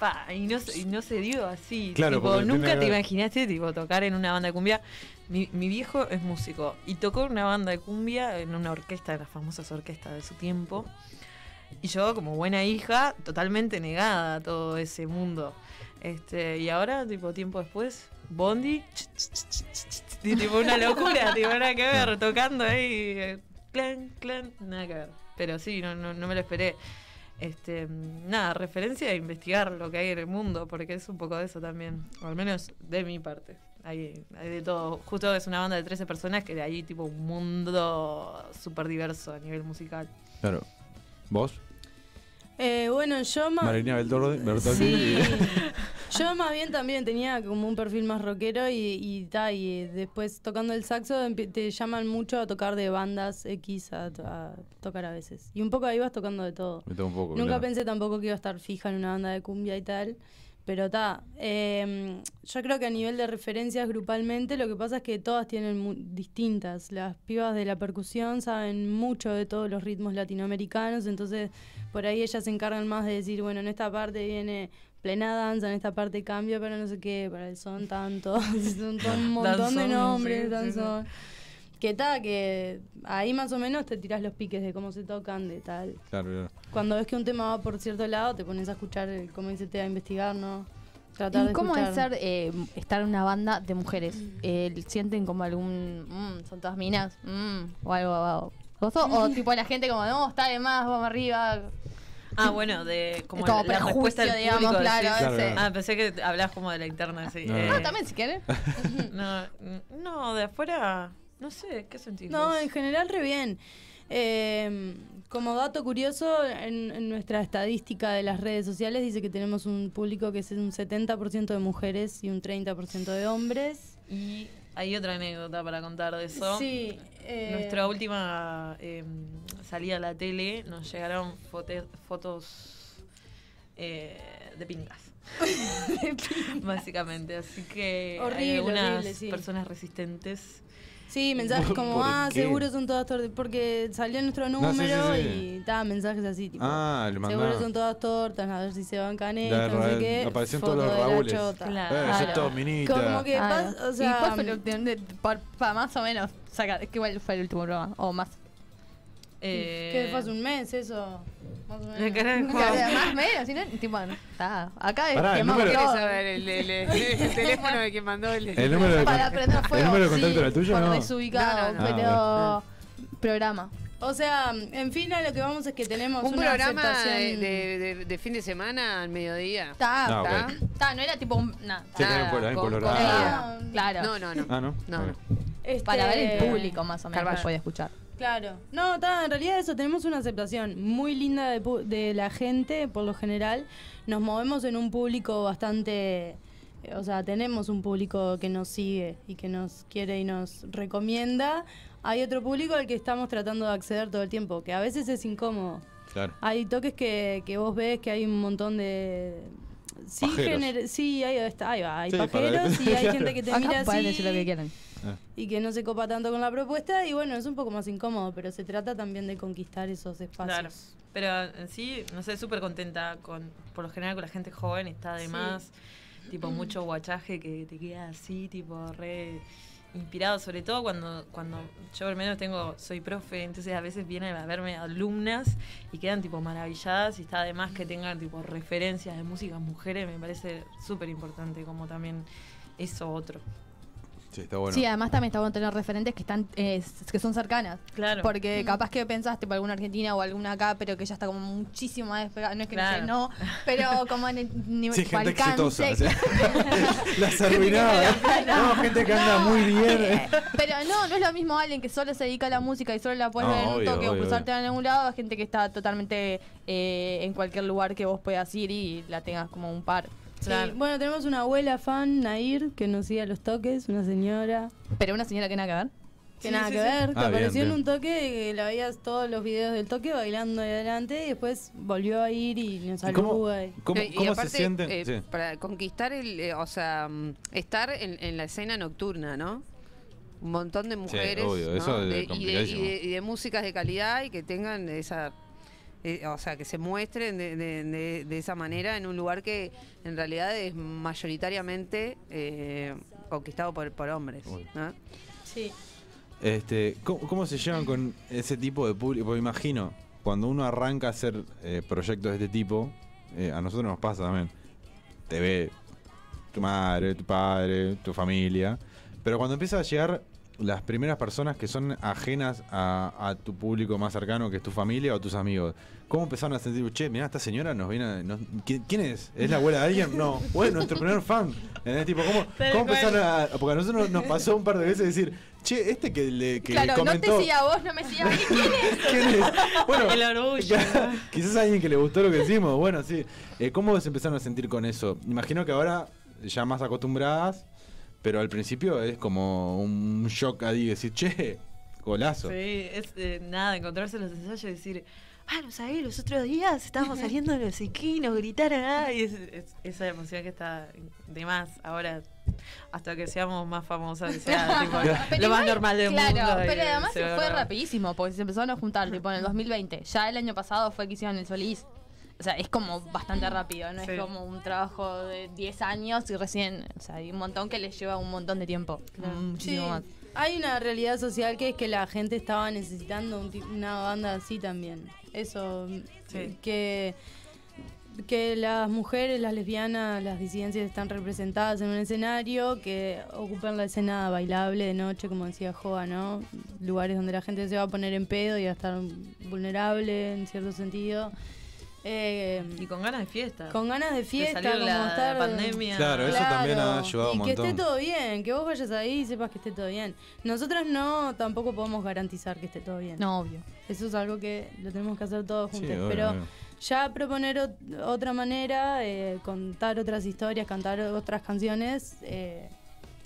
Speaker 12: Pa, y, no, se- y no se dio así.
Speaker 2: Claro,
Speaker 12: tipo,
Speaker 2: porque
Speaker 12: nunca
Speaker 2: tiene-
Speaker 12: te imaginaste tipo, tocar en una banda de cumbia. Mi, mi viejo es músico y tocó en una banda de cumbia, en una orquesta, de las famosas orquestas de su tiempo. Y yo, como buena hija, totalmente negada a todo ese mundo. Este, y ahora, tipo, tiempo después, Bondi, ch, ch, ch, ch, ch, ch, y tipo una locura, tipo, nada que ver, tocando ahí, eh, clan, clan, nada que ver. Pero sí, no, no, no me lo esperé. Este, mm, nada, referencia a investigar lo que hay en el mundo, porque es un poco de eso también, o al menos de mi parte. Hay, hay de todo. Justo es una banda de 13 personas que de ahí, tipo, un mundo súper diverso a nivel musical.
Speaker 2: Claro. ¿Vos?
Speaker 13: Eh, bueno, yo más,
Speaker 2: Marina Bertoldi.
Speaker 13: Sí. yo más bien también tenía como un perfil más rockero y, y, ta, y después tocando el saxo empe- te llaman mucho a tocar de bandas X a, a tocar a veces. Y un poco ahí vas tocando de todo.
Speaker 2: Me tomo un poco.
Speaker 13: Nunca
Speaker 2: claro.
Speaker 13: pensé tampoco que iba a estar fija en una banda de cumbia y tal. Pero está, eh, yo creo que a nivel de referencias grupalmente, lo que pasa es que todas tienen mu- distintas. Las pibas de la percusión saben mucho de todos los ritmos latinoamericanos, entonces por ahí ellas se encargan más de decir, bueno, en esta parte viene plena danza, en esta parte cambio, pero no sé qué, para el son tanto, son todo un montón de
Speaker 14: Danzón,
Speaker 13: nombres,
Speaker 14: sí, sí,
Speaker 13: danzón. Que está, que ahí más o menos te tirás los piques de cómo se tocan, de tal.
Speaker 2: Claro, claro.
Speaker 13: Cuando ves que un tema va por cierto lado, te pones a escuchar, el- como dice Tea, a investigar, ¿no? Tratar
Speaker 14: ¿Y
Speaker 13: de
Speaker 14: cómo es
Speaker 13: escuchar.
Speaker 14: ser, eh, estar en una banda de mujeres? Eh, ¿Sienten como algún. mm, son todas minas? mm, o algo abajo. ¿O tipo la gente como, no, está de más, vamos arriba?
Speaker 12: Ah, bueno, de como,
Speaker 14: Es como
Speaker 12: la
Speaker 14: prejuicio,
Speaker 12: respuesta del
Speaker 14: digamos,
Speaker 12: público,
Speaker 14: claro,
Speaker 12: decís.
Speaker 14: Claro, ese.
Speaker 12: Ah, pensé que hablabas como de la interna, sí.
Speaker 14: No,
Speaker 12: Eh,
Speaker 14: no, también si quieres.
Speaker 12: no, n- no, de afuera, no sé, ¿qué sentido?
Speaker 13: No, en general re bien. Eh, como dato curioso, en, en nuestra estadística de las redes sociales dice que tenemos un público que es un 70% de mujeres y un 30% de hombres.
Speaker 12: Y hay otra anécdota para contar de eso.
Speaker 13: Sí, eh.
Speaker 12: Nuestra última eh, salida a la tele nos llegaron fote- fotos eh, de pingas. Básicamente, así que hay
Speaker 13: Horrible,
Speaker 12: algunas
Speaker 13: horrible, sí.
Speaker 12: personas resistentes.
Speaker 13: Sí, mensajes como,
Speaker 12: ¿Por
Speaker 13: ah,
Speaker 12: qué?
Speaker 13: seguro son todas tortas, porque salió nuestro número
Speaker 2: sí, sí.
Speaker 13: y ta, mensajes así, tipo,
Speaker 2: Ah, le mandaba.
Speaker 13: seguro son todas tortas, a ver si se bancan
Speaker 2: De
Speaker 13: esto, no sé
Speaker 2: Raúl.
Speaker 13: qué.
Speaker 2: Aparecían
Speaker 13: foto
Speaker 2: todos los
Speaker 13: de la
Speaker 2: Raúles.
Speaker 13: chota.
Speaker 2: Eh, sos todo minita.
Speaker 13: Como que
Speaker 14: Claro.
Speaker 13: pas- o
Speaker 14: ¿Y
Speaker 13: sea,
Speaker 14: cuál fue el último? de- por- pa- más o menos. Saca, es que igual fue el último programa. O más. Eh,
Speaker 13: que fue hace un mes eso. Más o menos.
Speaker 14: Más o menos, si no, tipo, no, está. Acá es
Speaker 2: Pará, el número-
Speaker 5: ¿Quieres saber el, el- el- el teléfono de quien mandó el,
Speaker 2: El número de
Speaker 14: Para
Speaker 2: con-
Speaker 14: prender fuego,
Speaker 2: ¿El número de
Speaker 14: sí,
Speaker 2: contacto era tuyo?
Speaker 14: por
Speaker 2: no?
Speaker 14: desubicado,
Speaker 2: No, no, no.
Speaker 14: pero
Speaker 2: Ah,
Speaker 14: programa.
Speaker 13: O sea, en fin, a lo que vamos es que tenemos
Speaker 5: Un
Speaker 13: una
Speaker 5: programa de,
Speaker 13: aceptación-
Speaker 5: de- de- de fin de semana al mediodía.
Speaker 14: Está,
Speaker 2: Ah, ok.
Speaker 5: está.
Speaker 14: Está, no era tipo un. Nada.
Speaker 2: Sí, está bien,
Speaker 5: Ah,
Speaker 2: por- ahí
Speaker 5: con-
Speaker 2: colorado.
Speaker 5: comida.
Speaker 14: Claro.
Speaker 5: No, no, no.
Speaker 2: Ah, ¿no?
Speaker 5: No,
Speaker 2: Ok.
Speaker 14: Para ver el
Speaker 13: Este,
Speaker 14: público más o menos que
Speaker 13: Carballo.
Speaker 14: podía escuchar.
Speaker 13: Claro. No, ta, en realidad eso, tenemos una aceptación muy linda de, pu- de la gente, por lo general. Nos movemos en un público bastante... eh, O sea, tenemos un público que nos sigue y que nos quiere y nos recomienda. Hay otro público al que estamos tratando de acceder todo el tiempo, que a veces es incómodo.
Speaker 2: Claro.
Speaker 13: Hay toques que, que vos ves que hay un montón de... Sí,
Speaker 14: Pajeros.
Speaker 13: gener- sí ahí, está, ahí va, hay
Speaker 14: Sí, para-
Speaker 13: pajeros y hay gente que te
Speaker 14: Acá
Speaker 13: mira
Speaker 14: pueden
Speaker 13: así
Speaker 14: decir lo que quieran.
Speaker 13: y que no se copa tanto con la propuesta y bueno, es un poco más incómodo, pero se trata también de conquistar esos espacios.
Speaker 12: Claro. Pero en sí, no sé, súper contenta con, por lo general con la gente joven, está de
Speaker 13: Sí.
Speaker 12: más, tipo mucho guachaje que te queda así, tipo re inspirado, sobre todo cuando, cuando yo al menos tengo, soy profe, entonces a veces vienen a verme alumnas y quedan tipo maravilladas y está de más que tengan tipo referencias de músicas mujeres, me parece súper importante como también eso otro.
Speaker 2: Sí, está bueno.
Speaker 14: Sí, además también está bueno tener referentes que están eh, s- que son cercanas.
Speaker 12: Claro.
Speaker 14: Porque capaz que pensaste por alguna argentina o alguna acá, pero que ya está como muchísimo más despegada. No es que
Speaker 12: Claro.
Speaker 14: no, sé, no, pero como en el nivel
Speaker 2: Sí, gente
Speaker 14: alcance,
Speaker 2: exitosa. o sea, Las
Speaker 14: Claro.
Speaker 2: arruinaba. No, gente que anda muy bien.
Speaker 14: Pero no, no es lo mismo alguien que solo se dedica a la música y solo la puedes
Speaker 2: No,
Speaker 14: ver en un
Speaker 2: obvio,
Speaker 14: toque o
Speaker 2: obvio,
Speaker 14: cruzarte en algún lado, a gente que está totalmente eh, en cualquier lugar que vos puedas ir y la tengas como un par.
Speaker 13: Sí, Bueno, tenemos una abuela fan, Nair, que nos sigue a los toques, una señora.
Speaker 14: Pero una señora que nada que ver.
Speaker 13: Que
Speaker 14: Sí,
Speaker 13: nada
Speaker 14: sí,
Speaker 13: que
Speaker 14: sí.
Speaker 13: ver, que
Speaker 14: Ah, bien,
Speaker 13: apareció en
Speaker 14: bien.
Speaker 13: un toque, que la veías todos los videos del toque bailando ahí adelante y después volvió a ir y nos
Speaker 2: ¿Y cómo-
Speaker 13: saluda. y-
Speaker 2: cómo-
Speaker 5: Eh, y
Speaker 2: cómo se
Speaker 5: aparte,
Speaker 2: sienten?
Speaker 5: eh,
Speaker 2: Sí.
Speaker 5: Para conquistar el, eh, o sea, mm, estar en, en la escena nocturna, ¿no? Un montón de mujeres
Speaker 2: obvio,
Speaker 5: ¿no?
Speaker 2: eso es
Speaker 5: De- y, de,
Speaker 2: complicadísimo.
Speaker 5: y de- y de músicas de calidad y que tengan esa, eh, o sea, que se muestren de, de- de- de esa manera en un lugar que en realidad es mayoritariamente eh, conquistado por, por hombres. ¿no?
Speaker 13: Sí.
Speaker 2: Este, ¿cómo, cómo se llevan con ese tipo de público? Porque imagino, cuando uno arranca a hacer eh, proyectos de este tipo, eh, a nosotros nos pasa también. Te ve tu madre, tu padre, tu familia. Pero cuando empieza a llegar las primeras personas que son ajenas a, a tu público más cercano, que es tu familia o tus amigos, ¿cómo empezaron a sentir, che, mirá, esta señora nos viene a- nos- ¿quién, quién es? ¿Es la abuela de alguien? No. Bueno, nuestro primer fan. ¿Entendés? Tipo, ¿cómo,
Speaker 14: Tal
Speaker 2: cómo
Speaker 14: cual.
Speaker 2: empezaron a...? Porque a nosotros nos pasó un par de veces decir, che, este que le que
Speaker 14: claro,
Speaker 2: comentó...
Speaker 14: no te siga vos, no me sigas. ¿Quién es?
Speaker 2: ¿Quién es? Bueno,
Speaker 14: El
Speaker 2: quizás alguien que le gustó lo que decimos. Bueno, sí. Eh, ¿Cómo se empezaron a sentir con eso? Imagino que ahora ya más acostumbradas, pero al principio es como un shock ahí decir, che, golazo.
Speaker 12: Sí, es eh, nada, encontrarse en los ensayos y decir,
Speaker 11: ah, no sabés, los otros días estábamos saliendo los equinos, gritaron, ah,
Speaker 12: Ay, es- es- esa emoción que está de más ahora, hasta que seamos más famosas, que sea tipo,
Speaker 3: Pero
Speaker 12: lo más
Speaker 3: igual,
Speaker 12: normal del
Speaker 3: claro,
Speaker 12: mundo. y
Speaker 3: pero además
Speaker 12: se
Speaker 3: se
Speaker 12: va a
Speaker 3: fue
Speaker 12: grabar.
Speaker 3: rapidísimo, porque se empezaron a juntar, tipo en el 2020. Ya el año pasado fue que hicieron el Solís. O sea, es como bastante rápido, no
Speaker 12: Sí.
Speaker 3: es como un trabajo de 10 años y recién, o sea, hay un montón que les lleva un montón de tiempo. Muchísimo
Speaker 13: Sí,
Speaker 3: más.
Speaker 13: Hay una realidad social que es que la gente estaba necesitando un ti- una banda así también. Eso,
Speaker 12: Sí.
Speaker 13: que, que las mujeres, las lesbianas, las disidencias están representadas en un escenario, que ocupan la escena bailable de noche, como decía Joa, ¿no? Lugares donde la gente se va a poner en pedo y va a estar vulnerable en cierto sentido. Eh,
Speaker 12: Y con ganas de fiesta.
Speaker 13: con ganas de
Speaker 12: De
Speaker 13: fiesta,
Speaker 12: salir
Speaker 13: como
Speaker 12: la- la
Speaker 13: estar-
Speaker 12: pandemia.
Speaker 2: Claro, eso también ha ayudado
Speaker 13: y
Speaker 2: un
Speaker 13: que esté
Speaker 2: montón.
Speaker 13: todo bien, que vos vayas ahí y sepas que esté todo bien. Nosotras no, tampoco podemos garantizar que esté todo bien.
Speaker 3: No, obvio.
Speaker 13: Eso es algo que lo tenemos que hacer todos
Speaker 3: Sí,
Speaker 13: juntos.
Speaker 3: obvio,
Speaker 13: pero
Speaker 3: obvio.
Speaker 13: ya proponer ot- otra manera, eh, contar otras historias, cantar otras canciones. eh,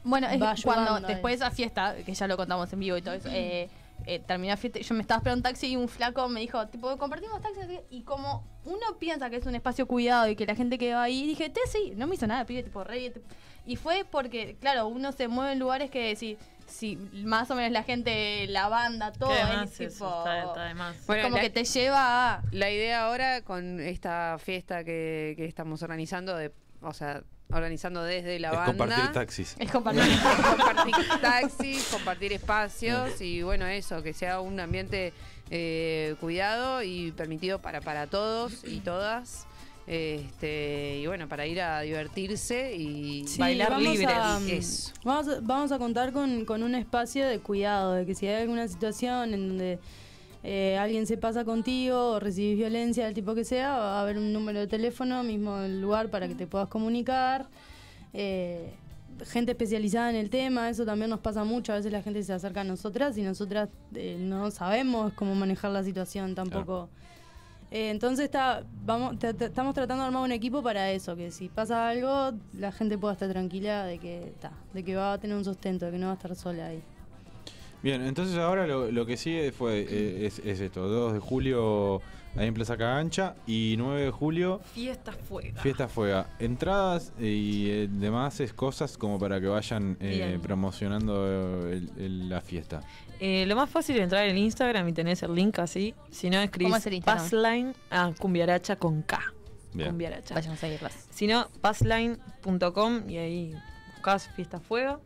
Speaker 3: Bueno, es
Speaker 13: va
Speaker 3: que cuando
Speaker 13: ayudando
Speaker 12: eh.
Speaker 13: a
Speaker 3: después de esa fiesta, que ya lo contamos en vivo y todo eso, eh, eh, terminé la fiesta, y yo me estaba esperando un taxi y un flaco me dijo, tipo, compartimos taxi, así, y como uno piensa que es un espacio cuidado y que la gente que va ahí, dije, te sí, no me hizo nada, pibe, tipo, re bien, tipo. Y fue porque, claro, uno se mueve en lugares que si, si más o menos la gente, la banda, todo,
Speaker 12: Que
Speaker 3: es
Speaker 12: además
Speaker 3: tipo...
Speaker 12: eso está, está de más.
Speaker 5: Bueno,
Speaker 3: como
Speaker 5: la-
Speaker 3: que te lleva a...
Speaker 5: La idea ahora con esta fiesta que, que estamos organizando, de, o sea, organizando desde la
Speaker 2: Es
Speaker 5: banda.
Speaker 2: compartir taxis.
Speaker 3: Es compartir.
Speaker 5: compartir taxis, compartir espacios y bueno, eso, que sea un ambiente eh, cuidado y permitido para, para todos y todas. Este, y bueno, para ir a divertirse y
Speaker 13: Sí,
Speaker 5: bailar
Speaker 13: vamos
Speaker 5: libre.
Speaker 13: a,
Speaker 5: y eso.
Speaker 13: Vamos, a, vamos a contar con, con un espacio de cuidado, de que si hay alguna situación en donde eh, alguien se pasa contigo o recibís violencia del tipo que sea, va a haber un número de teléfono, mismo el lugar para que te puedas comunicar. Eh, gente especializada en el tema, eso también nos pasa mucho, a veces la gente se acerca a nosotras y nosotras eh, no sabemos cómo manejar la situación tampoco. Eh, entonces está, vamos, tra- tra- estamos tratando de armar un equipo para eso, que si pasa algo, la gente pueda estar tranquila de que ta, de que va a tener un sustento, de que no va a estar sola ahí.
Speaker 2: Bien, entonces ahora lo, lo que sigue fue eh, es, es esto, 2 de julio ahí en Plaza Cagancha y 9 de julio
Speaker 12: Fiesta fuera.
Speaker 2: Fiesta Fuega. Entradas y eh, demás es cosas como para que vayan eh,
Speaker 12: Bien.
Speaker 2: promocionando eh, el- el- la fiesta.
Speaker 12: Eh, lo más fácil es entrar en Instagram y tenés el link así. Si no,
Speaker 3: ¿Cómo es
Speaker 12: escribís
Speaker 3: el Instagram?
Speaker 12: Passline a Cumbiaracha con K.
Speaker 2: Bien.
Speaker 12: Cumbiaracha.
Speaker 3: Vayan a seguirlas.
Speaker 12: Si no, passline.com y ahí buscas Fiesta Fuego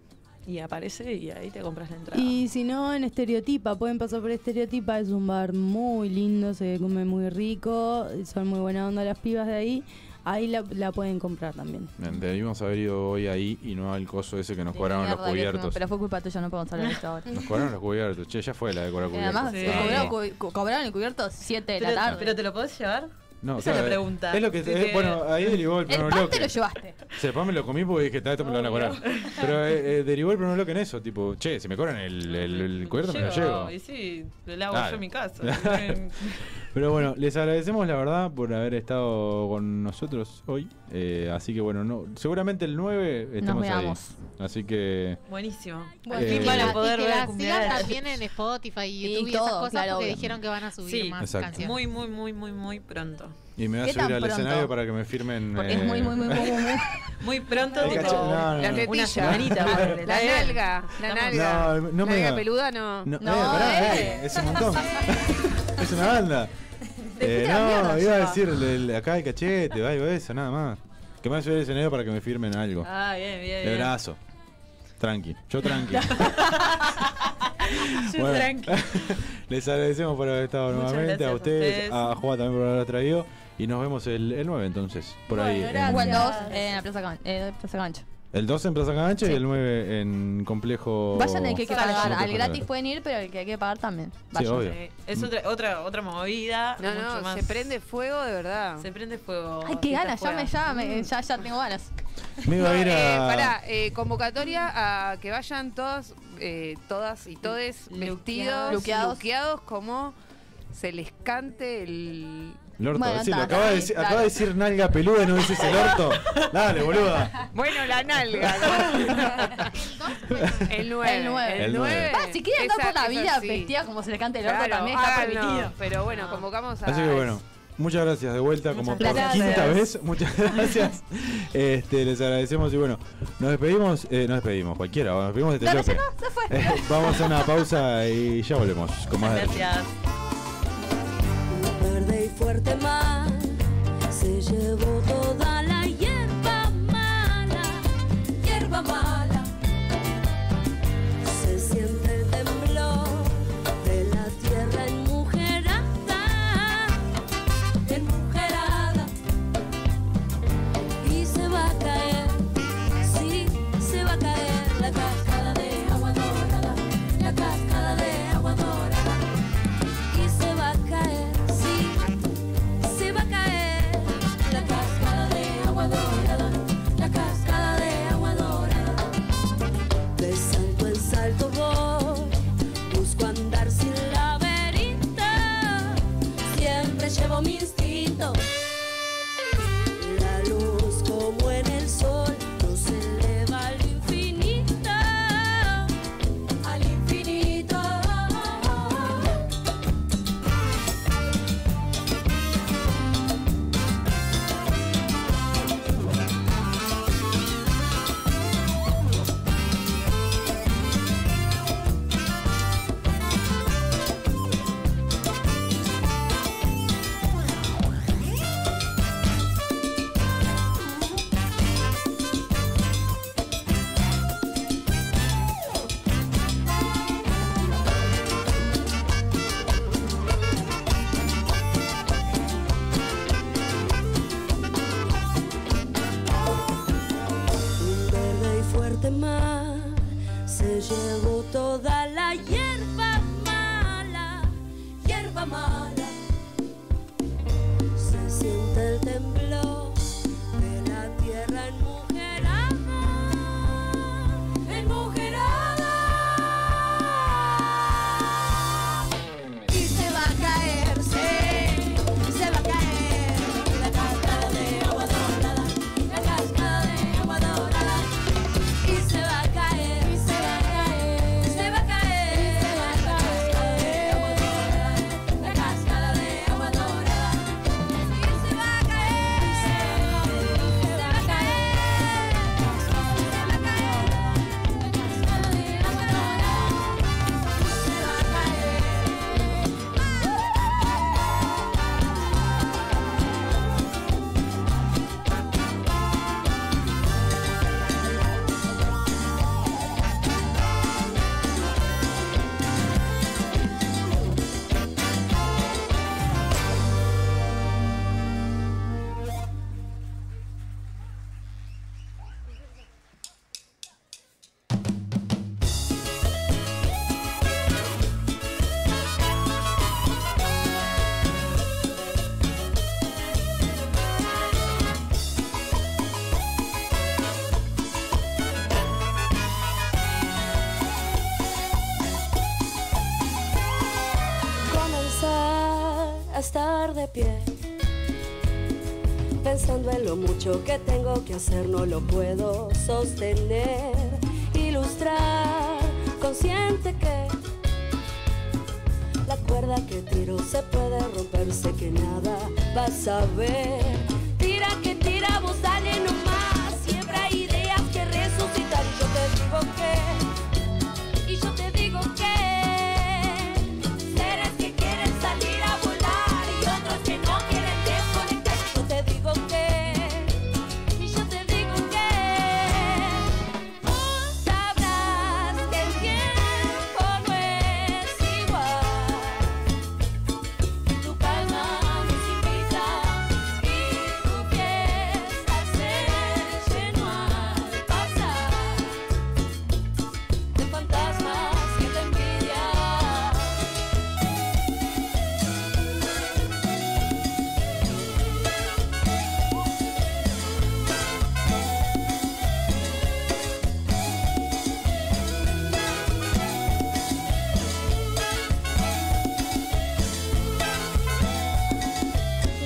Speaker 12: y aparece y ahí te compras la entrada.
Speaker 13: Y si no, en Estereotipa, pueden pasar por Estereotipa, es un bar muy lindo, se come muy rico, son muy buena onda las pibas de ahí, ahí la, la pueden comprar también.
Speaker 2: Bien, Debimos haber ido hoy ahí y no al coso ese que nos cobraron los
Speaker 3: Mierda, que fuimos,
Speaker 2: cubiertos.
Speaker 3: Pero fue culpa tuya, no podemos hablar de esto ahora.
Speaker 2: Nos cobraron los cubiertos. Che, ya fue la de cobrar
Speaker 3: Y
Speaker 2: cubiertos. Ah,
Speaker 3: además,
Speaker 2: Sí.
Speaker 3: cobraron, cu- cobraron el cubierto 7 de la
Speaker 12: Pero-
Speaker 3: tarde.
Speaker 12: pero te lo podés llevar?
Speaker 2: No,
Speaker 12: Esa es la
Speaker 2: claro,
Speaker 12: pregunta.
Speaker 2: Es lo que,
Speaker 12: Si
Speaker 2: eh,
Speaker 12: te-
Speaker 2: bueno, ahí derivó el
Speaker 3: El
Speaker 2: primer
Speaker 3: pan te lo
Speaker 2: bloque.
Speaker 3: llevaste.
Speaker 2: Se pan me lo comí porque dije, "Ta, esto me lo van a cobrar. Pero eh, eh, derivó el primer bloque en eso, tipo, che, si me cobran el, el, el cubierto, me lo llevo.
Speaker 12: Y sí, lo lavo
Speaker 2: Claro.
Speaker 12: yo en mi casa.
Speaker 2: Pero bueno, les agradecemos la verdad por haber estado con nosotros hoy. Eh, así que bueno, no, seguramente el 9 estamos ahí.
Speaker 12: veamos.
Speaker 2: Así que
Speaker 12: Buenísimo.
Speaker 2: Bueno,
Speaker 12: Al fin
Speaker 2: eh,
Speaker 12: van a
Speaker 2: Y
Speaker 12: poder
Speaker 4: que
Speaker 12: ver
Speaker 4: la sigan
Speaker 12: Cumbiaracha.
Speaker 4: también en Spotify y YouTube y,
Speaker 12: todo,
Speaker 4: esas cosas
Speaker 12: claro,
Speaker 4: porque
Speaker 12: obvio.
Speaker 4: dijeron que van a subir
Speaker 12: Sí.
Speaker 4: más
Speaker 2: Exacto.
Speaker 4: canciones.
Speaker 12: Muy, muy, muy, muy, muy pronto.
Speaker 2: y me voy a
Speaker 12: ¿Qué
Speaker 2: subir al
Speaker 12: tan pronto?
Speaker 2: escenario para que me firmen.
Speaker 12: Porque es
Speaker 2: eh,
Speaker 12: muy, muy, muy, muy, muy, muy pronto.
Speaker 2: El
Speaker 12: tipo,
Speaker 2: cacho- no, no,
Speaker 12: una
Speaker 2: no.
Speaker 5: tetilla.
Speaker 12: semanita, ponele,
Speaker 5: La
Speaker 12: está bien.
Speaker 5: nalga, la
Speaker 12: Estamos-
Speaker 5: nalga.
Speaker 2: No, no me
Speaker 5: Nalga
Speaker 2: da.
Speaker 5: peluda no.
Speaker 2: No, eh, pará, eh, es un montón. es una banda. Eh,
Speaker 5: fuiste a la
Speaker 2: no,
Speaker 5: mierda,
Speaker 2: iba a
Speaker 5: ya.
Speaker 2: decir el- el- acá el cachete, algo de eso, nada más. Que me voy a subir al escenario para que me firmen algo.
Speaker 12: Ah, bien, bien,
Speaker 2: De
Speaker 12: bien.
Speaker 2: brazo. Tranqui, yo tranqui.
Speaker 12: Yo
Speaker 2: Bueno,
Speaker 12: tranqui.
Speaker 2: Les agradecemos por haber estado
Speaker 12: Muchas
Speaker 2: nuevamente,
Speaker 12: gracias
Speaker 2: a
Speaker 12: a
Speaker 2: ustedes,
Speaker 12: ustedes.
Speaker 2: a Juan también por haber traído. Y nos vemos el, el 9 entonces, por ahí. en-
Speaker 3: Bueno, dos en la Plaza Gan- eh, Plaza Gancho.
Speaker 2: el 2 en Plaza Cancha y el 9 en Complejo.
Speaker 3: Vayan el que hay que pagar.
Speaker 2: Complejo
Speaker 3: Al gratis
Speaker 2: Salvador.
Speaker 3: pueden ir, pero el que hay que pagar también.
Speaker 2: Sí, obvio.
Speaker 12: eh, Es otra, otra, otra movida.
Speaker 5: No, no, se prende fuego de verdad.
Speaker 12: Se prende fuego.
Speaker 3: Ay, qué ganas, ya, me, ya, me-
Speaker 5: Mm.
Speaker 3: ya, ya tengo ganas.
Speaker 2: Me iba a ir
Speaker 5: Eh,
Speaker 2: a.
Speaker 5: pará, eh, convocatoria a que vayan todas, eh, todas y todes vestidos,
Speaker 3: Luqueados.
Speaker 5: luqueados. como se les cante el...
Speaker 2: Lorto,
Speaker 5: Bueno,
Speaker 2: decilo.
Speaker 5: ta,
Speaker 2: Acaba, de
Speaker 5: dale,
Speaker 2: decir,
Speaker 5: dale.
Speaker 2: acaba de decir nalga peluda y no dices el orto. Dale, boluda.
Speaker 5: Bueno, la nalga. El 9.
Speaker 14: El 9.
Speaker 2: El nueve.
Speaker 14: Ah, si quieren andar por la vida vestida como se le canta el orto también está permitido.
Speaker 5: ah, Pero bueno, convocamos a.
Speaker 2: Así que bueno, muchas gracias de vuelta, como por
Speaker 5: gracias.
Speaker 2: quinta vez. Muchas gracias. Este, les agradecemos y bueno, nos despedimos, eh, nos despedimos, cualquiera, nos despedimos de este
Speaker 14: No, no,
Speaker 2: bloque.
Speaker 14: ya no, se fue.
Speaker 2: Eh, Vamos a una pausa y ya volvemos con más de-
Speaker 14: Gracias.
Speaker 11: verde y fuerte mar se llevó toda la hierba mala, hierba mala. Se siente el temblor de la tierra enmujerada, enmujerada. Y se va a caer, sí, se va a caer la cascada de agua dorada, la cascada de agua dorada. Y se va a caer, sí, se va a caer la cascada de agua dorada, la cascada de agua dorada. De salto en salto voy, busco andar sin laberinto, siempre llevo mi instinto. La luz como en el sol nos eleva al infinito, al infinito. verde y fuerte mar se llevó toda la hierba mala, hierba mala. Se siente el temblor de la tierra enmujerada, enmujerada. Y se va a caer, sí, se va a caer la cascada de agua dorada, la cascada de agua dorada. Y se va a caer, y se va a caer, se va a caer, se va a caer la cascada de agua dorada, y se va a caer, se va a caer, se va a caer la cascada de agua dorada, se va a caer.
Speaker 10: comenzar a estar de pie. Pensando en lo mucho que tengo que hacer, no lo puedo sostener. Ilustrar, consciente que la cuerda que tiro se puede romperse, que nada vas a ver. Tira que tira, vos dale nomás. Siembra ideas que resucitan. Y yo te digo que, y yo te digo que. Seres que quieren salir a volar y otros que no quieren desconectar. Yo te digo que, y yo te digo que, vos sabrás que el tiempo no es igual. Tu calma nos invita y tu fiesta se llenó al pasar de fantasmas que te envidian.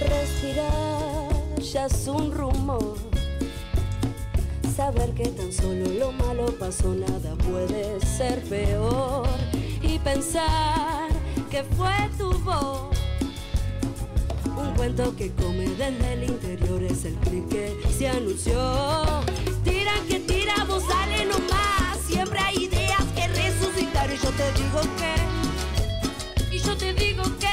Speaker 10: Respirar ya es un rumor. saber que tan solo lo malo pasó, nada puede ser peor. Y pensar que fue tu voz. Un cuento que come desde el interior es el clic que se anunció. Tira que tira, vos sale nomás. Siempre hay ideas que resucitar y yo te digo que. Y yo te digo que.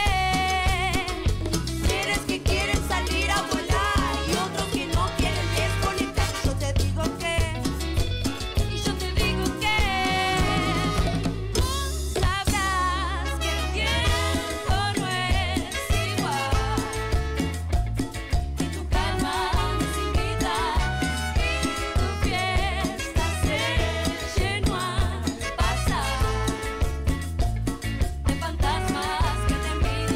Speaker 10: Seres que quieren salir a volar y otros que no quieren desconectar. Yo te digo que. Y yo te digo que. Sabrás que el tiempo no es igual. Calma nos invita y tu fiesta se llenó al pasar de fantasmas que te envidian.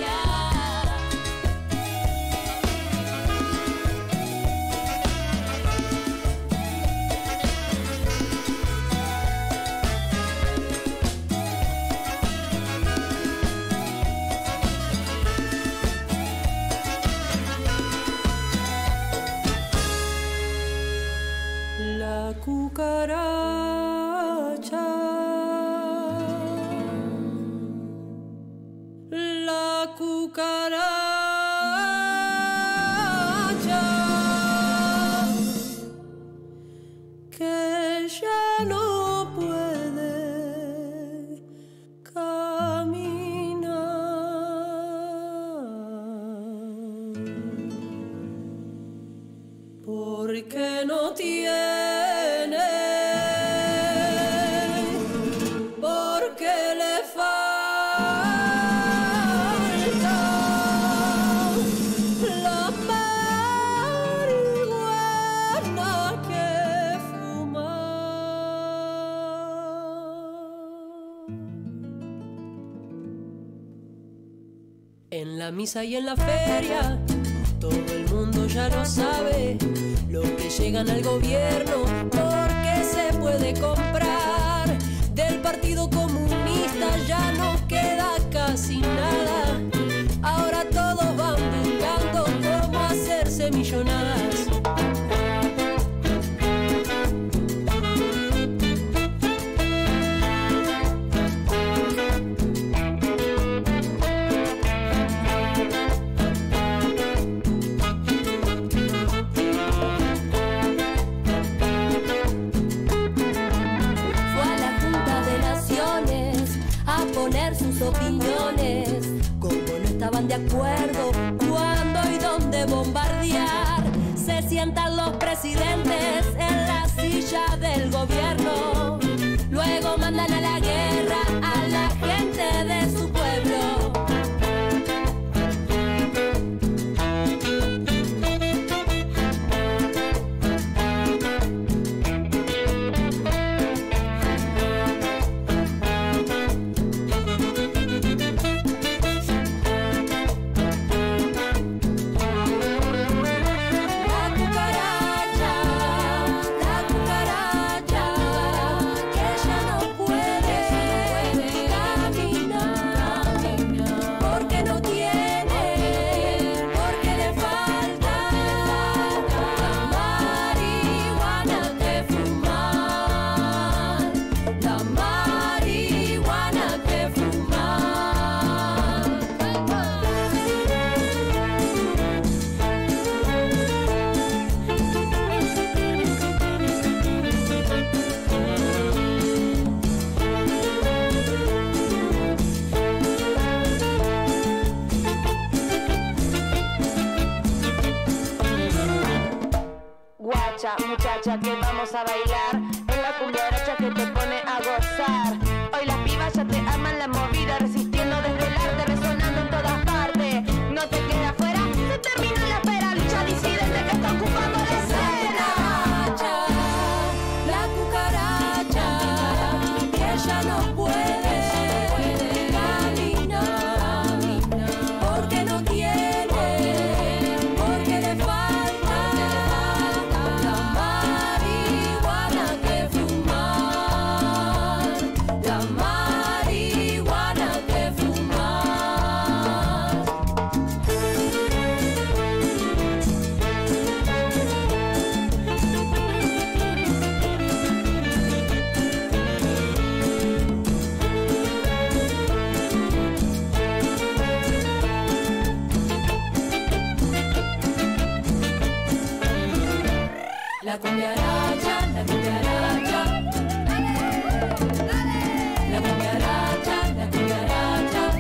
Speaker 9: La cucaracha. La cucaracha. Que ya no puede caminar porque no tiene, porque le falta la marihuana que fuma. En la misa y en la feria, todo el mundo ya lo sabe lo que llegan al gobierno, porque se puede comprar. Del Partido Comunista ya no queda casi nada. Ahora todos van buscando cómo hacerse millonadas.
Speaker 11: Fue a la Junta de Naciones a poner sus opiniones. Como no estaban de acuerdo, cuándo y dónde bombardear. Se sientan los presidentes en la silla del gobierno. Luego mandan a la guerra a la gente de su pueblo.
Speaker 10: La cucaracha, la cucaracha, que ya no puede caminar, porque no tiene, porque le falta la marihuana que fumar, la marihuana que fumar.
Speaker 15: Guacha, muchacha, que vamos a bailar. En la cumbaracha que te pone a gozar. Hoy las pibas ya te aman la movida, resistiendo desde el arte, resonando en todas partes. No te quedes afuera, se terminó la espera. Lucha disidente que está ocupando la escena.
Speaker 10: La cucaracha que ya no puede caminar porque no tiene, porque le falta la marihuana que fumar, La cumbia la cumbia La cucaracha, la cucaracha.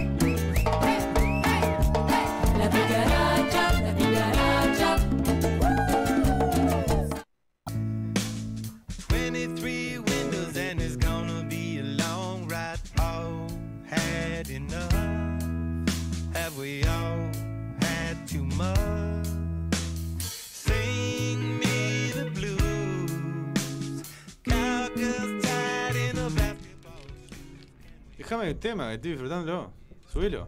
Speaker 10: La cucaracha, la cucaracha.
Speaker 16: 23 windows and it's gonna be a long ride. All had enough. Have we all had too much? Sing me the blues. Cowgirls tied in a basket.
Speaker 2: Déjame el tema, que estoy disfrutándolo. Subilo.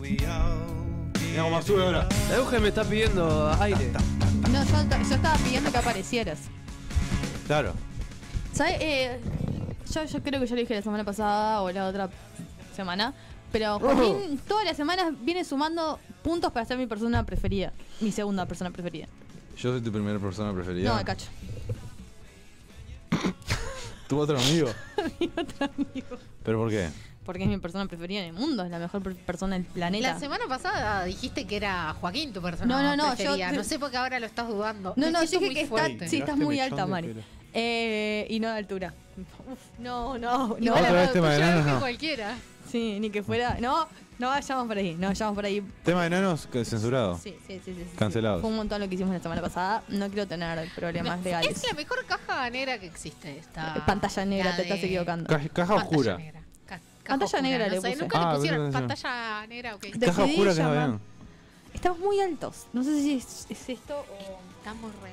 Speaker 2: Mira cómo sube ahora.
Speaker 6: La Euge me está pidiendo aire.
Speaker 3: No, yo, yo estaba pidiendo que aparecieras.
Speaker 2: Claro.
Speaker 3: ¿Sabes? Eh, yo, yo creo que yo lo dije la semana pasada o la otra semana.
Speaker 2: Oh.
Speaker 3: Pero Joaquín todas las semanas viene sumando puntos para ser mi persona preferida. Mi segunda persona preferida.
Speaker 2: Yo soy tu primera persona preferida.
Speaker 3: No, el cacho.
Speaker 2: ¿Tu otro amigo? Mi otro amigo. ¿Pero por qué?
Speaker 3: Porque es mi persona preferida en el mundo. Es la mejor per- persona del planeta.
Speaker 4: La semana pasada dijiste que era Joaquín tu persona.
Speaker 3: No, no, no,
Speaker 4: preferida.
Speaker 3: yo-
Speaker 4: no sé por qué ahora lo estás dudando.
Speaker 3: No,
Speaker 4: Me
Speaker 3: no, yo
Speaker 4: siento
Speaker 3: dije
Speaker 4: muy
Speaker 3: que está,
Speaker 4: fuerte.
Speaker 3: sí, estás muy alta, Mari. Eh, y no de altura. Uf, no, no, no.
Speaker 2: Otra vez tema de enanos, no.
Speaker 4: cualquiera.
Speaker 3: Sí, ni que fuera. No, no vayamos por ahí. No vayamos por ahí.
Speaker 2: Tema de enanos que- censurado.
Speaker 3: Sí, sí, sí, sí, sí.
Speaker 2: Cancelados.
Speaker 3: Fue un montón lo que hicimos la semana pasada. No quiero tener problemas
Speaker 4: No,
Speaker 3: legales.
Speaker 4: Es la mejor caja negra que existe. Esta,
Speaker 3: Pantalla negra,
Speaker 4: la
Speaker 3: te
Speaker 4: de-
Speaker 3: estás equivocando.
Speaker 2: Ca- caja oscura.
Speaker 4: caja
Speaker 3: Pantalla
Speaker 4: oscura,
Speaker 3: negra
Speaker 4: no
Speaker 3: le
Speaker 4: sé,
Speaker 3: puse.
Speaker 4: Nunca
Speaker 2: Ah,
Speaker 4: le pusieron
Speaker 2: pantalla-
Speaker 4: pantalla negra. ok.
Speaker 2: Caja
Speaker 3: Decidí
Speaker 2: oscura que no
Speaker 3: llamar-
Speaker 2: vean.
Speaker 3: Estamos muy altos. No sé si es, es esto o.
Speaker 4: Estamos re.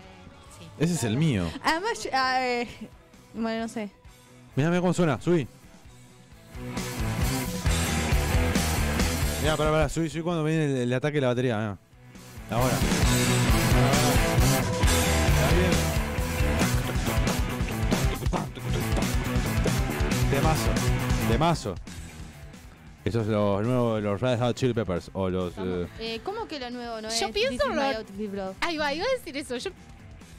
Speaker 2: Ese es el mío.
Speaker 3: Además, yo- ah, eh, bueno, no sé.
Speaker 2: Mirá, mirá cómo suena. Subí. Mirá, pará, pará. Subí, subí cuando viene el, el ataque de la batería. mirá. Ahora. Temazo. Temazo. Esos son los nuevos, los Red Hot Chili Peppers. O los... eh,
Speaker 3: Eh, ¿Cómo que lo nuevo no es?
Speaker 4: Yo pienso
Speaker 3: This is
Speaker 4: lo-
Speaker 3: my outfit, bro.
Speaker 4: Ahí va, iba a decir eso. Yo,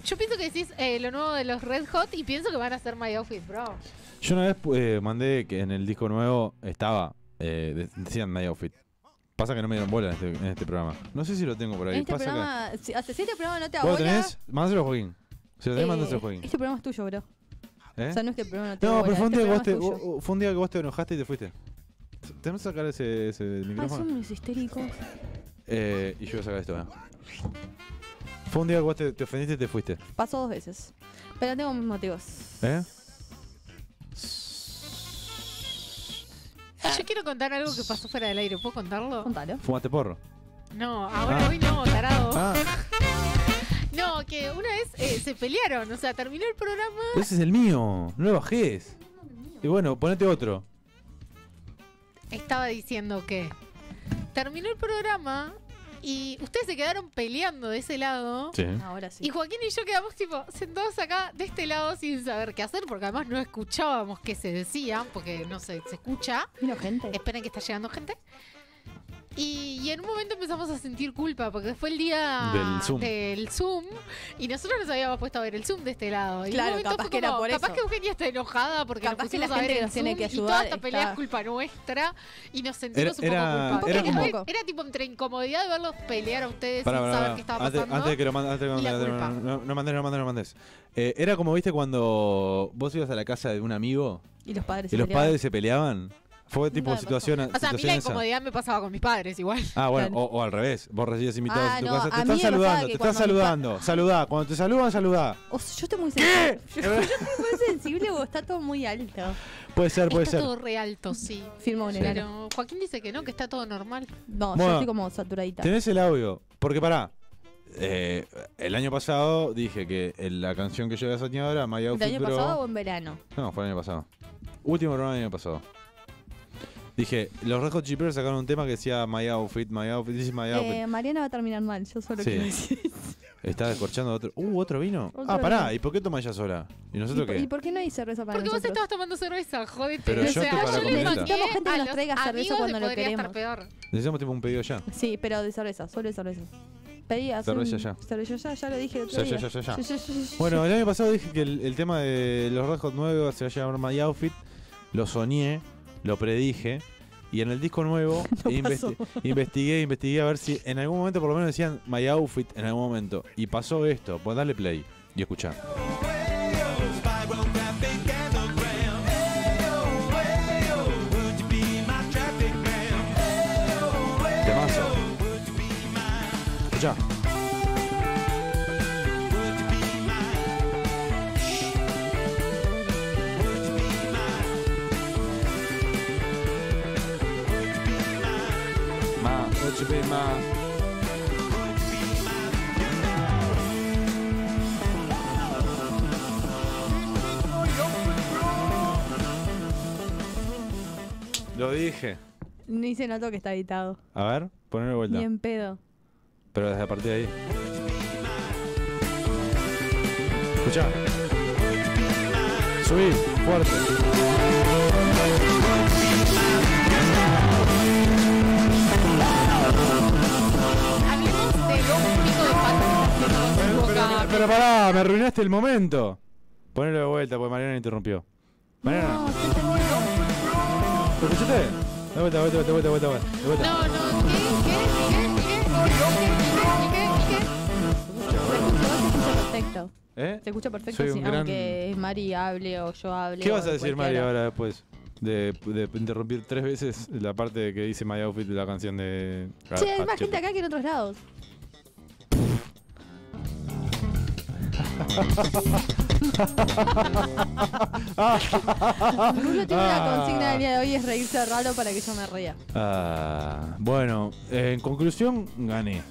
Speaker 4: yo pienso que decís eh, lo nuevo de los Red Hot y pienso que van a ser My Outfit, bro.
Speaker 2: Yo una vez eh, mandé que en el disco nuevo estaba, eh, de- decían My Outfit. Pasa que no me dieron bola en este, en este programa. No sé si lo tengo por ahí.
Speaker 3: En este
Speaker 2: Pasa que-
Speaker 3: programa, si- hace siete programas no te
Speaker 2: ¿Vos lo
Speaker 3: abolas.
Speaker 2: tenés? Mándaselo a Joaquín. Si lo tenés,
Speaker 3: Eh,
Speaker 2: mándaselo a Joaquín.
Speaker 3: Este programa es tuyo, bro.
Speaker 2: ¿Eh?
Speaker 3: O sea, no es que el programa no te
Speaker 2: No,
Speaker 3: abola,
Speaker 2: pero fue un,
Speaker 3: este
Speaker 2: día que vos te,
Speaker 3: programa es
Speaker 2: vos- vos- fue un día que vos te enojaste y te fuiste. ¿Tenemos que sacar ese, ese
Speaker 3: tuyo. Ah, son
Speaker 2: micrófono?
Speaker 3: unos histéricos.
Speaker 2: Eh, y yo voy a sacar esto, eh. Fue un día que vos te, te ofendiste y te fuiste.
Speaker 3: Pasó dos veces. Pero tengo mis motivos.
Speaker 2: ¿Eh?
Speaker 4: Yo quiero contar algo que pasó fuera del aire. ¿Puedo contarlo?
Speaker 3: Ah. Contalo.
Speaker 2: Fumaste porro.
Speaker 4: No, ahora
Speaker 2: Ah.
Speaker 4: hoy no, tarado.
Speaker 2: Ah.
Speaker 4: No, que una vez eh, se pelearon. O sea, terminó el programa.
Speaker 2: Pero ese es el mío. No lo bajés. Y bueno, ponete otro.
Speaker 4: Estaba diciendo que terminó el programa y ustedes se quedaron peleando de ese lado.
Speaker 2: Sí.
Speaker 3: Ahora
Speaker 4: Y Joaquín y yo quedamos tipo sentados acá de este lado sin saber qué hacer porque además no escuchábamos qué se decía porque no se, se escucha.
Speaker 3: gente.
Speaker 4: Esperen que está llegando gente. Y, y en un momento empezamos a sentir culpa porque fue el día
Speaker 2: Del Zoom.
Speaker 4: del Zoom, y nosotros nos habíamos puesto a ver el Zoom de este lado. Y en un
Speaker 3: Claro,
Speaker 4: momento
Speaker 3: capaz
Speaker 4: fue
Speaker 3: que era
Speaker 4: como,
Speaker 3: por
Speaker 4: capaz
Speaker 3: eso.
Speaker 4: que Eugenia está enojada porque
Speaker 3: Capaz
Speaker 4: nos
Speaker 3: que la
Speaker 4: pusimos a ver
Speaker 3: gente
Speaker 4: el
Speaker 3: nos tiene
Speaker 4: Zoom
Speaker 3: que
Speaker 4: Y toda
Speaker 3: ayudar
Speaker 4: esta pelea
Speaker 3: está-
Speaker 4: es culpa nuestra y nos
Speaker 2: Era-
Speaker 4: sentimos un
Speaker 2: era-
Speaker 4: poco culpables.
Speaker 2: era como-
Speaker 4: Era, era tipo entre incomodidad de verlos pelear a ustedes
Speaker 2: Pará,
Speaker 4: sin
Speaker 2: pará,
Speaker 4: saber
Speaker 2: pará.
Speaker 4: qué estaba
Speaker 2: Antes,
Speaker 4: pasando.
Speaker 2: antes de que lo mandes, antes de que lo
Speaker 4: y la
Speaker 2: mandes,
Speaker 4: culpa.
Speaker 2: no, no, no mandes, no mandes, no mandes. Eh, era como viste cuando vos ibas a la casa de un amigo
Speaker 3: Y los padres.
Speaker 2: y
Speaker 3: se
Speaker 2: los
Speaker 3: peleaban.
Speaker 2: padres se peleaban. Fue tipo
Speaker 3: me pasó.
Speaker 2: situación.
Speaker 4: O sea, a mí
Speaker 2: situación
Speaker 4: la
Speaker 2: esa.
Speaker 4: incomodidad me pasaba con mis padres igual.
Speaker 2: Ah, bueno, o, o al revés. Vos recibías invitados
Speaker 4: Ah,
Speaker 2: en tu
Speaker 4: no,
Speaker 2: casa.
Speaker 4: a
Speaker 2: Te
Speaker 4: mí
Speaker 2: están
Speaker 4: me pasaba
Speaker 2: saludando,
Speaker 4: que
Speaker 2: te están
Speaker 4: cuando mi pa-
Speaker 2: saludando. Saludá. Cuando te saludan, saludá.
Speaker 3: O sea, yo estoy muy sensible. Yo, yo estoy muy sensible o está todo muy alto.
Speaker 2: Puede ser, puede
Speaker 4: Está
Speaker 2: ser.
Speaker 4: todo re alto, sí.
Speaker 3: Firma un enano.
Speaker 4: Pero Joaquín dice que no, que está todo normal.
Speaker 3: No, yo
Speaker 2: Bueno.
Speaker 3: estoy como saturadita.
Speaker 2: Tenés el audio. Porque pará. eh, el año pasado dije que el- la canción que yo había soñado era My
Speaker 3: ¿El
Speaker 2: Outfit
Speaker 3: año
Speaker 2: Bro.
Speaker 3: pasado o en verano?
Speaker 2: No, fue el año pasado. Último programa del año pasado. Dije, los Red Hot Chili Peppers sacaron un tema que decía My Outfit, My Outfit, this is My Outfit.
Speaker 3: Eh, Mariana va a terminar mal, yo solo
Speaker 2: Sí.
Speaker 3: quiero decir.
Speaker 2: Está descorchando otro. Uh, otro vino.
Speaker 3: Otro
Speaker 2: ah, pará,
Speaker 3: vino.
Speaker 2: ¿y por qué toma ella sola? ¿Y
Speaker 3: ¿Y,
Speaker 2: nosotros
Speaker 3: por-
Speaker 2: qué?
Speaker 3: y por qué no hay cerveza para
Speaker 4: Porque vos
Speaker 3: nosotros?
Speaker 4: estabas tomando cerveza, jodete.
Speaker 2: Pero yo te para
Speaker 4: le
Speaker 2: comer.
Speaker 4: saqué
Speaker 3: Necesitamos gente que
Speaker 4: a
Speaker 3: nos
Speaker 4: los
Speaker 3: traiga cerveza
Speaker 4: amigos
Speaker 3: cuando
Speaker 4: le
Speaker 3: lo
Speaker 4: podría
Speaker 3: queremos.
Speaker 4: Estar peor.
Speaker 2: Necesitamos tipo un pedido ya.
Speaker 3: Sí, pero de cerveza, solo de cerveza. Pedí hace
Speaker 2: Cerveza
Speaker 3: un-
Speaker 2: ya.
Speaker 3: Cerveza ya, ya lo dije el otro
Speaker 2: Ya, ya,
Speaker 3: día.
Speaker 2: ya, ya, ya.
Speaker 3: Ya, ya, ya, ya, ya.
Speaker 2: Bueno, eh. el año pasado dije que el, el tema de los Red Hot 9 se va a llamar My Outfit. Lo soñé, lo predije. Y en el disco nuevo investi- investigué, investigué a ver si en algún momento por lo menos decían My Outfit en algún momento. Y pasó esto, pues dale play y escuchá. Temazo. Escuchá. Ma, would you be my- Lo dije.
Speaker 3: Ni se notó que está editado.
Speaker 2: A ver, ponelo de vuelta.
Speaker 3: Ni en pedo.
Speaker 2: Pero desde a partir de ahí. Escuchá. Subí, fuerte.
Speaker 4: Hablemos de lo único de Patrick. Boca-
Speaker 2: Pero pará, me arruinaste el momento. Ponelo de vuelta, porque Mariana interrumpió. Mariana. ¿Lo escuchaste? De vuelta, vuelta, vuelta, vuelta, vuelta, vuelta. De vuelta.
Speaker 4: No, no, ¿qué? ¿Qué? ¿Qué? ¿Qué? ¿Qué? ¿Qué? ¿Qué?
Speaker 3: Perfecto.
Speaker 2: ¿Eh?
Speaker 3: Se escucha perfecto,
Speaker 2: Soy
Speaker 3: sí,
Speaker 2: un gran-
Speaker 3: aunque Mari hable o yo hable.
Speaker 2: ¿Qué
Speaker 3: o
Speaker 2: vas a decir, Mari,
Speaker 3: cualquiera.
Speaker 2: ahora después? De, de interrumpir tres veces la parte que dice My Outfit de la canción de.
Speaker 3: Che, hay
Speaker 2: Ah,
Speaker 3: más
Speaker 2: che.
Speaker 3: gente acá que en otros lados. Rulo tiene una consigna del día de hoy es reírse raro para que yo me ría.
Speaker 2: Ah, bueno, eh, en conclusión, gané.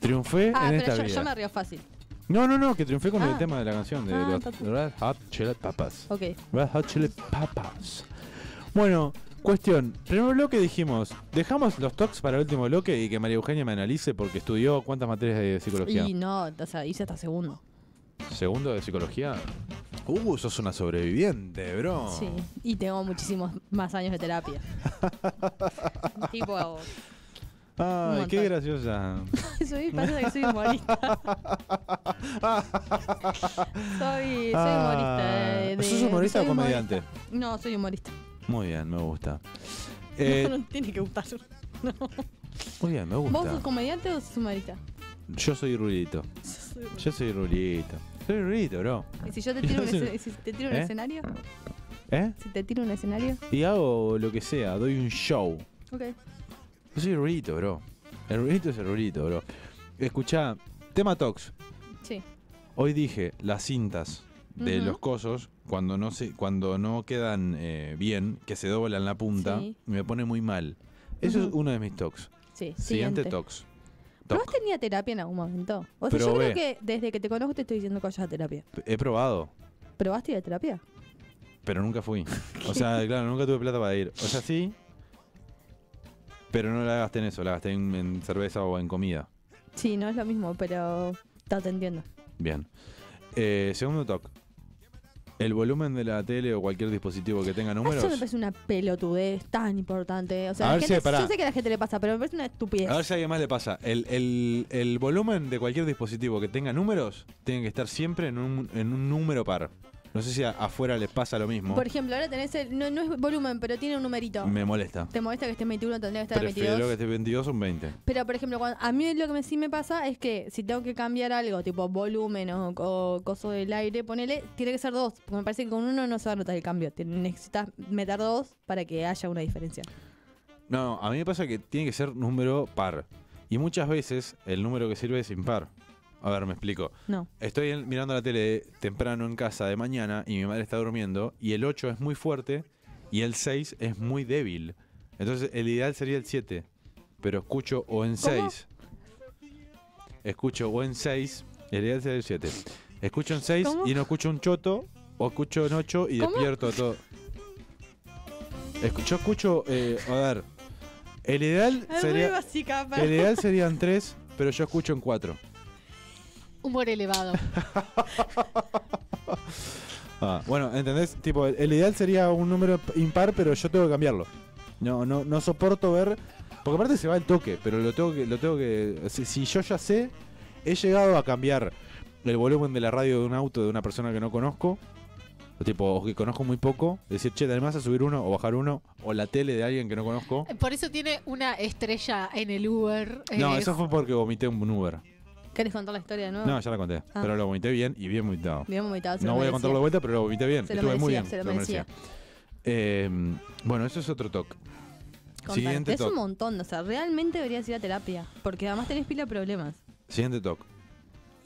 Speaker 2: Triunfé
Speaker 3: Ah,
Speaker 2: en esta
Speaker 3: pero yo,
Speaker 2: vida.
Speaker 3: yo me río fácil.
Speaker 2: No, no, no, que triunfé con el
Speaker 3: Ah.
Speaker 2: tema de la canción de
Speaker 3: Ah,
Speaker 2: los
Speaker 3: está bien.
Speaker 2: Red Hot Chili Peppers.
Speaker 3: Ok.
Speaker 2: Red Hot Chili Peppers. Bueno, cuestión. Primer bloque dijimos, dejamos los talks para el último bloque y que María Eugenia me analice porque estudió cuántas materias de psicología.
Speaker 3: Y no, o sea, hice hasta segundo.
Speaker 2: Segundo de psicología. Uh, sos una sobreviviente, bro.
Speaker 3: Sí. Y tengo muchísimos más años de terapia. tipo,
Speaker 2: Ay,
Speaker 3: Un
Speaker 2: qué
Speaker 3: montón.
Speaker 2: graciosa.
Speaker 3: soy, pasa que soy humorista. soy, soy humorista. eh,
Speaker 2: Ah,
Speaker 3: de-
Speaker 2: ¿Sos humorista
Speaker 3: soy
Speaker 2: o comediante?
Speaker 3: No, soy humorista.
Speaker 2: Muy bien, me gusta. Eh,
Speaker 3: no, no tiene que gustar. No.
Speaker 2: muy bien, me
Speaker 3: ¿Vos
Speaker 2: gusta.
Speaker 3: sos comediante o sos humorista?
Speaker 2: Yo soy rulito. Yo soy rulito. Soy rulito, bro.
Speaker 3: ¿Y si yo te tiro un,
Speaker 2: Yo soy-
Speaker 3: escena- si te tiro un
Speaker 2: ¿Eh?
Speaker 3: escenario?
Speaker 2: ¿Eh?
Speaker 3: Si te tiro un escenario.
Speaker 2: Y hago lo que sea, doy un show.
Speaker 3: Ok.
Speaker 2: Yo soy rulito, bro. El rulito es el rulito, bro. Escuchá, tema Tox.
Speaker 3: Sí.
Speaker 2: Hoy dije las cintas de
Speaker 3: Ujú.
Speaker 2: los cosos cuando no se, cuando no quedan eh, bien, que se doblan la punta,
Speaker 3: Sí.
Speaker 2: me pone muy mal. Eso es
Speaker 3: Ujú.
Speaker 2: uno de mis tocs.
Speaker 3: Sí,
Speaker 2: Siguiente,
Speaker 3: siguiente.
Speaker 2: tox.
Speaker 3: ¿Pero
Speaker 2: Toc.
Speaker 3: vos tenías terapia en algún momento? O sea, yo
Speaker 2: Probé.
Speaker 3: creo que desde que te conozco te estoy diciendo que vayas a terapia.
Speaker 2: He probado,
Speaker 3: ¿Probaste ir a terapia?
Speaker 2: pero nunca fui. O sea, claro, nunca tuve plata para ir. O sea, sí. Pero no la gasté en eso, la gasté en, en cerveza o en comida.
Speaker 3: Sí, no es lo mismo, pero ta, te entiendo.
Speaker 2: Bien. Eh, segundo toc. El volumen de la tele o cualquier dispositivo que tenga números.
Speaker 3: Eso me parece una pelotudez tan importante. O
Speaker 2: A
Speaker 3: sea, la
Speaker 2: ver si-
Speaker 3: gente-
Speaker 2: pará.
Speaker 3: yo sé que a la gente le pasa, pero me parece una estupidez.
Speaker 2: A ver si a alguien más le pasa. El, el- el volumen de cualquier dispositivo que tenga números tiene que estar siempre en un, en un número par. No sé si a- afuera les pasa lo mismo.
Speaker 3: Por ejemplo, ahora tenés el. No, no es volumen, pero tiene un numerito.
Speaker 2: Me molesta.
Speaker 3: Te molesta que esté en 21, tendría que estar en
Speaker 2: Prefiero
Speaker 3: 22.
Speaker 2: que esté 22 o un 20.
Speaker 3: Pero, por ejemplo, cuando- a mí lo que me- sí me pasa es que si tengo que cambiar algo, tipo volumen o, o coso del aire, ponele, tiene que ser dos. Porque me parece que con uno no se va a notar el cambio. Te- Necesitas meter dos para que haya una diferencia.
Speaker 2: No, a mí me pasa que tiene que ser número par. Y muchas veces el número que sirve es impar. A ver, me explico.
Speaker 3: No.
Speaker 2: Estoy en- mirando la tele temprano en casa de mañana y mi madre está durmiendo y el 8 es muy fuerte y el 6 es muy débil. Entonces el ideal sería el 7, pero escucho o en 6. Escucho o en 6, el ideal sería el 7. Escucho en 6
Speaker 3: ¿Cómo?
Speaker 2: y no escucho un choto o escucho en 8 y
Speaker 3: ¿Cómo?
Speaker 2: despierto a todo. Escu- yo escucho, eh, a ver, el ideal
Speaker 3: Es muy
Speaker 2: sería...
Speaker 3: básica. para-
Speaker 2: El ideal serían 3, pero yo escucho en 4.
Speaker 4: Humor elevado.
Speaker 2: Ah, bueno, ¿entendés? Tipo, el, el ideal sería un número impar, pero yo tengo que cambiarlo. No, no, no soporto ver. Porque aparte se va el toque, pero lo tengo que. Lo tengo que si, si yo ya sé, he llegado a cambiar el volumen de la radio de un auto de una persona que no conozco. O tipo, o que conozco muy poco, decir, che, además a subir uno o bajar uno, o la tele de alguien que no conozco.
Speaker 4: Por eso tiene una estrella en el Uber.
Speaker 2: No,
Speaker 4: eh,
Speaker 2: eso fue porque vomité un Uber.
Speaker 3: ¿Querés contar la historia de nuevo?
Speaker 2: No, ya la conté.
Speaker 3: Ah.
Speaker 2: Pero lo vomité bien y bien vomitado.
Speaker 3: Bien vomitado, se
Speaker 2: No
Speaker 3: lo
Speaker 2: voy a
Speaker 3: merecía.
Speaker 2: contarlo de vuelta, pero lo vomité bien.
Speaker 3: Se lo
Speaker 2: Estuve muy
Speaker 3: merecía,
Speaker 2: bien.
Speaker 3: se lo merecía.
Speaker 2: Eh, bueno, eso es otro toque.
Speaker 3: Contar.
Speaker 2: Siguiente
Speaker 3: es un
Speaker 2: toque.
Speaker 3: montón, o sea, realmente deberías ir a terapia. Porque además tenés pila de problemas.
Speaker 2: Siguiente toque.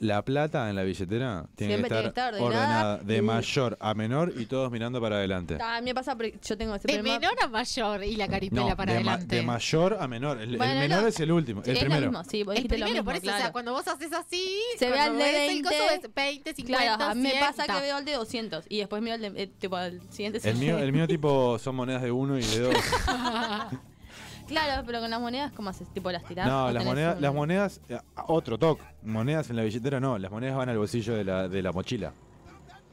Speaker 2: La plata en la billetera tiene
Speaker 3: Siempre
Speaker 2: que estar,
Speaker 3: tiene que estar ordenada.
Speaker 2: ordenada de
Speaker 3: Mm.
Speaker 2: mayor a menor y todos mirando para adelante.
Speaker 3: Ah, A mí me pasa, porque yo tengo ese
Speaker 4: de
Speaker 3: problema.
Speaker 4: menor a mayor y la caripela
Speaker 2: No,
Speaker 4: para
Speaker 2: de, ma-
Speaker 4: adelante.
Speaker 2: de mayor a menor. El, el
Speaker 4: Bueno,
Speaker 2: menor
Speaker 4: no.
Speaker 2: es el último. El
Speaker 4: Es lo
Speaker 2: primero.
Speaker 3: mismo, sí, vos
Speaker 4: el
Speaker 3: dijiste lo
Speaker 4: primero,
Speaker 3: mismo,
Speaker 4: por eso, o sea,
Speaker 3: claro.
Speaker 4: cuando vos haces así,
Speaker 3: Se ve
Speaker 4: cuando
Speaker 3: al de
Speaker 4: ves el
Speaker 3: 20,
Speaker 4: coso es 20, 50,
Speaker 3: Claro, a mí me
Speaker 4: 100,
Speaker 3: pasa
Speaker 4: ta.
Speaker 3: que veo el de 200 y después miro el, de, eh, tipo, al siguiente.
Speaker 2: El mío, el mío tipo son monedas de uno y de dos.
Speaker 3: Claro, pero con las monedas, ¿cómo haces? Tipo, las tirás.
Speaker 2: No,
Speaker 3: o
Speaker 2: las
Speaker 3: tenés
Speaker 2: monedas,
Speaker 3: un-
Speaker 2: las monedas, eh, otro toque. Monedas en la billetera no, las monedas van al bolsillo de la, de la mochila.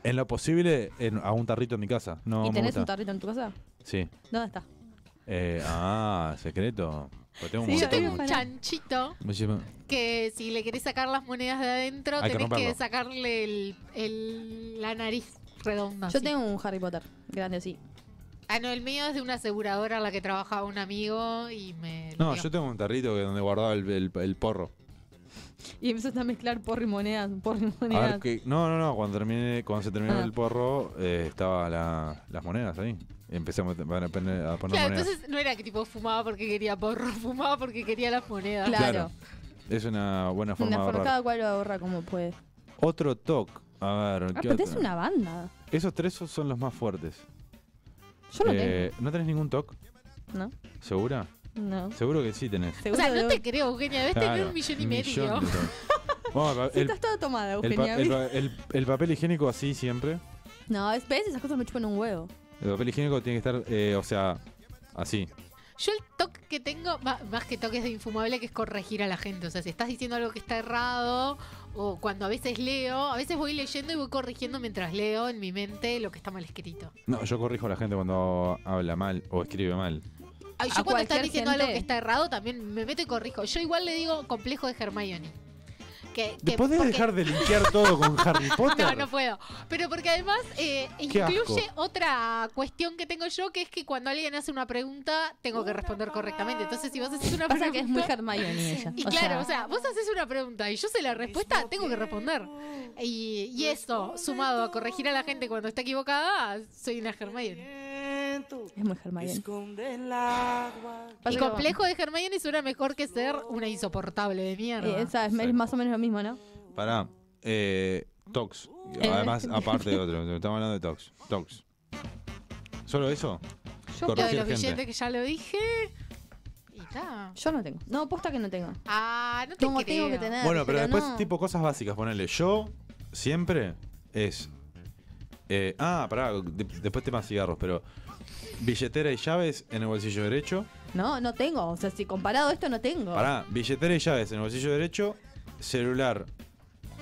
Speaker 2: En lo posible, en- a un tarrito en mi casa. No,
Speaker 3: ¿Y
Speaker 2: me
Speaker 3: tenés
Speaker 2: gusta.
Speaker 3: un tarrito en tu casa?
Speaker 2: Sí.
Speaker 3: ¿Dónde está?
Speaker 2: Eh, ah, secreto. Porque tengo un
Speaker 4: Sí, yo
Speaker 2: montón.
Speaker 4: tengo un chanchito
Speaker 2: Muchísima-
Speaker 4: que si le querés sacar las monedas de adentro,
Speaker 2: Hay que
Speaker 4: tenés que
Speaker 2: romperlo.
Speaker 4: sacarle el, el- la nariz redonda.
Speaker 3: Yo
Speaker 4: así.
Speaker 3: tengo un Harry Potter, grande sí.
Speaker 4: Ah, no, el mío es de una aseguradora a la que trabajaba un amigo y me... lo
Speaker 2: No,
Speaker 4: dio.
Speaker 2: yo tengo un tarrito que donde guardaba el, el- el porro.
Speaker 3: Y empezaste a mezclar porro y monedas, porro y
Speaker 2: A ver
Speaker 3: monedas.
Speaker 2: que, no, no, no, cuando, terminé, cuando se terminó
Speaker 3: Ah.
Speaker 2: el porro, eh, estaban las monedas ahí. Empezamos a poner, a poner
Speaker 4: Claro,
Speaker 2: monedas.
Speaker 4: entonces no era que tipo fumaba porque quería porro, fumaba porque quería las monedas.
Speaker 2: Es una buena forma
Speaker 3: Una
Speaker 2: de ahorrar.
Speaker 3: forcada cual lo ahorra como puede.
Speaker 2: Otro toque. A ver,
Speaker 3: Pues, Ah,
Speaker 2: ¿qué
Speaker 3: pero es
Speaker 2: otro?
Speaker 3: una banda.
Speaker 2: Esos tres son- son los más fuertes. Eh,
Speaker 3: Yo no
Speaker 2: ¿No tenés ningún toque?
Speaker 3: No.
Speaker 2: ¿Segura?
Speaker 3: No.
Speaker 2: Seguro que sí tenés.
Speaker 4: O sea, no te creo, Eugenia, debes tener
Speaker 2: Claro,
Speaker 4: Este un millón y
Speaker 2: millón
Speaker 4: medio.
Speaker 2: de toques. Vamos, el pa-
Speaker 3: Sí,
Speaker 2: el-
Speaker 3: estás toda tomada,
Speaker 2: el pa-
Speaker 3: Eugenia.
Speaker 2: el pa- el- el papel higiénico así siempre.
Speaker 3: No, es, ves, esas cosas me chupan un huevo.
Speaker 2: El papel higiénico tiene que estar, eh, o sea, así.
Speaker 4: Yo el toque que tengo, ma- más que toques de infumable, que es corregir a la gente. O sea, si estás diciendo algo que está errado, o cuando a veces leo, a veces voy leyendo y voy corrigiendo mientras leo en mi mente lo que está mal escrito.
Speaker 2: No, yo corrijo a la gente cuando habla mal o escribe mal.
Speaker 4: Ay,
Speaker 3: A
Speaker 4: yo cuando
Speaker 3: cualquier
Speaker 4: están diciendo algo
Speaker 3: gente.
Speaker 4: que está errado, también me meto y corrijo. Yo igual le digo complejo de Hermione. Que, que-
Speaker 2: ¿Podés
Speaker 4: porque-
Speaker 2: dejar de linkear todo con Harry Potter?
Speaker 4: No, no puedo. Pero porque además eh,
Speaker 2: Qué asco.
Speaker 4: incluye otra cuestión que tengo yo, que es que cuando alguien hace una pregunta, tengo que responder correctamente. Entonces, si vos haces una
Speaker 3: Pasa
Speaker 4: pregunta...
Speaker 3: que es muy Hermione ella.
Speaker 4: Y
Speaker 3: o
Speaker 4: claro,
Speaker 3: sea,
Speaker 4: o sea, vos haces una pregunta y yo sé la respuesta, tengo que responder. Y, y eso, sumado a corregir a la gente cuando está equivocada, soy una Hermione.
Speaker 3: es muy Hermione.
Speaker 4: El
Speaker 3: Pasa que-
Speaker 4: complejo de Hermione suena mejor que ser una insoportable de mierda.
Speaker 3: Eh, sabes, es más o menos lo mismo, ¿no?
Speaker 2: Pará. Eh, tox.
Speaker 4: Eh.
Speaker 2: Además, aparte de otro. Estamos hablando de tox. Tox. ¿Solo eso?
Speaker 4: Yo lo de
Speaker 2: Corregir
Speaker 4: los
Speaker 2: gente.
Speaker 4: billetes que ya lo dije. Y ta.
Speaker 3: Yo no tengo. No, posta que no tengo.
Speaker 4: Ah, no te
Speaker 3: Tengo-
Speaker 4: creo.
Speaker 3: tengo que tener.
Speaker 2: Bueno, pero, después,
Speaker 3: no.
Speaker 2: tipo cosas básicas, ponele. Yo siempre es. eh, ah, pará, de- después tema cigarros, pero. Billetera y llaves en el bolsillo derecho.
Speaker 3: No, no tengo. O sea, si comparado a esto, no tengo.
Speaker 2: Pará, billetera y llaves en el bolsillo derecho. Celular,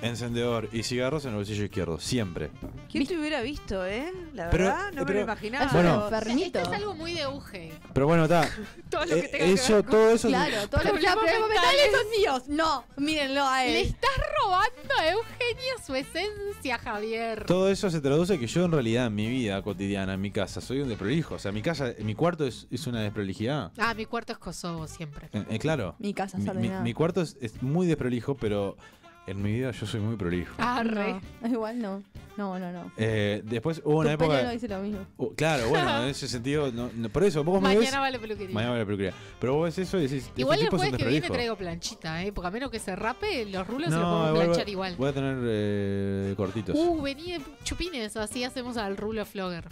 Speaker 2: encendedor y cigarros en el bolsillo izquierdo. Siempre.
Speaker 5: ¿Quién te hubiera visto, eh? La
Speaker 2: Pero-
Speaker 5: verdad, no me
Speaker 2: pero-
Speaker 5: lo imaginaba.
Speaker 2: Bueno.
Speaker 4: Esto es algo muy de Uge.
Speaker 2: Pero bueno, está.
Speaker 4: Todo
Speaker 2: lo que Eh, tenga que eso, ver con- todo eso-
Speaker 3: Claro, todos los
Speaker 4: Problemas
Speaker 3: problemas mentales.
Speaker 4: mentales.
Speaker 3: son míos. No, mírenlo a él.
Speaker 4: Le estás robando a Eugenia su esencia, Javier.
Speaker 2: Todo eso se traduce que yo en realidad en mi vida cotidiana, en mi casa, soy un desprolijo. O sea, mi casa, mi cuarto es, es una desprolijidad.
Speaker 4: Ah, mi cuarto es Kosovo siempre.
Speaker 2: Eh, eh, claro.
Speaker 3: Mi casa
Speaker 2: Mi,
Speaker 3: está
Speaker 2: mi-
Speaker 3: ordenada.
Speaker 2: mi cuarto es, es muy desprolijo, pero en mi vida yo soy muy prolijo.
Speaker 4: Arre.
Speaker 3: No, igual no. No, no, no.
Speaker 2: Eh, después hubo una
Speaker 3: Tu pelo
Speaker 2: época.
Speaker 3: no dice lo mismo.
Speaker 2: Uh, claro, bueno, en ese sentido. no- no- por eso, vos me ves.
Speaker 4: Mañana va la peluquería.
Speaker 2: Mañana va la peluquería. Pero vos ves eso y decís.
Speaker 4: Igual el
Speaker 2: estos tipos son
Speaker 4: jueves que viene
Speaker 2: desprolijos.
Speaker 4: traigo planchita, ¿eh? Porque a menos que se rape, los rulos se los
Speaker 2: No,
Speaker 4: podemos
Speaker 2: voy-
Speaker 4: planchar
Speaker 2: voy-
Speaker 4: igual.
Speaker 2: Voy a tener eh, cortitos.
Speaker 4: Uh, vení de chupines, así hacemos al rulo flogger.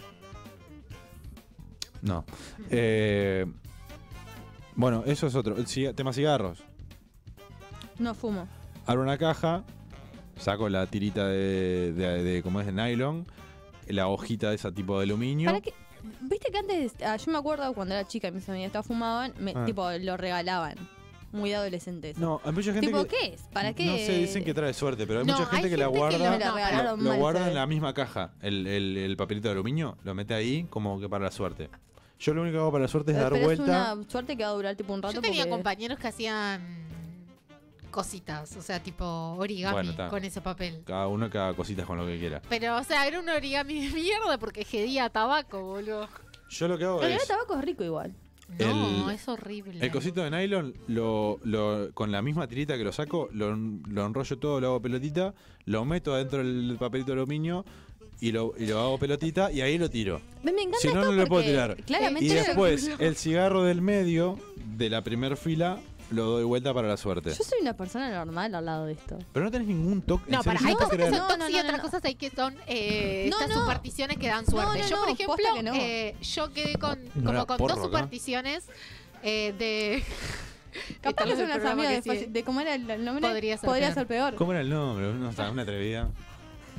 Speaker 2: No. Eh, bueno, eso es otro. El ciga- tema cigarros.
Speaker 3: No fumo.
Speaker 2: Abro una caja, saco la tirita de, de, de- como es de nylon, la hojita de ese tipo de aluminio.
Speaker 3: ¿Para qué? Viste que antes, ah, yo me acuerdo cuando era chica y mis amigas todas fumaban, me,
Speaker 2: Ah.
Speaker 3: tipo, lo regalaban. Muy de adolescentes.
Speaker 2: No, hay mucha gente
Speaker 3: Tipo,
Speaker 2: que-
Speaker 3: ¿qué es? ¿Para qué?
Speaker 2: No sé, dicen que trae suerte, pero hay
Speaker 3: No,
Speaker 2: mucha gente
Speaker 3: hay
Speaker 2: que la
Speaker 3: gente que
Speaker 2: guarda.
Speaker 3: lo- me la regalaron
Speaker 2: lo- lo
Speaker 3: mal,
Speaker 2: guarda
Speaker 3: ¿sabes?
Speaker 2: en la misma caja, el, el- el papelito de aluminio, lo mete ahí como que para la suerte. Yo lo único que hago para la suerte es
Speaker 3: Pero
Speaker 2: dar vuelta.
Speaker 3: es una suerte que va a durar tipo un rato.
Speaker 4: Yo tenía
Speaker 3: porque-
Speaker 4: compañeros que hacían cositas, o sea, tipo origami
Speaker 2: Bueno, está.
Speaker 4: con ese papel.
Speaker 2: Cada uno, cada cosita con lo que quiera.
Speaker 4: Pero, o sea, era un origami de mierda porque gedía tabaco, boludo.
Speaker 2: Yo lo que hago es.
Speaker 4: tabaco es rico igual. No, es horrible.
Speaker 2: El cosito de nylon, lo, lo- con la misma tirita que lo saco, lo, en- lo enrollo todo, lo hago pelotita, lo meto adentro del papelito de aluminio y lo, y lo hago pelotita y ahí lo tiro.
Speaker 14: Me, me encanta
Speaker 2: Si no,
Speaker 14: esto
Speaker 2: no lo puedo
Speaker 14: porque
Speaker 2: tirar.
Speaker 14: Claramente
Speaker 2: y
Speaker 14: yo-
Speaker 2: después, el cigarro del medio, de la primer fila, lo doy vuelta para la suerte.
Speaker 14: Yo soy una persona normal al lado de esto.
Speaker 2: Pero no tenés ningún toque.
Speaker 4: No,
Speaker 2: en serio,
Speaker 4: para,
Speaker 2: yo
Speaker 4: hay
Speaker 2: puedo
Speaker 4: cosas que
Speaker 2: creer.
Speaker 4: son tóxicas
Speaker 14: no,
Speaker 4: y
Speaker 14: no,
Speaker 4: otras
Speaker 14: no.
Speaker 4: cosas hay que son eh,
Speaker 14: No,
Speaker 4: estas
Speaker 14: no.
Speaker 4: supersticiones que dan suerte.
Speaker 14: no,
Speaker 4: yo, por
Speaker 14: no,
Speaker 4: ejemplo,
Speaker 14: posta que no.
Speaker 4: eh, yo quedé con,
Speaker 14: No
Speaker 4: como
Speaker 14: era
Speaker 4: con
Speaker 14: porro
Speaker 4: dos
Speaker 14: acá.
Speaker 4: supersticiones eh, de.
Speaker 14: Capaz que
Speaker 4: Estamos
Speaker 14: son
Speaker 4: en
Speaker 14: unas
Speaker 4: programa
Speaker 14: amigas
Speaker 4: que
Speaker 14: de,
Speaker 4: sigue.
Speaker 14: faci- de cómo era el el nombre.
Speaker 4: Podría ser
Speaker 14: Podría
Speaker 4: peor.
Speaker 14: ser peor.
Speaker 2: ¿Cómo era el nombre? No, está una atrevida.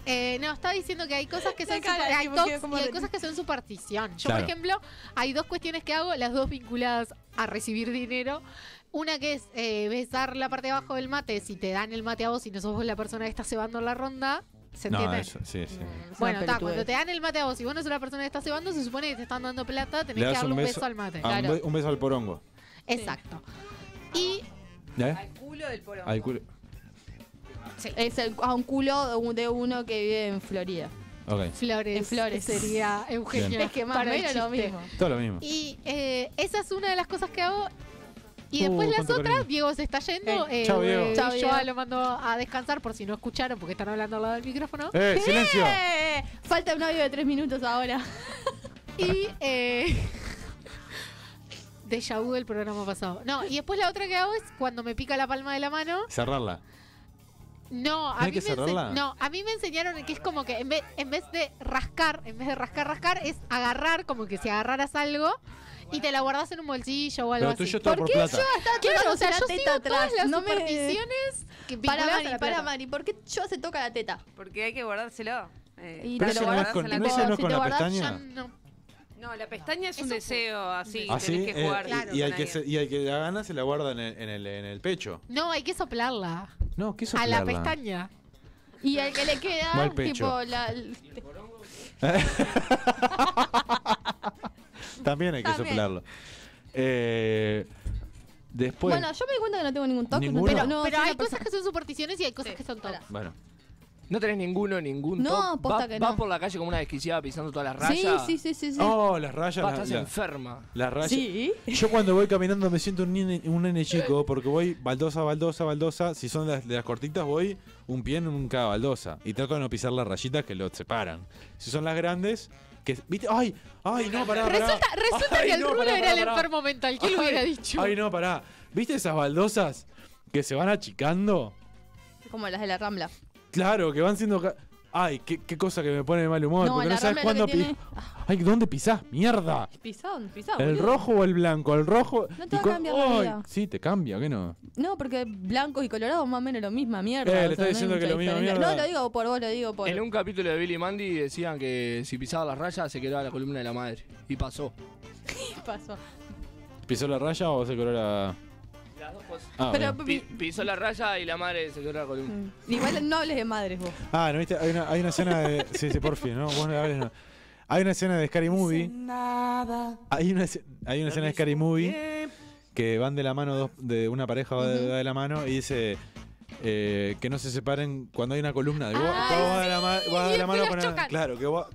Speaker 4: Eh, no, estaba diciendo que hay cosas que son
Speaker 14: La cara,
Speaker 4: super- hay
Speaker 14: tipo,
Speaker 4: tox
Speaker 14: que como
Speaker 4: y hay
Speaker 14: de-
Speaker 4: cosas que son superstición. Yo,
Speaker 2: Claro.
Speaker 4: por ejemplo, hay dos cuestiones que hago, las dos vinculadas a recibir dinero. Una que es eh, besar la parte de abajo del mate, si te dan el mate a vos y no sos vos la persona que está cebando la ronda, ¿se
Speaker 2: No,
Speaker 4: entiende?
Speaker 2: eso, sí, sí.
Speaker 4: Bueno, está,
Speaker 14: pelotudez.
Speaker 4: cuando te dan el mate a vos y vos no sos la persona que está cebando, se supone que te están dando plata, tenés
Speaker 2: Le
Speaker 4: que
Speaker 2: das
Speaker 4: darle
Speaker 2: un beso,
Speaker 4: al mate.
Speaker 2: a un be- un beso al porongo.
Speaker 4: Exacto. Y
Speaker 2: ¿Eh?
Speaker 4: culo del porongo.
Speaker 2: Al culo.
Speaker 14: Es el- a un culo de un- de uno que vive en Florida.
Speaker 2: Ok.
Speaker 4: Flores.
Speaker 14: En Flores.
Speaker 4: Sería Eugenio.
Speaker 2: Bien.
Speaker 14: Es que más
Speaker 4: para
Speaker 14: o
Speaker 4: el
Speaker 14: menos lo
Speaker 4: chiste.
Speaker 14: mismo.
Speaker 2: Todo lo mismo.
Speaker 4: Y eh, esa es una de las cosas que hago. Y
Speaker 2: Uh,
Speaker 4: después las
Speaker 2: cuánto
Speaker 4: otras,
Speaker 2: cariño.
Speaker 4: Diego se está yendo.
Speaker 2: Eh.
Speaker 4: eh,
Speaker 2: Chau, Diego.
Speaker 4: eh,
Speaker 2: Chau,
Speaker 4: yo
Speaker 2: Diego.
Speaker 4: lo mando a descansar por si no escucharon porque están hablando al lado del micrófono.
Speaker 2: Eh, silencio.
Speaker 14: ¡Eh! Falta un audio de tres minutos ahora.
Speaker 4: Y eh, déjà vu del programa pasado. No, y después la otra que hago es cuando me pica la palma de la mano.
Speaker 2: Cerrarla.
Speaker 4: No,
Speaker 2: ¿No
Speaker 4: a,
Speaker 2: hay
Speaker 4: mí
Speaker 2: que
Speaker 4: me ense-
Speaker 2: cerrarla?
Speaker 4: no, a mí me enseñaron que es como que en vez, en vez de rascar, en vez de rascar, rascar, es agarrar, como que si agarraras algo y te la guardás en un bolsillo o algo
Speaker 2: Pero
Speaker 4: así.
Speaker 2: tuyo es todo ¿Por por qué plata. yo
Speaker 14: hasta
Speaker 4: Claro,
Speaker 14: todas
Speaker 4: o sea,
Speaker 14: las
Speaker 4: yo
Speaker 14: tetas
Speaker 4: sigo todas
Speaker 14: atrás?
Speaker 4: las
Speaker 14: No me-
Speaker 4: supersticiones que
Speaker 14: Para
Speaker 4: vinculadas a
Speaker 14: Mari,
Speaker 4: la
Speaker 14: para
Speaker 4: plata.
Speaker 14: Mari, ¿por qué yo se toca la teta?
Speaker 5: Porque hay que guardárselo. eh,
Speaker 14: Y
Speaker 2: Pero te lo eso no es guardas con- en la ¿no eso no es si con te la guardas, pestaña?
Speaker 4: No.
Speaker 5: la pestaña es un deseo así,
Speaker 2: Así,
Speaker 5: tenés que
Speaker 2: eh,
Speaker 5: jugar.
Speaker 2: y- y, al que se- y al que la gana se la guarda en el, en el, en el pecho.
Speaker 4: No, hay que soplarla.
Speaker 2: No, ¿qué
Speaker 4: A la
Speaker 2: soplarla?
Speaker 4: pestaña.
Speaker 14: Y el que le queda,
Speaker 2: Mal pecho.
Speaker 14: tipo, la.
Speaker 2: También hay que
Speaker 14: También.
Speaker 2: soplarlo. Eh, después.
Speaker 14: bueno, yo me di cuenta que no tengo ningún toque.
Speaker 2: Ninguno.
Speaker 14: Pero,
Speaker 4: No,
Speaker 14: no,
Speaker 4: pero
Speaker 14: soy
Speaker 4: hay
Speaker 14: una persona-
Speaker 4: cosas que son supersticiones y hay cosas que son todas.
Speaker 2: Bueno.
Speaker 6: No tenés ninguno, ningún
Speaker 4: No,
Speaker 6: toc.
Speaker 4: posta
Speaker 6: Va-
Speaker 4: que
Speaker 6: vas
Speaker 4: no.
Speaker 6: por la calle como una desquiciada pisando todas las
Speaker 14: Sí,
Speaker 6: rayas.
Speaker 14: sí, sí, sí, sí.
Speaker 2: Oh, las rayas.
Speaker 6: Va,
Speaker 2: las-
Speaker 6: estás
Speaker 2: las-
Speaker 6: enferma.
Speaker 2: Las rayas.
Speaker 6: Sí.
Speaker 2: Yo cuando voy caminando me siento un nene, un nene chico porque voy baldosa, baldosa, baldosa. Si son las, de las cortitas, voy un pie en un cada baldosa. Y trato de no pisar las rayitas que lo separan. Si son las grandes, que. ¿Viste? ¡Ay! ¡Ay, no, pará! pará.
Speaker 4: Resulta, resulta
Speaker 2: Ay,
Speaker 4: que el
Speaker 2: no,
Speaker 4: rulo
Speaker 2: pará,
Speaker 4: era
Speaker 2: pará,
Speaker 4: el
Speaker 2: pará.
Speaker 4: enfermo mental. ¿Quién lo
Speaker 2: Ay,
Speaker 4: hubiera dicho?
Speaker 2: Ay, no, pará. ¿Viste esas baldosas que se van achicando?
Speaker 14: Como las de la Rambla.
Speaker 2: Claro, que van siendo. ca- Ay, qué, qué cosa que me pone de mal humor.
Speaker 14: No,
Speaker 2: porque
Speaker 14: la
Speaker 2: no
Speaker 14: Rambla
Speaker 2: sabes cuándo.
Speaker 14: lo que tiene- Ah,
Speaker 2: pi- Ay, ¿dónde pisás? ¡Mierda!
Speaker 14: Pisado,
Speaker 3: Ah,
Speaker 14: pisado.
Speaker 2: ¿El
Speaker 14: boludo.
Speaker 2: rojo o el blanco? El rojo.
Speaker 14: No te
Speaker 2: y
Speaker 14: va a
Speaker 2: cu-
Speaker 14: cambiar la
Speaker 2: Ay,
Speaker 14: vida.
Speaker 2: Sí, te cambia, ¿qué no?
Speaker 14: No, porque blancos y colorados más o menos lo misma mierda.
Speaker 2: Eh, le
Speaker 14: o sea,
Speaker 2: estás
Speaker 14: no hay
Speaker 2: diciendo que
Speaker 14: mucha
Speaker 2: lo mismo,
Speaker 14: diferencia.
Speaker 2: mierda.
Speaker 14: No, lo digo por vos, lo digo por.
Speaker 6: En un capítulo de Billy y Mandy decían que si pisaba las rayas se quedaba la columna de la madre. Y pasó.
Speaker 14: Pasó.
Speaker 2: ¿Pisó la raya o se coló la.?
Speaker 6: Las dos cosas.
Speaker 2: Ah, Pero,
Speaker 6: Pi- pisó la raya y la madre se quedó la columna.
Speaker 14: Mm. Igual no hables de madres vos.
Speaker 2: Ah, ¿no viste? Hay una, hay una escena de. Sí, sí, por fin, ¿no? Vos no hables, no. Hay una escena de Scary Movie.
Speaker 14: Nada.
Speaker 2: Hay una, escena- hay una escena de Scary Movie que van de la mano, dos, de una pareja va de, va de la mano y dice eh, que no se separen cuando hay una columna. Digo,
Speaker 1: Ay,
Speaker 2: vos vas de la, ma- vas de
Speaker 1: y
Speaker 2: la mano
Speaker 1: después
Speaker 2: con
Speaker 1: las
Speaker 2: la-
Speaker 1: chocan.
Speaker 2: Claro, que vos.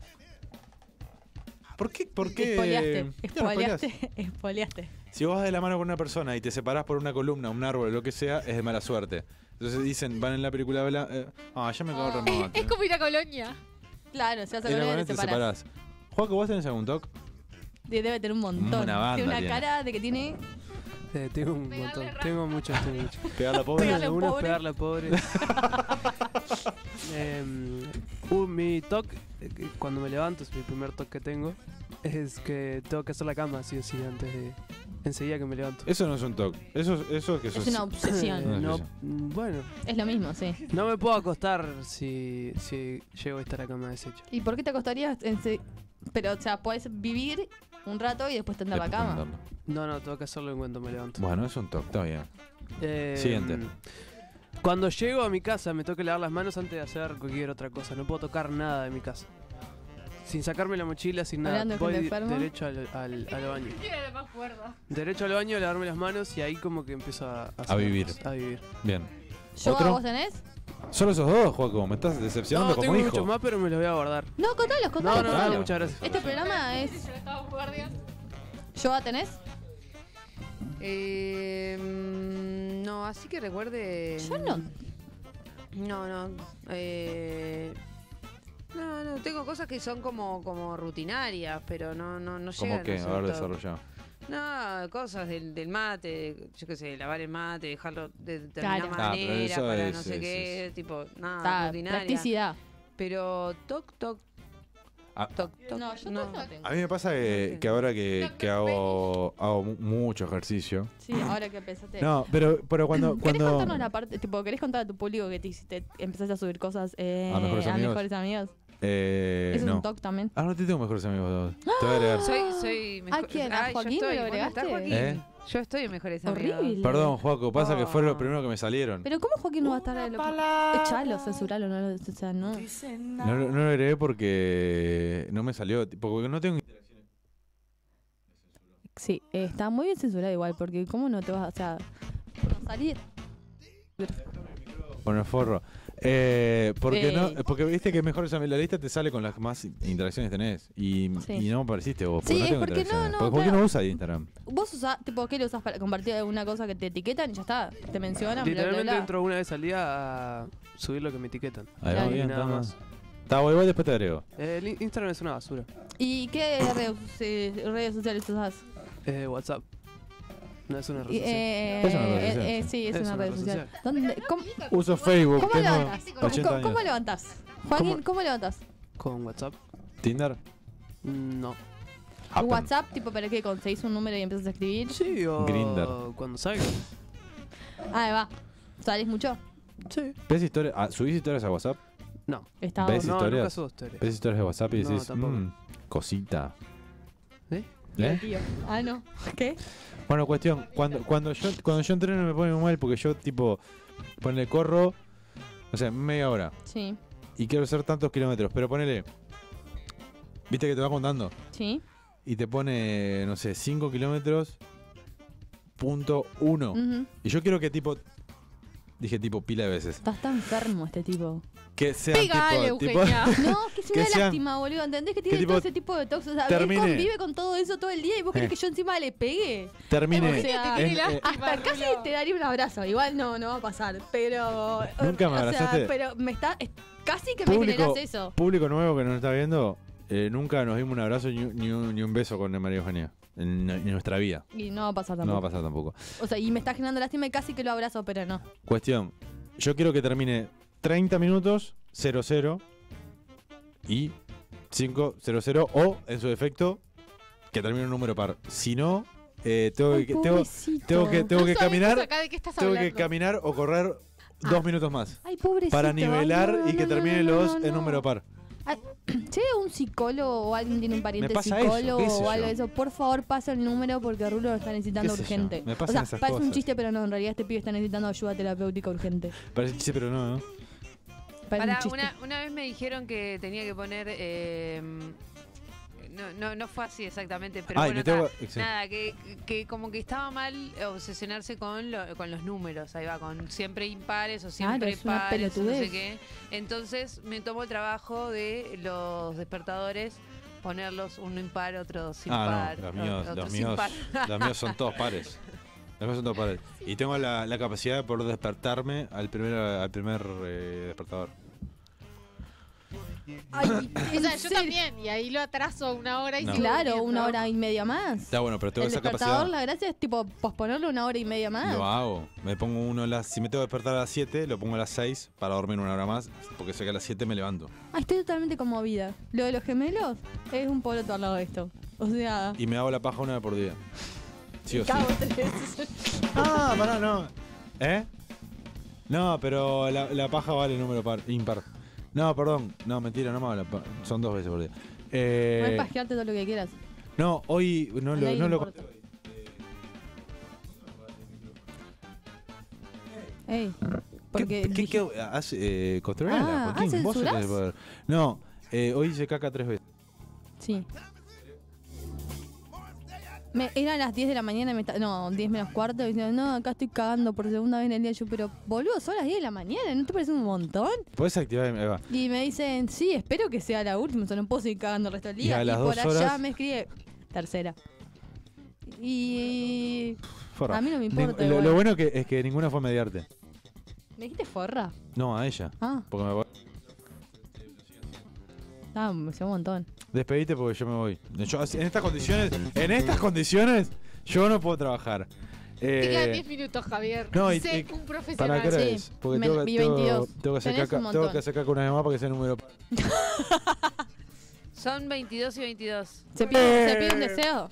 Speaker 2: ¿Por qué? ¿Por qué?
Speaker 14: Espoleaste,
Speaker 2: No, no spoileás.
Speaker 14: espoleaste, espoleaste.
Speaker 2: Si vos vas de la mano con una persona y te separás por una columna, un árbol, lo que sea, es de mala suerte. Entonces dicen, van en la película, bla- eh, ah, ya me cago el remate.
Speaker 4: Es como ir a Colonia.
Speaker 14: Claro, se hace
Speaker 2: Y la
Speaker 14: con
Speaker 2: verdad
Speaker 14: él,
Speaker 2: te
Speaker 14: se para.
Speaker 2: separás. Juaco, ¿vos tenés algún toque?
Speaker 14: Debe tener un montón.
Speaker 2: Una banda
Speaker 14: tiene una
Speaker 2: tiene.
Speaker 14: cara de que tiene.
Speaker 6: Eh, tengo un montón. Tengo muchos, tengo muchos.
Speaker 2: Pegarla pobre.
Speaker 6: Tengo algunos,
Speaker 14: pobre.
Speaker 6: pegarla pobre. Em, uh, mi toque, eh, que cuando me levanto, es mi primer toque que tengo, es que tengo que hacer la cama, sí o sí, antes de... Enseguida que me levanto.
Speaker 2: Eso no es un toque. Eso, eso es que sos-
Speaker 14: una obsesión.
Speaker 2: Una
Speaker 6: no,
Speaker 2: obsesión.
Speaker 6: mm, bueno,
Speaker 14: Es lo mismo, sí.
Speaker 6: no me puedo acostar si, si llego a estar la cama deshecha.
Speaker 14: ¿Y por qué te acostarías? en se- Pero, o sea, podés vivir un rato y después tender la
Speaker 6: Después
Speaker 14: cama.
Speaker 6: No, no, tengo que hacerlo en cuanto me levanto.
Speaker 2: Bueno, es un toque, está bien.
Speaker 6: Eh,
Speaker 2: Siguiente.
Speaker 6: Cuando llego a mi casa me tengo que lavar las manos antes de hacer cualquier otra cosa. No puedo tocar nada de mi casa. Sin sacarme la mochila, sin nada.
Speaker 4: Hablando de
Speaker 6: Voy
Speaker 4: gente
Speaker 6: di-
Speaker 4: enferma.
Speaker 6: derecho al, al- al baño.
Speaker 4: Era la más cuerda.
Speaker 6: Derecho al baño, lavarme las manos y ahí como que empiezo a... hacer
Speaker 2: vivir.
Speaker 6: cosas, A vivir.
Speaker 2: Bien.
Speaker 3: ¿Yo
Speaker 2: ¿Otro?
Speaker 3: vos tenés?
Speaker 2: Solo esos dos, Juaco. Me estás
Speaker 6: No,
Speaker 2: decepcionando
Speaker 6: tengo
Speaker 2: como hijo.
Speaker 6: muchos más, pero me los voy a guardar.
Speaker 3: No, contalos,
Speaker 6: No,
Speaker 3: contalos.
Speaker 6: no, no,
Speaker 3: contalos.
Speaker 6: muchas gracias.
Speaker 3: Este programa es. ¿Yo tenés?
Speaker 5: Eh, mm, no, así que recuerde. Yo
Speaker 3: no.
Speaker 5: No, no. eh, no, no, tengo cosas que son como, como rutinarias, pero no, no, no llegan.
Speaker 2: Como
Speaker 5: no
Speaker 2: que,
Speaker 5: sé,
Speaker 2: a ver,
Speaker 5: todo.
Speaker 2: desarrollado.
Speaker 5: No, cosas del, del mate, yo qué sé, lavar el mate, dejarlo de determinada
Speaker 2: Claro. Ah, pero
Speaker 5: manera,
Speaker 2: eso
Speaker 5: para
Speaker 2: es-
Speaker 5: no sé
Speaker 2: es-
Speaker 5: qué, tipo, nada,
Speaker 3: Ta,
Speaker 5: Ah, rutinaria.
Speaker 3: practicidad.
Speaker 5: Pero toc, toc,
Speaker 2: Ah,
Speaker 5: toc, toc.
Speaker 3: No, yo
Speaker 5: no,
Speaker 2: A mí me pasa que, que ahora que, que hago, hago mu- mucho ejercicio.
Speaker 3: Sí, ahora que empezaste.
Speaker 2: No, pero, pero cuando.
Speaker 3: ¿Querés
Speaker 2: cuando
Speaker 3: contarnos la parte, tipo, querés contar a tu público que te hiciste, empezaste a subir cosas eh,
Speaker 2: A Mejores Amigos?
Speaker 3: Mejores Amigos?
Speaker 2: eh,
Speaker 3: Eso es
Speaker 2: no.
Speaker 3: un toc también. ¡Ah!
Speaker 2: Ah, no te tengo mejores amigos. Te voy a agregar.
Speaker 5: Soy, soy mejor.
Speaker 3: quién? ¿A
Speaker 5: Ay, yo
Speaker 3: Joaquín
Speaker 5: estoy,
Speaker 3: me lo
Speaker 5: bueno, está
Speaker 3: agregaste?
Speaker 5: Joaquín.
Speaker 2: ¿Eh?
Speaker 5: Yo estoy en mejores amigos.
Speaker 2: Perdón, Juaco. Pasa que
Speaker 3: Oh.
Speaker 2: fue lo primero que me salieron.
Speaker 3: Pero ¿cómo Joaquín no va a estar en lo Echalo, censuralo, no lo- o sea, no.
Speaker 2: No, lo- no lo agregué porque no me salió. tipo, Porque no tengo.
Speaker 3: Sí, eh, está muy bien censurado igual, porque ¿cómo no te vas a, o sea, por salir?
Speaker 2: Bueno, forro. Eh, porque
Speaker 3: Eh.
Speaker 2: no, porque viste que mejor la lista te sale con las que más interacciones tenés. Y,
Speaker 3: Sí.
Speaker 2: y no apareciste vos.
Speaker 3: Sí,
Speaker 2: Porque no
Speaker 3: es
Speaker 2: tengo
Speaker 3: porque no,
Speaker 2: interacciones.
Speaker 3: no,
Speaker 2: porque Joaquín
Speaker 3: claro.
Speaker 2: no usa Instagram.
Speaker 3: Vos usás, tipo, ¿qué lo usás para compartir alguna cosa que te etiquetan y ya está? Te mencionan, bla, bla,
Speaker 6: Literalmente
Speaker 3: bla.
Speaker 6: entro una vez al día a subir lo que me etiquetan.
Speaker 2: Ahí va
Speaker 6: Y
Speaker 2: bien,
Speaker 6: nada
Speaker 2: está
Speaker 6: más. Eh,
Speaker 2: bien. Está bueno, igual después te agrego.
Speaker 6: El in- Instagram es una basura.
Speaker 3: ¿Y qué redes, eh, redes sociales usás?
Speaker 6: Eh, WhatsApp. No es una red
Speaker 3: Y,
Speaker 6: social.
Speaker 3: eh, eh, eh, sí, es, una, red social. ¿Dónde- cómo-
Speaker 2: Uso Facebook,
Speaker 3: ¿Cómo
Speaker 2: tengo
Speaker 3: levantás?
Speaker 2: 80
Speaker 3: ¿Cómo,
Speaker 2: años.
Speaker 3: cómo levantás? Joaquín, ¿cómo, levantás?
Speaker 6: ¿Con WhatsApp?
Speaker 2: ¿Tinder?
Speaker 6: Mm, No.
Speaker 2: Ah,
Speaker 3: ¿Tu WhatsApp, tipo, para qué? ¿Conseguís un número y empiezas a escribir?
Speaker 6: Sí, o
Speaker 2: Grindr.
Speaker 6: cuando salgo.
Speaker 3: Ah, Ahí va. ¿Salís mucho?
Speaker 6: Sí.
Speaker 2: ¿Ves historias? ah, ¿Subís historias a WhatsApp?
Speaker 6: No.
Speaker 3: Está
Speaker 2: ¿Ves
Speaker 6: No, nunca
Speaker 2: historias?
Speaker 6: subo historias.
Speaker 2: ¿Ves historias de WhatsApp y
Speaker 6: No,
Speaker 2: decís,
Speaker 6: tampoco.
Speaker 2: "Mm, cosita?
Speaker 6: ¿Eh?
Speaker 2: ¿Eh?
Speaker 3: Tío. Ah, no. ¿Qué?
Speaker 2: Bueno, cuestión, cuando, cuando yo cuando yo entreno me pone muy mal porque yo tipo ponle corro, no sé, media hora
Speaker 3: Sí.
Speaker 2: y quiero hacer tantos kilómetros, pero ponele Viste que te va contando
Speaker 3: Sí.
Speaker 2: y te pone, no sé, 5 kilómetros punto uno.
Speaker 3: Ujú.
Speaker 2: Y yo quiero que tipo dije tipo pila de veces.
Speaker 3: Estás tan enfermo este tipo.
Speaker 2: Que sean
Speaker 3: Pegale,
Speaker 2: tipo, tipo-
Speaker 3: Eugenia. no, que es
Speaker 2: que
Speaker 3: una
Speaker 2: sean-
Speaker 3: lástima, boludo. ¿Entendés que tiene
Speaker 2: tipo
Speaker 3: todo ese tipo de toxos? O sea, él
Speaker 2: termine-
Speaker 3: convive con todo eso todo el día y vos querés
Speaker 2: Eh.
Speaker 3: que yo encima le pegue.
Speaker 2: Termine. Eh,
Speaker 3: O sea,
Speaker 2: en- en-
Speaker 3: hasta casi te daría un abrazo. Igual no, no va a pasar. Pero. eh,
Speaker 2: Nunca me
Speaker 3: O
Speaker 2: abrazaste.
Speaker 3: sea, pero me está. es- Casi que me
Speaker 2: público,
Speaker 3: generas eso.
Speaker 2: público nuevo que nos está viendo, eh, nunca nos dimos un abrazo ni, un- ni un, ni un beso con María Eugenia en, en nuestra vida.
Speaker 3: Y no va a pasar
Speaker 2: No va
Speaker 3: tampoco.
Speaker 2: a pasar tampoco.
Speaker 3: O sea, y me está generando lástima y casi que lo abrazo, pero no.
Speaker 2: Cuestión. Yo quiero que termine 30 minutos 00 y 500 o, en su defecto, que termine un número par. Si no, eh, tengo,
Speaker 4: Ay,
Speaker 2: que, tengo,
Speaker 4: pobrecito.
Speaker 2: tengo que, tengo
Speaker 4: No
Speaker 2: que
Speaker 4: sabemos
Speaker 2: caminar.
Speaker 4: acá de qué estás
Speaker 2: tengo que
Speaker 4: hablando.
Speaker 2: caminar o correr dos minutos más.
Speaker 3: Ay, Ah. pobrecito.
Speaker 2: Para
Speaker 3: Ay,
Speaker 2: nivelar
Speaker 3: no, no,
Speaker 2: y que
Speaker 3: no, no,
Speaker 2: termine
Speaker 3: no,
Speaker 2: los
Speaker 3: no,
Speaker 2: en
Speaker 3: no.
Speaker 2: número par.
Speaker 3: Ah, Si hay un psicólogo o alguien tiene un pariente
Speaker 2: pasa eso,
Speaker 3: psicólogo
Speaker 2: qué sé
Speaker 3: o algo de
Speaker 2: yo.
Speaker 3: eso, por favor pasa el número porque Rulo lo está necesitando
Speaker 2: Qué sé yo,
Speaker 3: urgente.
Speaker 2: me
Speaker 3: o
Speaker 2: pasan
Speaker 3: sea,
Speaker 2: esas
Speaker 3: parece un
Speaker 2: cosas.
Speaker 3: chiste, pero no, en realidad este pibe está necesitando ayuda terapéutica urgente.
Speaker 2: Parece chiste, pero no, ¿no?
Speaker 3: Parece un
Speaker 5: Pará,
Speaker 3: chiste.
Speaker 5: una, una vez me dijeron que tenía que poner. eh, no, no, no fue así exactamente, pero
Speaker 2: Ay,
Speaker 5: bueno,
Speaker 2: me tengo-
Speaker 5: ta,
Speaker 2: sí.
Speaker 5: nada, que, que como que estaba mal obsesionarse con, lo- con los números, ahí va, con siempre impares o siempre
Speaker 3: Claro, es una
Speaker 5: pares, o no sé
Speaker 3: pelotudez.
Speaker 5: qué. Entonces me tomo el trabajo de los despertadores ponerlos uno impar, otro sin
Speaker 2: Ah, no, los
Speaker 5: par. o-
Speaker 2: míos,
Speaker 5: otro
Speaker 2: los
Speaker 5: sin
Speaker 2: míos,
Speaker 5: par.
Speaker 2: los míos son todos pares. Los míos son todos pares. Y tengo la, la capacidad de poder despertarme al primer, al primer eh, despertador.
Speaker 4: O sea, yo también, y ahí lo atraso una hora y
Speaker 2: No.
Speaker 4: sigo
Speaker 3: Claro,
Speaker 4: durmiendo.
Speaker 3: una hora y media más.
Speaker 2: Está bueno, pero tengo
Speaker 3: el
Speaker 2: esa
Speaker 3: despertador,
Speaker 2: capacidad.
Speaker 3: la gracia es tipo posponerlo una hora y media más.
Speaker 2: Lo hago. Me pongo uno a las. Si me tengo que despertar a las 7, lo pongo a las 6 para dormir una hora más. Porque sé que a las 7 me levanto.
Speaker 3: Ay, estoy totalmente conmovida. Lo de los gemelos es un polo al lado de esto. O sea,
Speaker 2: Y me hago la paja una vez por día. Sí o sí.
Speaker 3: cago tres.
Speaker 2: Ah, pará, no. ¿Eh? No, pero la, la paja vale número par, impar. No, perdón. No, mentira, no me hago la paja. Son dos veces por día. Eh,
Speaker 3: Puedes pajearte todo lo que quieras.
Speaker 2: No, hoy no
Speaker 3: A
Speaker 2: lo,
Speaker 3: nadie
Speaker 2: no
Speaker 3: le
Speaker 2: lo
Speaker 3: importa. Ey, porque
Speaker 2: ¿Qué, qué, has, eh, controlala,
Speaker 3: Ah,
Speaker 2: Joaquín,
Speaker 3: ¿ah,
Speaker 2: vos
Speaker 3: censurás?
Speaker 2: tenés el poder. No, eh, hoy hice caca tres veces.
Speaker 3: Sí. Me, eran las 10 de la mañana, y me esta- no, 10 menos cuarto, y diciendo, no, acá estoy cagando por segunda vez en el día. Yo, pero boludo, son las 10 de la mañana, ¿no te parece un montón?
Speaker 2: ¿Puedes activar? Ahí va.
Speaker 3: Y me dicen, sí, espero que sea la última, o sea, no puedo seguir cagando el resto del
Speaker 2: Y
Speaker 3: día.
Speaker 2: a
Speaker 3: Y,
Speaker 2: las
Speaker 3: por
Speaker 2: dos
Speaker 3: allá
Speaker 2: horas-
Speaker 3: me escribe, tercera. Y.
Speaker 2: Forra.
Speaker 3: A mí no me
Speaker 2: Ning-
Speaker 3: importa.
Speaker 2: Lo,
Speaker 3: igual.
Speaker 2: lo bueno que, es que ninguna fue a mediarte.
Speaker 3: ¿Me dijiste forra?
Speaker 2: No, a ella.
Speaker 3: Ah.
Speaker 2: Porque me voy.
Speaker 3: Ah, me hacía un montón.
Speaker 2: Despedite porque yo me voy. Yo, así- en estas condiciones, en estas condiciones, yo no puedo trabajar.
Speaker 4: Te
Speaker 2: Eh,
Speaker 4: quedan 10 minutos, Javier.
Speaker 2: no, y-
Speaker 4: sé
Speaker 2: y-
Speaker 4: un
Speaker 2: ¿Para
Speaker 4: profesional.
Speaker 2: qué hora es? Porque tengo, que- tengo- tengo que hacer
Speaker 5: Tenés un
Speaker 2: caca, tengo que
Speaker 5: montón.
Speaker 2: hacer caca una vez más para que sea número. par.
Speaker 5: Son 22 y 22.
Speaker 3: ¿Se pide, se
Speaker 2: Eh,
Speaker 3: pide un deseo?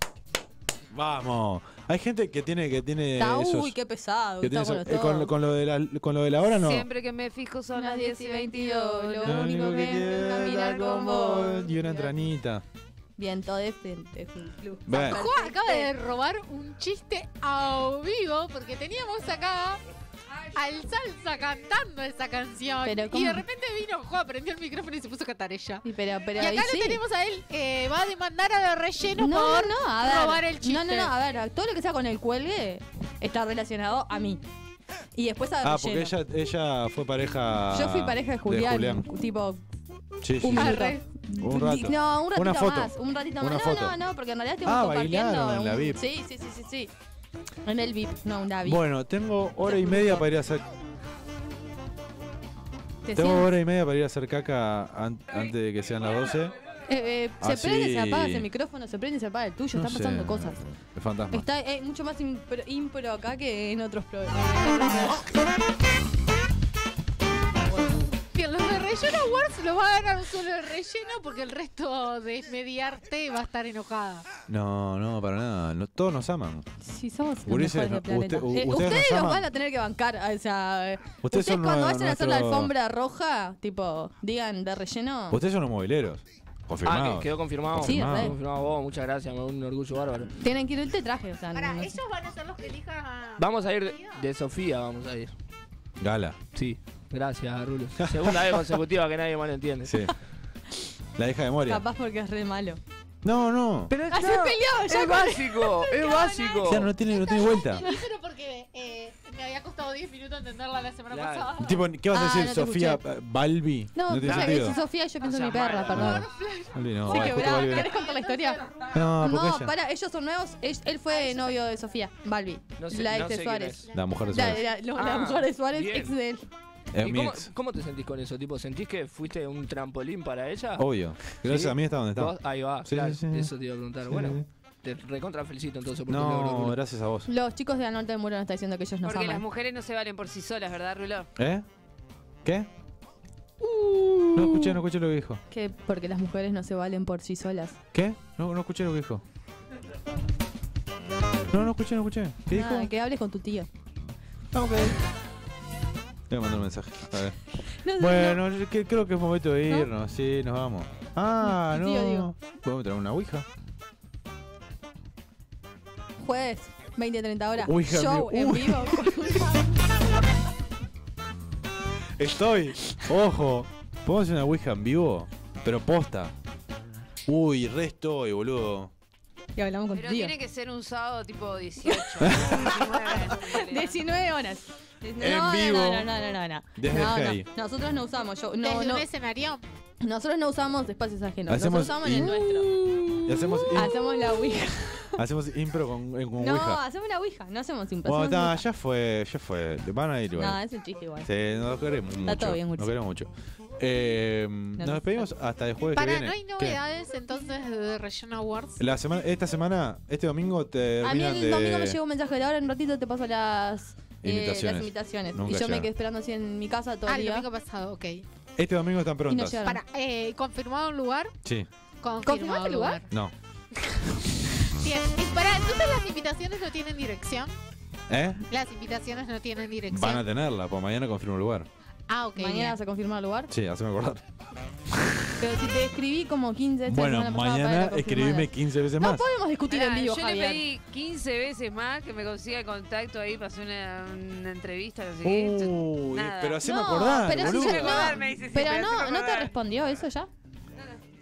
Speaker 2: Vamos. Hay gente que tiene que tiene
Speaker 3: Está,
Speaker 2: esos-
Speaker 3: uy, qué pesado.
Speaker 2: que
Speaker 3: está
Speaker 2: tiene esos-
Speaker 3: bueno
Speaker 2: eh, con,
Speaker 3: todo.
Speaker 2: lo- con lo de la con lo de la hora no.
Speaker 5: Siempre que me fijo son las 10 y 22. Lo
Speaker 2: Lo
Speaker 5: único
Speaker 2: único que
Speaker 5: que
Speaker 2: quiero
Speaker 5: es
Speaker 2: es
Speaker 5: caminar
Speaker 2: estar
Speaker 5: con
Speaker 2: con
Speaker 5: vos.
Speaker 2: vos y una entranita.
Speaker 3: Viento de frente. sin club.
Speaker 2: Bueno.
Speaker 4: Juan acaba de robar un chiste a vivo porque teníamos acá al salsa cantando esa canción.
Speaker 3: Pero,
Speaker 4: y
Speaker 3: ¿cómo?
Speaker 4: de repente vino Juan, prendió el micrófono y se puso a cantar ella.
Speaker 3: Y, pero, pero
Speaker 4: y
Speaker 3: ahí
Speaker 4: acá lo
Speaker 3: sí.
Speaker 4: tenemos a él, eh, va a demandar a relleno
Speaker 3: No,
Speaker 4: por
Speaker 3: no, a ver.
Speaker 4: robar el chiste.
Speaker 3: No, no, no, a ver, todo lo que sea con el cuelgue está relacionado a mí. Y después a
Speaker 2: Ah, porque
Speaker 3: relleno.
Speaker 2: ella ella fue pareja
Speaker 3: Yo fui pareja de Julián, tipo
Speaker 2: Sí, sí,
Speaker 3: un
Speaker 2: sí.
Speaker 3: minuto.
Speaker 2: Un rato.
Speaker 3: No, un ratito
Speaker 2: Una foto.
Speaker 3: más, un ratito
Speaker 2: Una
Speaker 3: más.
Speaker 2: foto.
Speaker 3: No, no, no, porque en realidad estuvimos
Speaker 2: Ah,
Speaker 3: compartiendo.
Speaker 2: bailaron en la
Speaker 3: un-
Speaker 2: VIP.
Speaker 3: Sí, sí, sí, sí, sí. En el VIP, no, una VIP.
Speaker 2: Bueno, tengo hora y media para ir a hacer
Speaker 3: Te
Speaker 2: tengo
Speaker 3: sientas-
Speaker 2: hora y media para ir a hacer caca an- antes de que sean las 12.
Speaker 3: Eh, eh, se
Speaker 2: Así-
Speaker 3: prende, se apaga ese micrófono, se prende, se apaga el tuyo,
Speaker 2: Ah, No
Speaker 3: están pasando
Speaker 2: sé,
Speaker 3: cosas.
Speaker 2: El fantasma.
Speaker 3: Está eh, mucho más impro, impro acá que en otros programas.
Speaker 4: Bien, los de Relleno Awards los va a ganar un solo de relleno porque el resto de mediarte va a estar enojada.
Speaker 2: No, no, para nada. No, todos nos aman.
Speaker 3: Si somos los
Speaker 2: Gurises,
Speaker 3: mejores
Speaker 2: no,
Speaker 3: del planeta.
Speaker 2: usted- u-
Speaker 3: Eh,
Speaker 2: ustedes
Speaker 3: ustedes
Speaker 2: nos
Speaker 3: los
Speaker 2: aman.
Speaker 3: van a tener que bancar. O sea, eh,
Speaker 2: Ustedes
Speaker 3: ustedes,
Speaker 2: son
Speaker 3: cuando
Speaker 2: nue-
Speaker 3: vayan a hacer la
Speaker 2: nuestro-
Speaker 3: alfombra roja, tipo, digan de relleno.
Speaker 2: Ustedes son los mobileros. Confirmado.
Speaker 17: Ah, que quedó confirmado.
Speaker 3: Sí, re.
Speaker 17: confirmado vos, muchas gracias, me da un orgullo bárbaro.
Speaker 3: Tienen que ir el traje, o sea, no sé.
Speaker 4: van a ser los que elijan.
Speaker 17: Vamos a ir de, de Sofía, vamos a ir.
Speaker 2: Gala.
Speaker 17: Sí. Gracias, Rulo. Segunda vez consecutiva que nadie más lo entiende.
Speaker 2: Sí. La hija de Moria.
Speaker 3: Capaz porque es re malo.
Speaker 2: No, no.
Speaker 17: Pero
Speaker 3: Ah, se peleó,
Speaker 17: es
Speaker 3: ya con-
Speaker 17: básico, es
Speaker 2: O
Speaker 17: básico.
Speaker 2: sea, no tiene, no tiene vuelta.
Speaker 4: Entendí, pero porque eh, me había costado 10 minutos entenderla la semana
Speaker 17: Claro.
Speaker 4: pasada.
Speaker 2: Tipo, ¿qué vas a
Speaker 4: Ah,
Speaker 2: decir,
Speaker 4: no te
Speaker 2: Sofía eh, Balbi?
Speaker 3: No,
Speaker 2: tiene
Speaker 3: claro,
Speaker 2: sentido.
Speaker 3: es Sofía, yo pienso en mi perra, perdón.
Speaker 2: Ah, Balbi no, es
Speaker 3: Se
Speaker 2: justo
Speaker 3: quebraba,
Speaker 2: Balbi.
Speaker 3: ¿querés contar la historia?
Speaker 2: No, porque ella-
Speaker 3: para, ellos son nuevos. Ell- Él fue novio de Sofía, Balbi.
Speaker 17: No sé-
Speaker 3: la ex
Speaker 17: no
Speaker 3: de
Speaker 17: sé quién
Speaker 3: Suárez.
Speaker 17: es.
Speaker 13: Nou,
Speaker 2: La mujer de
Speaker 3: La-
Speaker 2: Suárez.
Speaker 3: La, la- la
Speaker 17: Ah,
Speaker 3: mujer de Suárez,
Speaker 17: bien.
Speaker 3: ex de él.
Speaker 2: Es
Speaker 17: ¿Y
Speaker 2: mi
Speaker 17: cómo,
Speaker 2: ex.
Speaker 17: cómo te sentís con eso? Tipo, ¿sentís que fuiste un trampolín para ella?
Speaker 2: Obvio. Gracias
Speaker 17: ¿Sí?
Speaker 2: a mí está donde
Speaker 17: Vos-
Speaker 2: está.
Speaker 17: Ahí va,
Speaker 2: Sí,
Speaker 17: claro,
Speaker 2: sí, sí.
Speaker 17: eso te iba a preguntar.
Speaker 2: Sí,
Speaker 17: bueno,
Speaker 2: sí.
Speaker 17: te recontra felicito entonces por tu logro,
Speaker 2: No,
Speaker 17: Rulo.
Speaker 2: gracias a vos.
Speaker 3: Los chicos de la Norte del Muro nos están diciendo que ellos nos
Speaker 5: Porque las
Speaker 3: aman.
Speaker 5: mujeres no se valen por sí solas, ¿verdad, Rulo?
Speaker 2: ¿Eh? ¿Qué?
Speaker 3: Uh.
Speaker 2: No escuché, no escuché lo que dijo.
Speaker 3: Que porque las mujeres no se valen por sí solas.
Speaker 2: ¿Qué? No, no escuché lo que dijo. No, no escuché, no escuché. ¿Qué dijo? Ah,
Speaker 3: Nada, que hables con tu tío.
Speaker 2: Le voy a mandar un mensaje. A ver.
Speaker 3: No, no,
Speaker 2: bueno, yo que- creo que es momento de irnos. Sí, nos vamos. Ah,
Speaker 3: Mi
Speaker 2: no.
Speaker 3: tío, digo.
Speaker 2: ¿Podemos traer una ouija?
Speaker 3: Jueves, 20-30 horas.
Speaker 2: Ouija en
Speaker 3: Show
Speaker 2: vivo.
Speaker 3: en
Speaker 2: Uy.
Speaker 3: vivo.
Speaker 2: Estoy. Ojo. ¿Podemos hacer una ouija en vivo? Pero posta. Uy, re estoy, boludo.
Speaker 3: y hablamos con
Speaker 5: Pero
Speaker 3: tu tío.
Speaker 5: tiene que ser un sábado tipo 18.
Speaker 3: 19 horas.
Speaker 2: En
Speaker 3: no,
Speaker 2: vivo.
Speaker 3: No, no, no, no, no.
Speaker 2: Desde
Speaker 3: no,
Speaker 2: el
Speaker 3: no.
Speaker 2: Hey.
Speaker 3: Nosotros no usamos. Yo, no,
Speaker 4: Desde
Speaker 3: no.
Speaker 4: un escenario.
Speaker 3: Nosotros no usamos espacios ajenos.
Speaker 2: Hacemos
Speaker 3: Nosotros usamos
Speaker 2: y-
Speaker 3: el nuestro.
Speaker 2: Y hacemos, im-
Speaker 3: Hacemos la Ouija.
Speaker 2: hacemos impro con, eh, con
Speaker 3: No,
Speaker 2: ouija.
Speaker 3: hacemos la Ouija. No hacemos impro.
Speaker 2: Bueno,
Speaker 3: hacemos
Speaker 2: está, ya fue, ya fue. Te van a ir
Speaker 3: Ouija.
Speaker 2: igual.
Speaker 3: No, es un chiste igual.
Speaker 2: Sí, nos queremos mucho.
Speaker 3: todo bien,
Speaker 2: nos
Speaker 3: Gursi.
Speaker 2: queremos mucho. Eh, nos despedimos hasta el jueves que
Speaker 4: Para,
Speaker 2: viene.
Speaker 4: ¿no hay
Speaker 2: ¿Qué?
Speaker 4: novedades entonces de Relleno Awards?
Speaker 2: La semana, esta semana, este domingo te
Speaker 3: A mí el
Speaker 2: terminan de...
Speaker 3: domingo me llegó un mensaje de ahora en un ratito te paso las eh,
Speaker 2: Invitaciones.
Speaker 3: las invitaciones.
Speaker 2: Nunca
Speaker 3: y yo
Speaker 2: llegan.
Speaker 3: me quedé esperando así en mi casa todo
Speaker 4: Ah,
Speaker 3: el
Speaker 4: el
Speaker 3: día.
Speaker 4: domingo pasado, ok.
Speaker 2: Este domingo están prontas.
Speaker 4: Para, eh, ¿confirmado un lugar?
Speaker 2: sí.
Speaker 4: Confirmado
Speaker 3: el
Speaker 4: un
Speaker 3: lugar?
Speaker 2: No.
Speaker 4: lugar. Bien, y para, entonces las invitaciones no tienen dirección.
Speaker 2: ¿Eh?
Speaker 4: Las invitaciones no tienen dirección.
Speaker 2: Van a tenerla, pues mañana confirmo el lugar.
Speaker 4: Ah, ok.
Speaker 3: Mañana vas a confirmar el lugar.
Speaker 2: Sí, haceme acordar.
Speaker 3: Pero si te escribí como 15 veces la
Speaker 2: Bueno,
Speaker 3: semana pasada para
Speaker 2: mañana
Speaker 3: que
Speaker 2: escribime 15 veces
Speaker 3: No
Speaker 2: más.
Speaker 3: podemos discutir
Speaker 5: Pará,
Speaker 3: en vivo,
Speaker 5: yo
Speaker 3: Javier.
Speaker 5: le pedí 15 veces más que me consiga el contacto ahí para hacer una, una entrevista, no sé
Speaker 3: Uh,
Speaker 5: qué.
Speaker 2: Uy,
Speaker 5: Nada.
Speaker 2: pero haceme
Speaker 5: No,
Speaker 2: acordar,
Speaker 5: pero si
Speaker 2: boludo.
Speaker 5: yo no- me dice siempre,
Speaker 3: Pero no,
Speaker 5: haceme
Speaker 3: ¿no te
Speaker 5: acordar.
Speaker 3: respondió eso ya?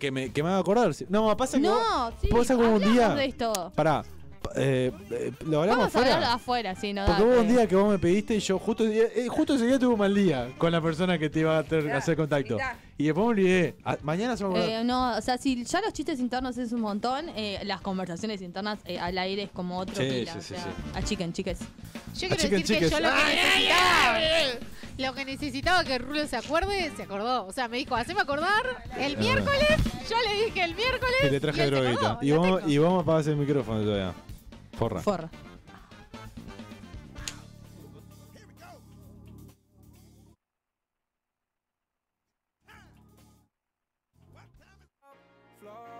Speaker 2: Que me, que me haga acordar. sí. No, pasa que
Speaker 3: No,
Speaker 2: vos-
Speaker 3: sí,
Speaker 2: pasa como un
Speaker 3: hablamos
Speaker 2: día.
Speaker 3: de esto.
Speaker 2: Pará. Pa- eh, eh, lo hablamos
Speaker 3: Vamos a
Speaker 2: afuera.
Speaker 3: hablar afuera, sí, no
Speaker 2: Porque
Speaker 3: da,
Speaker 2: hubo un
Speaker 3: eh.
Speaker 2: día que vos me pediste y yo justo, ese día- eh, justo ese día tuve un mal día con la persona que te iba a tener que hacer contacto. Y después me olvidé. Ah, mañana se me va a acordar.
Speaker 3: Eh, no, o sea, si ya los chistes internos es un montón, eh, las conversaciones internas eh, al aire es como otro
Speaker 2: Sí,
Speaker 3: pila,
Speaker 2: sí,
Speaker 3: o
Speaker 2: sí,
Speaker 3: sea,
Speaker 2: sí.
Speaker 3: Achiquen, chiques.
Speaker 4: Yo quiero
Speaker 2: Achiquen,
Speaker 4: decir que yo
Speaker 2: chiques. Ah.
Speaker 4: lo que
Speaker 2: ¡Ay,
Speaker 4: necesitaba. Lo que necesitaba que Rulo se acuerde, se acordó. O sea, me dijo, haceme acordar el
Speaker 2: Ah.
Speaker 4: miércoles. Yo le dije el miércoles.
Speaker 2: Que te
Speaker 4: y
Speaker 2: traje
Speaker 4: él se
Speaker 2: droguita.
Speaker 4: acordó.
Speaker 2: Y vos, y vos me apagás el micrófono todavía. Forra.
Speaker 3: Forra.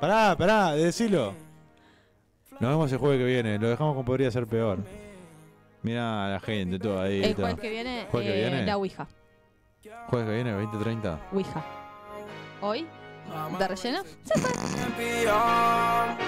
Speaker 2: Pará, pará, decilo. Nos vemos el jueves que viene. Lo dejamos como podría ser peor. Mirá a la gente, todo ahí.
Speaker 3: El
Speaker 2: todo.
Speaker 3: jueves que viene,
Speaker 2: Jueves que
Speaker 3: eh,
Speaker 2: viene.
Speaker 3: la Ouija.
Speaker 2: Jueves que viene, 20.30.
Speaker 3: Ouija. ¿Hoy? ¿De relleno?
Speaker 8: campeón.